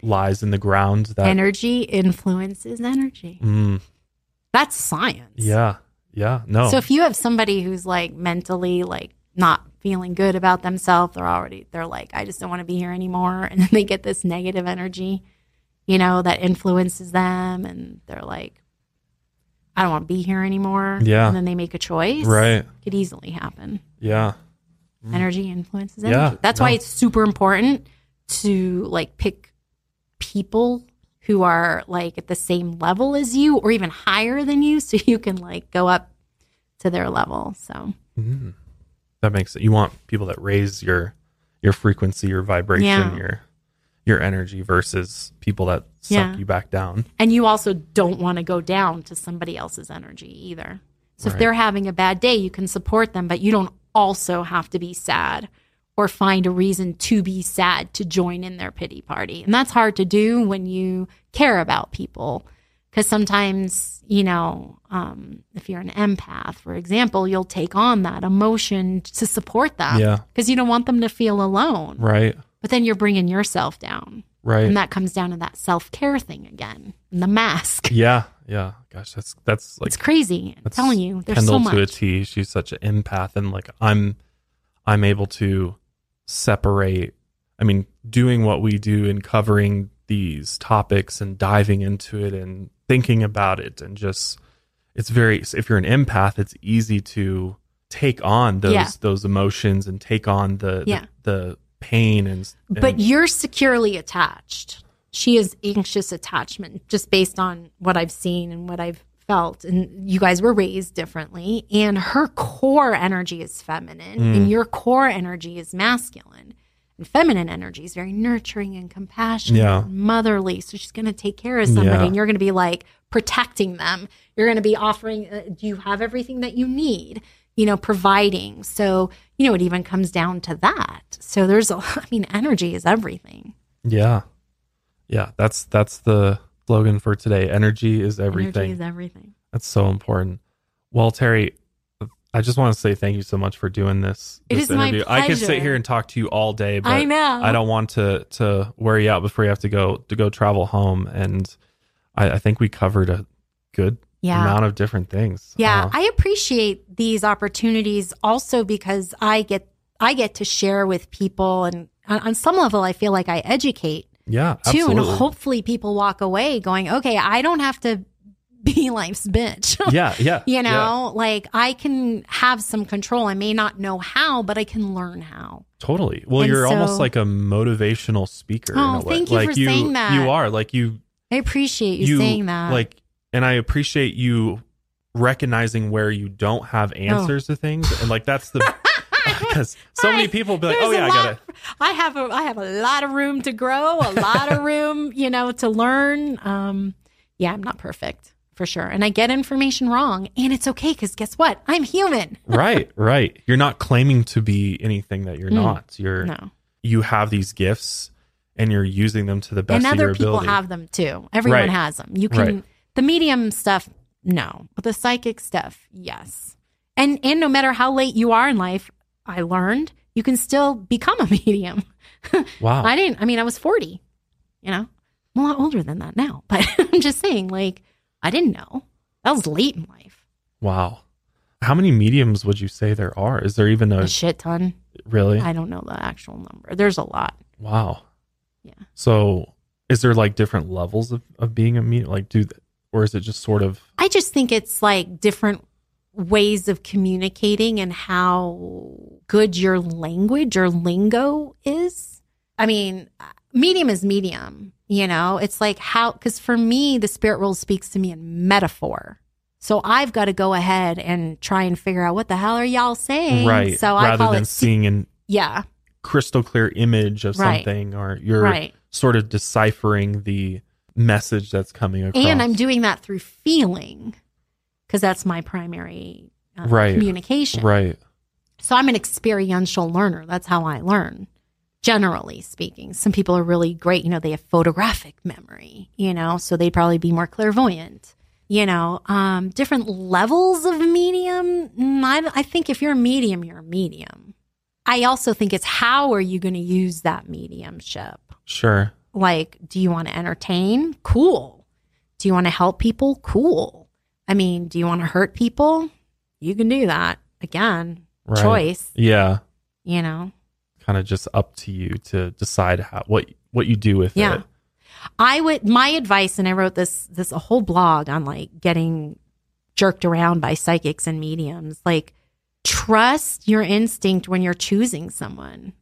Speaker 2: lies in the ground that
Speaker 3: energy influences energy.
Speaker 2: Mm,
Speaker 3: That's science.
Speaker 2: yeah. Yeah. No.
Speaker 3: So if you have somebody who's like mentally like not feeling good about themselves, they're already they're like, I just don't want to be here anymore, [LAUGHS] and then they get this negative energy, you know, that influences them, and they're like, I don't want to be here anymore.
Speaker 2: Yeah.
Speaker 3: and then they make a choice.
Speaker 2: right.
Speaker 3: could easily happen.
Speaker 2: Yeah.
Speaker 3: Energy influences
Speaker 2: Mm-hmm. Yeah,
Speaker 3: energy. That's why
Speaker 2: no.
Speaker 3: it's super important to like pick people who are like at the same level as you or even higher than you so you can like go up to their level. So,
Speaker 2: Mm. That makes it. You want people that raise your your frequency, your vibration,
Speaker 3: Yeah.
Speaker 2: your your energy versus people that suck
Speaker 3: Yeah.
Speaker 2: you back down.
Speaker 3: and you also don't want to go down to somebody else's energy either. So,
Speaker 2: Right.
Speaker 3: if they're having a bad day, you can support them, but you don't also have to be sad or find a reason to be sad to join in their pity party. And that's hard to do when you care about people. Because sometimes, you know, um, if you're an empath, for example, you'll take on that emotion to support them.
Speaker 2: Yeah.
Speaker 3: Because you don't want them to feel alone.
Speaker 2: Right.
Speaker 3: But then you're bringing yourself down.
Speaker 2: Right.
Speaker 3: And that comes down to that self care thing again, and the mask.
Speaker 2: yeah. Yeah. Gosh, that's that's like
Speaker 3: it's crazy. I'm
Speaker 2: that's
Speaker 3: telling you, there's
Speaker 2: Kendall
Speaker 3: so much.
Speaker 2: to a T. She's such an empath, and like I'm I'm able to separate. I mean, doing what we do and covering these topics and diving into it and thinking about it and just it's very if you're an empath it's easy to take on those
Speaker 3: Yeah.
Speaker 2: those emotions and take on the
Speaker 3: Yeah.
Speaker 2: the, the pain and, and
Speaker 3: But you're securely attached. She is anxious attachment, just based on what I've seen and what I've felt. And you guys were raised differently. And her core energy is feminine,
Speaker 2: Mm.
Speaker 3: and your core energy is masculine. And feminine energy is very nurturing and compassionate,
Speaker 2: Yeah.
Speaker 3: and motherly. So she's going to take care of somebody,
Speaker 2: Yeah.
Speaker 3: and you're going to be like protecting them. You're going to be offering, uh, do you have everything that you need? You know, providing. So, you know, it even comes down to that. So there's, a, [LAUGHS] I mean, energy is everything.
Speaker 2: yeah yeah that's that's the slogan for today energy is everything
Speaker 3: Energy is everything.
Speaker 2: That's so important. Well, Terry, I just want to say thank you so much for doing this.
Speaker 3: It
Speaker 2: this
Speaker 3: is my
Speaker 2: I could sit
Speaker 3: pleasure.
Speaker 2: here and talk to you all day, but
Speaker 3: I know.
Speaker 2: I don't want to to wear you out before you have to go to go travel home. And I, I think we covered a good
Speaker 3: Yeah.
Speaker 2: amount of different things.
Speaker 3: Yeah,
Speaker 2: Uh,
Speaker 3: I appreciate these opportunities also because I get I get to share with people and uh, on, on some level I feel like I educate
Speaker 2: yeah,
Speaker 3: too
Speaker 2: absolutely.
Speaker 3: and hopefully people walk away going, "Okay, I don't have to be [LAUGHS] life's bitch.
Speaker 2: [LAUGHS] yeah, yeah.
Speaker 3: [LAUGHS] you know, like I can have some control. I may not know how, but I can learn how.
Speaker 2: Totally. Well,
Speaker 3: And
Speaker 2: you're almost
Speaker 3: so-
Speaker 2: like a motivational speaker.
Speaker 3: Oh,
Speaker 2: in a way.
Speaker 3: thank you
Speaker 2: like
Speaker 3: for
Speaker 2: you,
Speaker 3: saying that.
Speaker 2: You are like you.
Speaker 3: I appreciate you,
Speaker 2: You
Speaker 3: saying that.
Speaker 2: like, and I appreciate you recognizing where you don't have answers to things, and like that's
Speaker 3: [LAUGHS]
Speaker 2: the because so many
Speaker 3: Right.
Speaker 2: people be like,
Speaker 3: There's
Speaker 2: oh
Speaker 3: a
Speaker 2: yeah, I
Speaker 3: lot-
Speaker 2: gotta.
Speaker 3: [LAUGHS] I have a I have a lot of room to grow, a lot
Speaker 2: [LAUGHS]
Speaker 3: of room, you know, to learn. Um, yeah, I'm not perfect for sure, and I get information wrong, and it's okay because guess what? I'm human.
Speaker 2: [LAUGHS] right, right. You're not claiming to be anything that you're
Speaker 3: Mm.
Speaker 2: not. You're
Speaker 3: No,
Speaker 2: you have these gifts, and you're using them to the best
Speaker 3: and
Speaker 2: of your
Speaker 3: other people
Speaker 2: ability.
Speaker 3: have them too. Everyone
Speaker 2: Right.
Speaker 3: has them. You can
Speaker 2: Right.
Speaker 3: the medium stuff, no, but the psychic stuff, yes. And and no matter how late you are in life, I learned you can still become a [LAUGHS] medium.
Speaker 2: wow.
Speaker 3: I didn't. I mean, I was forty. You know, I'm a lot older than that now. But [LAUGHS] I'm just saying, like, I didn't know. That was late in life.
Speaker 2: wow. How many mediums would you say there are? Is there even a
Speaker 3: A shit ton.
Speaker 2: really?
Speaker 3: I don't know the actual number. There's a lot.
Speaker 2: Wow.
Speaker 3: Yeah.
Speaker 2: So is there like different levels of, of being a medium? Like do th- or is it just sort of
Speaker 3: I just think it's like different ways of communicating and how good your language or lingo is. I mean, medium is medium, you know? It's like how, because for me, the spirit world speaks to me in metaphor. So I've got to go ahead and try and figure out what the hell are y'all saying.
Speaker 2: right
Speaker 3: So I
Speaker 2: rather
Speaker 3: call
Speaker 2: than
Speaker 3: it,
Speaker 2: seeing an
Speaker 3: yeah,
Speaker 2: crystal clear image of
Speaker 3: Right.
Speaker 2: something or you're
Speaker 3: right.
Speaker 2: sort of deciphering the message that's coming across.
Speaker 3: And I'm doing that through feeling because that's my primary uh,
Speaker 2: Right.
Speaker 3: communication.
Speaker 2: right.
Speaker 3: So I'm an experiential learner. That's how I learn, generally speaking. Some people are really great, you know, they have photographic memory, you know, so they'd probably be more clairvoyant. You know, um, different levels of medium. Mm, I, I think if you're a medium, you're a medium. I also think it's how are you going to use that mediumship?
Speaker 2: Sure.
Speaker 3: Like, do you want to entertain? Cool. Do you want to help people? Cool. I mean, do you want to hurt people? You can do that. Again,
Speaker 2: Right.
Speaker 3: choice,
Speaker 2: Yeah.
Speaker 3: you know.
Speaker 2: Kind of just up to you to decide how what what you do with
Speaker 3: Yeah.
Speaker 2: it.
Speaker 3: I would my advice and I wrote this this a whole blog on like getting jerked around by psychics and mediums. Like trust your instinct when you're choosing someone.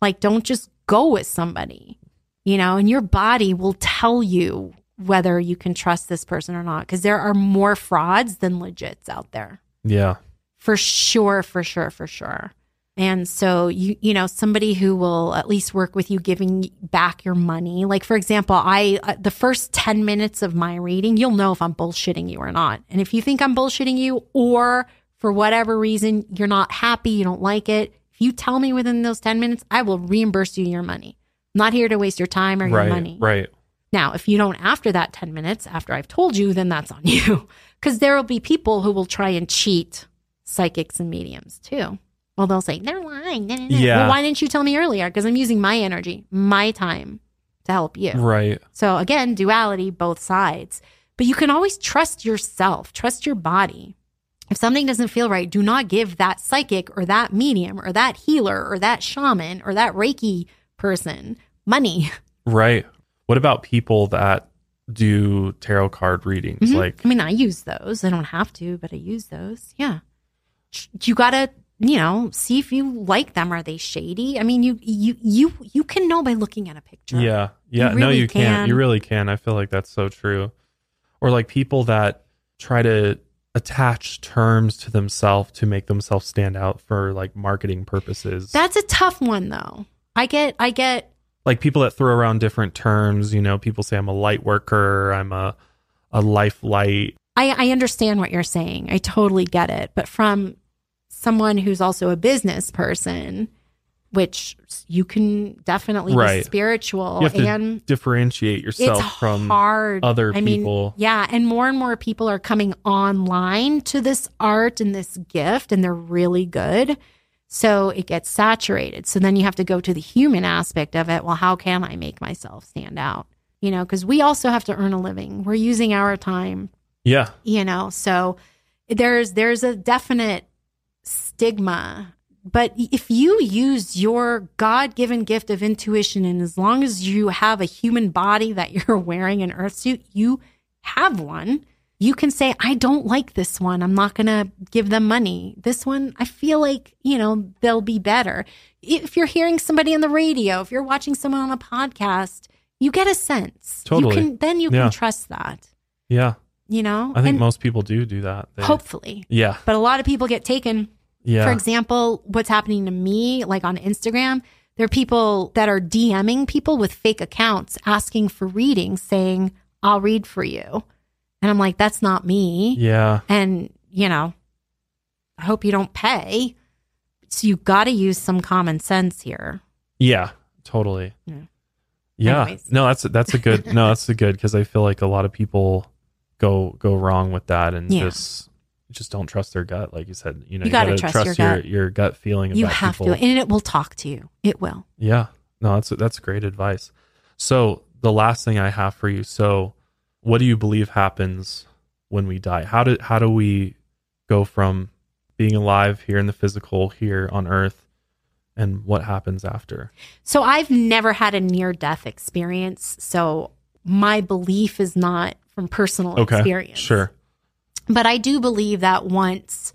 Speaker 3: Like don't just go with somebody. You know, and your body will tell you whether you can trust this person or not because there are more frauds than legits out there.
Speaker 2: Yeah.
Speaker 3: for sure for sure for sure and so you you know somebody who will at least work with you giving back your money like for example i uh, the first 10 minutes of my reading you'll know if i'm bullshitting you or not and if you think i'm bullshitting you or for whatever reason you're not happy you don't like it if you tell me within those 10 minutes i will reimburse you your money I'm not here to waste your time or
Speaker 2: Right.
Speaker 3: your money
Speaker 2: Right.
Speaker 3: now, if you don't after that 10 minutes, after I've told you, then that's on you. [LAUGHS] Because there will be people who will try and cheat psychics and mediums too. Well, they'll say, they're lying. da, da, da."
Speaker 2: Yeah.
Speaker 3: Well, why didn't you tell me earlier? Because I'm using my energy, my time to help you.
Speaker 2: Right.
Speaker 3: So, again, duality, both sides. But you can always trust yourself, trust your body. If something doesn't feel right, do not give that psychic or that medium or that healer or that shaman or that Reiki person money.
Speaker 2: Right. What about people that do tarot card readings?
Speaker 3: Mhm.
Speaker 2: Like
Speaker 3: I mean, I use those. I don't have to, but I use those. Yeah. You got to, you know, see if you like them. Are they shady? I mean, you you you you can know by looking at a picture.
Speaker 2: Yeah. Yeah.
Speaker 3: You
Speaker 2: no,
Speaker 3: really
Speaker 2: you can. not
Speaker 3: can.
Speaker 2: You really can. I feel like that's so true. Or like people that try to attach terms to themselves to make themselves stand out for like marketing purposes.
Speaker 3: That's a tough one though. I get I get
Speaker 2: like people that throw around different terms, you know, people say I'm a light worker, I'm a a life light.
Speaker 3: I, I understand what you're saying. I totally get it. But from someone who's also a business person, which you can definitely be
Speaker 2: Right.
Speaker 3: spiritual
Speaker 2: You have to
Speaker 3: and
Speaker 2: differentiate yourself
Speaker 3: it's
Speaker 2: from
Speaker 3: hard.
Speaker 2: other
Speaker 3: I mean,
Speaker 2: people.
Speaker 3: yeah, and more and more people are coming online to this art and this gift, and they're really good. So it gets saturated. So then you have to go to the human aspect of it. Well, how can I make myself stand out? You know, because we also have to earn a living. We're using our time
Speaker 2: Yeah.
Speaker 3: you know so there's there's a definite stigma but if you use your god-given gift of intuition and as long [LAUGHS] as you have a human body that you're wearing an earth suit you have one you can say, I don't like this one. I'm not going to give them money. This one, I feel like, you know, they'll be better. If you're hearing somebody on the radio, if you're watching someone on a podcast, you get a sense.
Speaker 2: Totally.
Speaker 3: You can, then you
Speaker 2: Yeah.
Speaker 3: can trust that,
Speaker 2: Yeah.
Speaker 3: you know?
Speaker 2: I think
Speaker 3: and
Speaker 2: most people do do that. They-
Speaker 3: hopefully.
Speaker 2: yeah.
Speaker 3: But a lot of people get taken
Speaker 2: Yeah.
Speaker 3: for example, what's happening to me, like on Instagram, there are people that are DMing people with fake accounts asking for readings, saying, I'll read for you. And I'm like, that's not me.
Speaker 2: yeah.
Speaker 3: And, you know, I hope you don't pay. So you got to use some common sense here.
Speaker 2: Yeah, totally.
Speaker 3: Yeah.
Speaker 2: Yeah.
Speaker 3: Anyways.
Speaker 2: No, that's that's a good. no, that's a good because I feel like a lot of people go go wrong with that and
Speaker 3: Yeah.
Speaker 2: just just don't trust their gut. Like you said, you know,
Speaker 3: You gotta trust your
Speaker 2: your,
Speaker 3: gut.
Speaker 2: your gut feeling.
Speaker 3: you
Speaker 2: about
Speaker 3: have
Speaker 2: people.
Speaker 3: to, and it will talk to you. It will.
Speaker 2: Yeah. No, that's that's great advice. So the last thing I have for you. So, what do you believe happens when we die? How do how do we go from being alive here in the physical here on Earth, and what happens after?
Speaker 3: So I've never had a near death experience. So my belief is not from personal experience.
Speaker 2: Sure.
Speaker 3: But I do believe that once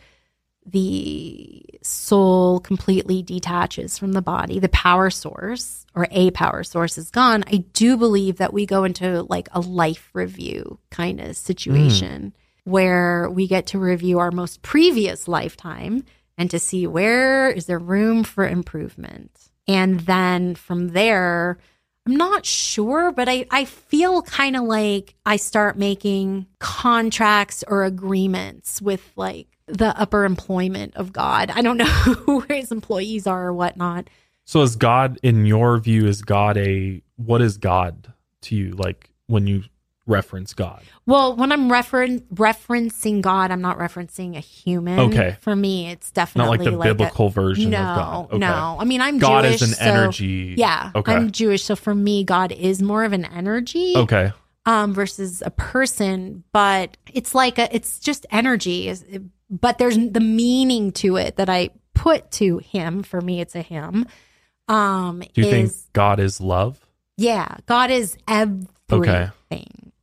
Speaker 3: the soul completely detaches from the body, the power source or a power source is gone, I do believe that we go into like a life review kind of situation where we get to review our most previous lifetime and to see where is there room for improvement. And then from there, I'm not sure, but I, I feel kind of like I start making contracts or agreements with like the upper employment of God. I don't [LAUGHS] know who his employees are or whatnot.
Speaker 2: So is God in your view is God a what is God to you like when you reference God?
Speaker 3: Well, when I'm referen- referencing God, I'm not referencing a human.
Speaker 2: Okay.
Speaker 3: For me, it's
Speaker 2: Not
Speaker 3: definitely
Speaker 2: like the
Speaker 3: a-
Speaker 2: biblical version
Speaker 3: uh, no,
Speaker 2: of God.
Speaker 3: no. I mean, I'm
Speaker 2: God
Speaker 3: Jewish,
Speaker 2: is an
Speaker 3: so-
Speaker 2: energy.
Speaker 3: Yeah,
Speaker 2: Okay.
Speaker 3: I'm Jewish, so for me, God is more of an energy.
Speaker 2: okay.
Speaker 3: um, versus a person, but it's like a, it's just energy. Is- But there's the meaning to it that I put to him. For me, it's a him. Um,
Speaker 2: Do you think
Speaker 3: is,
Speaker 2: God is love?
Speaker 3: Yeah, God is everything.
Speaker 2: Okay.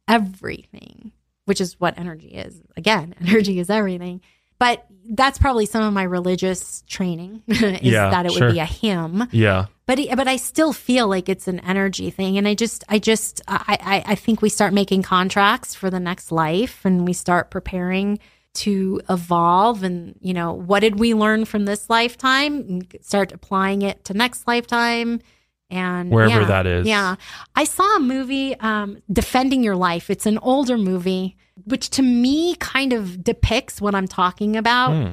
Speaker 3: Everything, which is what energy is. Again, [LAUGHS] energy is everything. But that's probably some of my religious training [LAUGHS] is
Speaker 2: Yeah,
Speaker 3: that it
Speaker 2: sure.
Speaker 3: would be a hymn
Speaker 2: Yeah.
Speaker 3: but it- but I still feel like it's an energy thing, and I just I just I, I I think we start making contracts for the next life, and we start preparing to evolve, and you know what did we learn from this lifetime, and start applying it to next lifetime, and
Speaker 2: Wherever
Speaker 3: yeah,
Speaker 2: that is.
Speaker 3: yeah. I saw a movie, um, Defending Your Life. It's an older movie, which to me kind of depicts what I'm talking about.
Speaker 2: Hmm.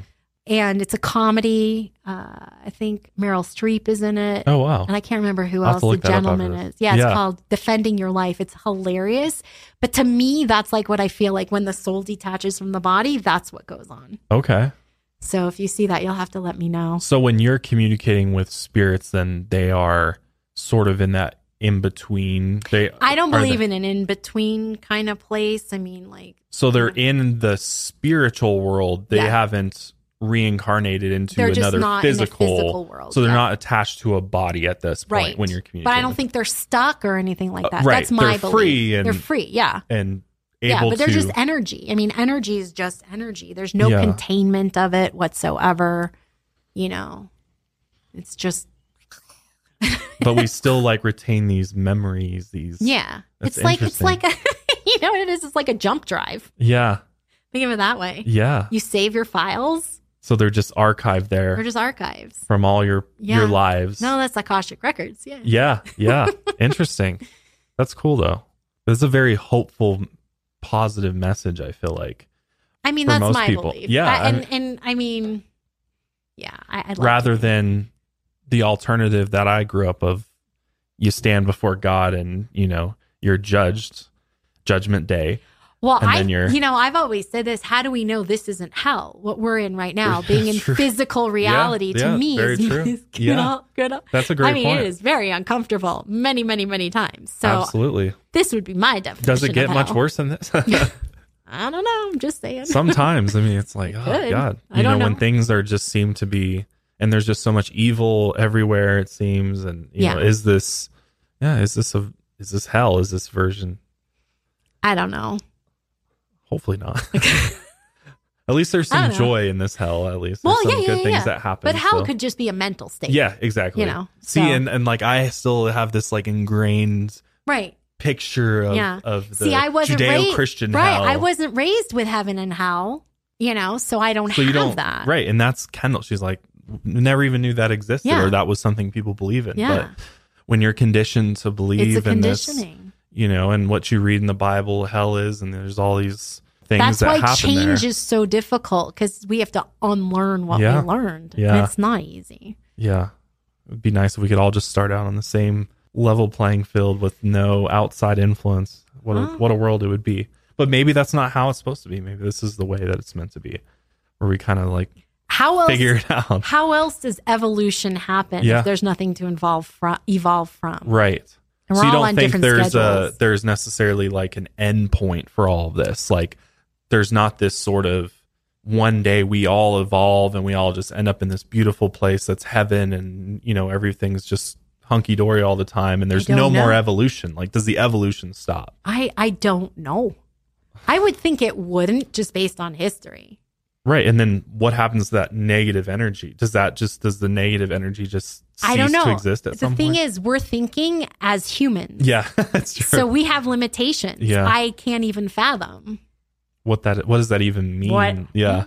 Speaker 3: And it's a comedy. Uh, I think Meryl Streep is in it
Speaker 2: Oh wow.
Speaker 3: and I can't remember who
Speaker 2: I'll have
Speaker 3: else
Speaker 2: to
Speaker 3: the
Speaker 2: look that up
Speaker 3: gentleman
Speaker 2: after this.
Speaker 3: is. Yeah, it's
Speaker 2: Yeah.
Speaker 3: called Defending Your Life. It's hilarious. But to me, that's like what I feel like when the soul detaches from the body, that's what goes on.
Speaker 2: Okay.
Speaker 3: So if you see that, you'll have to let me know.
Speaker 2: So when you're communicating with spirits then they are sort of in that in between. They
Speaker 3: I don't
Speaker 2: are
Speaker 3: believe
Speaker 2: they-
Speaker 3: in an in between kind of place. I mean, like,
Speaker 2: So they're in the spiritual world. They
Speaker 3: Yeah.
Speaker 2: haven't reincarnated into
Speaker 3: They're just
Speaker 2: another
Speaker 3: not in a
Speaker 2: physical,
Speaker 3: physical world,
Speaker 2: So they're
Speaker 3: yeah.
Speaker 2: not attached to a body at this point
Speaker 3: right.
Speaker 2: when you're communicating. Uh,
Speaker 3: But I don't think they're stuck or anything like that.
Speaker 2: right.
Speaker 3: That's
Speaker 2: They're
Speaker 3: my belief.
Speaker 2: free and-
Speaker 3: they're free. Yeah.
Speaker 2: and able
Speaker 3: Yeah, but
Speaker 2: to
Speaker 3: they're just energy. I mean, energy is just energy. There's no
Speaker 2: Yeah.
Speaker 3: containment of it whatsoever. You know, it's just
Speaker 2: [LAUGHS] but we still like retain these memories, these
Speaker 3: Yeah.
Speaker 2: That's
Speaker 3: it's like it's
Speaker 2: interesting.
Speaker 3: like a [LAUGHS] you know what it is? It's like a jump drive.
Speaker 2: Yeah.
Speaker 3: Think of it that way.
Speaker 2: Yeah.
Speaker 3: You save your files
Speaker 2: So they're just archived there
Speaker 3: or just archives.
Speaker 2: from all your
Speaker 3: Yeah.
Speaker 2: your lives.
Speaker 3: No, that's Akashic Records. Yeah.
Speaker 2: Yeah, yeah.
Speaker 3: [LAUGHS]
Speaker 2: Interesting. That's cool though. That's a very hopeful positive message, I feel like.
Speaker 3: I mean,
Speaker 2: For
Speaker 3: that's
Speaker 2: most
Speaker 3: my
Speaker 2: people.
Speaker 3: belief.
Speaker 2: Yeah,
Speaker 3: I-
Speaker 2: I
Speaker 3: and and I mean yeah, I, I'd like
Speaker 2: rather
Speaker 3: to think-
Speaker 2: than the alternative that I grew up of you stand before God and, you know, you're judged judgment day.
Speaker 3: well,
Speaker 2: and
Speaker 3: I
Speaker 2: then you're-
Speaker 3: you know I've always said this. How do we know this isn't hell? What we're in
Speaker 2: [LAUGHS]
Speaker 3: right now, being in
Speaker 2: True.
Speaker 3: physical reality, to
Speaker 2: yeah,
Speaker 3: me
Speaker 2: very
Speaker 3: is,
Speaker 2: true.
Speaker 3: is [LAUGHS] good.
Speaker 2: Yeah.
Speaker 3: good
Speaker 2: That's a great
Speaker 3: I mean,
Speaker 2: point.
Speaker 3: it is very uncomfortable, many, many, many times. So
Speaker 2: Absolutely.
Speaker 3: this would be my definition.
Speaker 2: Does it
Speaker 3: of
Speaker 2: get much
Speaker 3: hell.
Speaker 2: worse than
Speaker 3: [LAUGHS]
Speaker 2: this?
Speaker 3: I don't know. I'm just
Speaker 2: [LAUGHS]
Speaker 3: saying.
Speaker 2: Sometimes, I mean, it's like, oh
Speaker 3: could.
Speaker 2: God,
Speaker 3: I
Speaker 2: you know,
Speaker 3: don't
Speaker 2: when
Speaker 3: know.
Speaker 2: things are just seem to be, and there's just so much evil everywhere. It seems, and you know,
Speaker 3: Yeah.
Speaker 2: is this, yeah, is this a, is this hell? Is this version?
Speaker 3: I don't know.
Speaker 2: Hopefully
Speaker 3: [LAUGHS]
Speaker 2: not. [LAUGHS] at least there's
Speaker 3: I
Speaker 2: some
Speaker 3: don't know.
Speaker 2: joy in this hell. At least
Speaker 3: Well,
Speaker 2: there's some
Speaker 3: yeah,
Speaker 2: good
Speaker 3: yeah,
Speaker 2: things
Speaker 3: yeah.
Speaker 2: that happen.
Speaker 3: But hell
Speaker 2: so-
Speaker 3: could just be a mental state.
Speaker 2: Yeah, exactly.
Speaker 3: You know,
Speaker 2: See,
Speaker 3: so-
Speaker 2: and and like I still have this like ingrained
Speaker 3: Right.
Speaker 2: picture of
Speaker 3: Yeah.
Speaker 2: of the
Speaker 3: See, I wasn't raised-
Speaker 2: Judeo-Christian
Speaker 3: Right.
Speaker 2: hell.
Speaker 3: I wasn't raised with heaven and hell, you know, so I don't
Speaker 2: so
Speaker 3: have
Speaker 2: you don't
Speaker 3: that.
Speaker 2: right and that's kendall she's like never even knew that existed
Speaker 3: Yeah.
Speaker 2: or that was something people believe in
Speaker 3: Yeah.
Speaker 2: but when you're conditioned to believe
Speaker 3: It's a
Speaker 2: in this
Speaker 3: conditioning.
Speaker 2: you know and what you read in the bible hell is and there's all these things
Speaker 3: That's
Speaker 2: that
Speaker 3: why
Speaker 2: happen there
Speaker 3: change is so difficult because we have to unlearn what
Speaker 2: Yeah.
Speaker 3: we learned.
Speaker 2: Yeah.
Speaker 3: And it's not easy.
Speaker 2: yeah it'd be nice if we could all just start out on the same level playing field with no outside influence what a,
Speaker 3: Oh.
Speaker 2: what a world it would be but maybe that's not how it's supposed to be maybe this is the way that it's meant to be where we kind of like
Speaker 3: How else
Speaker 2: figure it [LAUGHS] out
Speaker 3: how else does evolution happen
Speaker 2: Yeah.
Speaker 3: if there's nothing to involve fro- evolve from?
Speaker 2: right
Speaker 3: And
Speaker 2: so
Speaker 3: we're
Speaker 2: you
Speaker 3: all
Speaker 2: don't
Speaker 3: on
Speaker 2: think
Speaker 3: different
Speaker 2: there's
Speaker 3: schedules.
Speaker 2: a there's necessarily like an end point for all of this. Like there's not this sort of one day we all evolve and we all just end up in this beautiful place that's heaven and you know everything's just hunky dory all the time and there's
Speaker 3: don't
Speaker 2: no more
Speaker 3: know.
Speaker 2: evolution. Like does the evolution stop?
Speaker 3: I I don't know. I would think it wouldn't just based on history.
Speaker 2: Right. And then what happens to that negative energy? Does that just does the negative energy just cease
Speaker 3: I don't know.
Speaker 2: to exist at
Speaker 3: the
Speaker 2: some
Speaker 3: thing
Speaker 2: point?
Speaker 3: is, we're thinking as humans.
Speaker 2: yeah, [LAUGHS] that's true.
Speaker 3: So we have limitations.
Speaker 2: Yeah.
Speaker 3: I can't even fathom.
Speaker 2: what that what does that even mean?
Speaker 3: What?
Speaker 2: Yeah.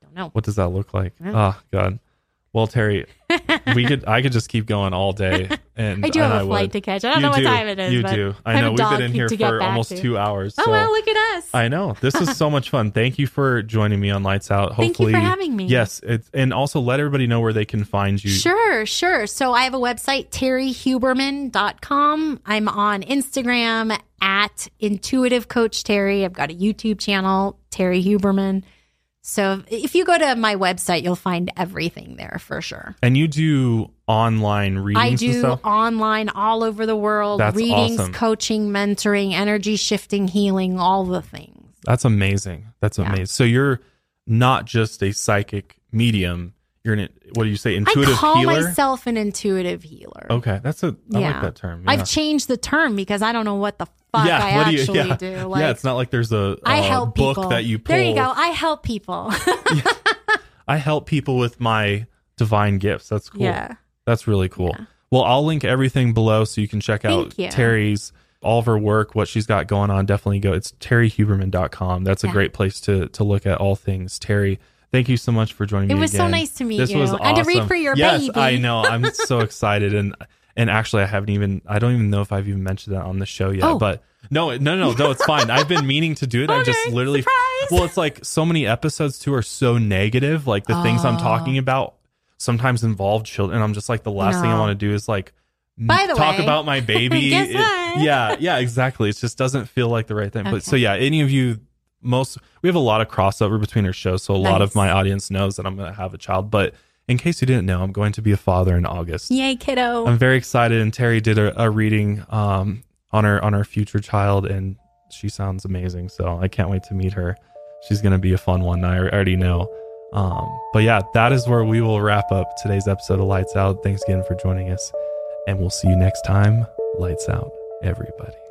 Speaker 3: Don't know.
Speaker 2: What does that look like?
Speaker 3: Yeah.
Speaker 2: Oh God. Well, Terry, we could I could just keep going all day, and
Speaker 3: [LAUGHS] I do
Speaker 2: and
Speaker 3: have a flight
Speaker 2: would.
Speaker 3: to catch. I don't know what
Speaker 2: do.
Speaker 3: time it is.
Speaker 2: You
Speaker 3: but
Speaker 2: do.
Speaker 3: I
Speaker 2: I
Speaker 3: have a
Speaker 2: know we've
Speaker 3: dog
Speaker 2: been in here
Speaker 3: to get
Speaker 2: for
Speaker 3: back
Speaker 2: almost
Speaker 3: to.
Speaker 2: two hours.
Speaker 3: Oh
Speaker 2: so-
Speaker 3: well, look at us.
Speaker 2: I know this is so much fun. Thank you for joining me on Lights Out. Hopefully,
Speaker 3: Thank you for having me.
Speaker 2: Yes, it's, and also let everybody know where they can find you.
Speaker 3: Sure, sure. So I have a website, terryhuberman.com. I'm on Instagram at intuitive coach Terry. I've got a YouTube channel, Terry Huberman. So if you go to my website, you'll find everything there for sure.
Speaker 2: And you do online readings
Speaker 3: I
Speaker 2: and
Speaker 3: do
Speaker 2: stuff.
Speaker 3: online all over the world
Speaker 2: That's
Speaker 3: readings,
Speaker 2: awesome.
Speaker 3: coaching, mentoring, energy shifting, healing, all the things.
Speaker 2: That's amazing. That's
Speaker 3: Yeah.
Speaker 2: amazing. So you're not just a psychic medium. You're an what do you say? Intuitive
Speaker 3: I call
Speaker 2: healer.
Speaker 3: myself an intuitive healer.
Speaker 2: okay, that's a I like
Speaker 3: Yeah.
Speaker 2: that term. yeah.
Speaker 3: I've changed the term because I don't know what the fuck I
Speaker 2: what do you-
Speaker 3: actually
Speaker 2: yeah.
Speaker 3: do.
Speaker 2: yeah, it's not like there's a,
Speaker 3: I
Speaker 2: a
Speaker 3: help
Speaker 2: book
Speaker 3: people.
Speaker 2: that you pull.
Speaker 3: There you go. I help people. [LAUGHS]
Speaker 2: I help people with my divine gifts. That's cool.
Speaker 3: Yeah.
Speaker 2: That's really cool. Well, I'll link everything below so you can check out
Speaker 3: Thank you.
Speaker 2: Terry's all of her work, what she's got going on. Definitely go. It's terryhuberman.com. That's a
Speaker 3: Yeah.
Speaker 2: great place to to look at all things. Terry, thank you so much for joining
Speaker 3: It
Speaker 2: me.
Speaker 3: was so
Speaker 2: again.
Speaker 3: nice to meet
Speaker 2: this
Speaker 3: you
Speaker 2: Was awesome.
Speaker 3: and to read for your
Speaker 2: yes,
Speaker 3: baby.
Speaker 2: I know.
Speaker 3: [LAUGHS]
Speaker 2: I'm so excited and and actually I haven't even I don't even know if I've even mentioned that on the show yet,
Speaker 3: Oh.
Speaker 2: but no, no, no, no, it's fine. I've been meaning to do it.
Speaker 3: [LAUGHS]
Speaker 2: I just
Speaker 3: Okay,
Speaker 2: literally
Speaker 3: surprise.
Speaker 2: Well, it's like so many episodes too are so negative, like the things I'm
Speaker 3: Oh.
Speaker 2: talking about sometimes involve children. I'm just like the last thing I
Speaker 3: No.
Speaker 2: want to do is like m-
Speaker 3: By the
Speaker 2: talk
Speaker 3: way.
Speaker 2: about
Speaker 3: [LAUGHS]
Speaker 2: my baby.
Speaker 3: Guess
Speaker 2: It-
Speaker 3: what?
Speaker 2: Yeah, yeah, exactly. It just doesn't feel like the right thing.
Speaker 3: Okay.
Speaker 2: But so yeah, any of you most we have a lot of crossover between our shows, so a lot of
Speaker 3: Nice.
Speaker 2: my audience knows that I'm going to have a child. But in case you didn't know, I'm going to be a father in August.
Speaker 3: Yay, kiddo.
Speaker 2: I'm very excited, and Terry did a, a reading um, on her on her future child, and she sounds amazing. So I can't wait to meet her. She's going to be a fun one. I already know. Um, but yeah, that is where we will wrap up today's episode of Lights Out. Thanks again for joining us, and we'll see you next time. Lights out, everybody.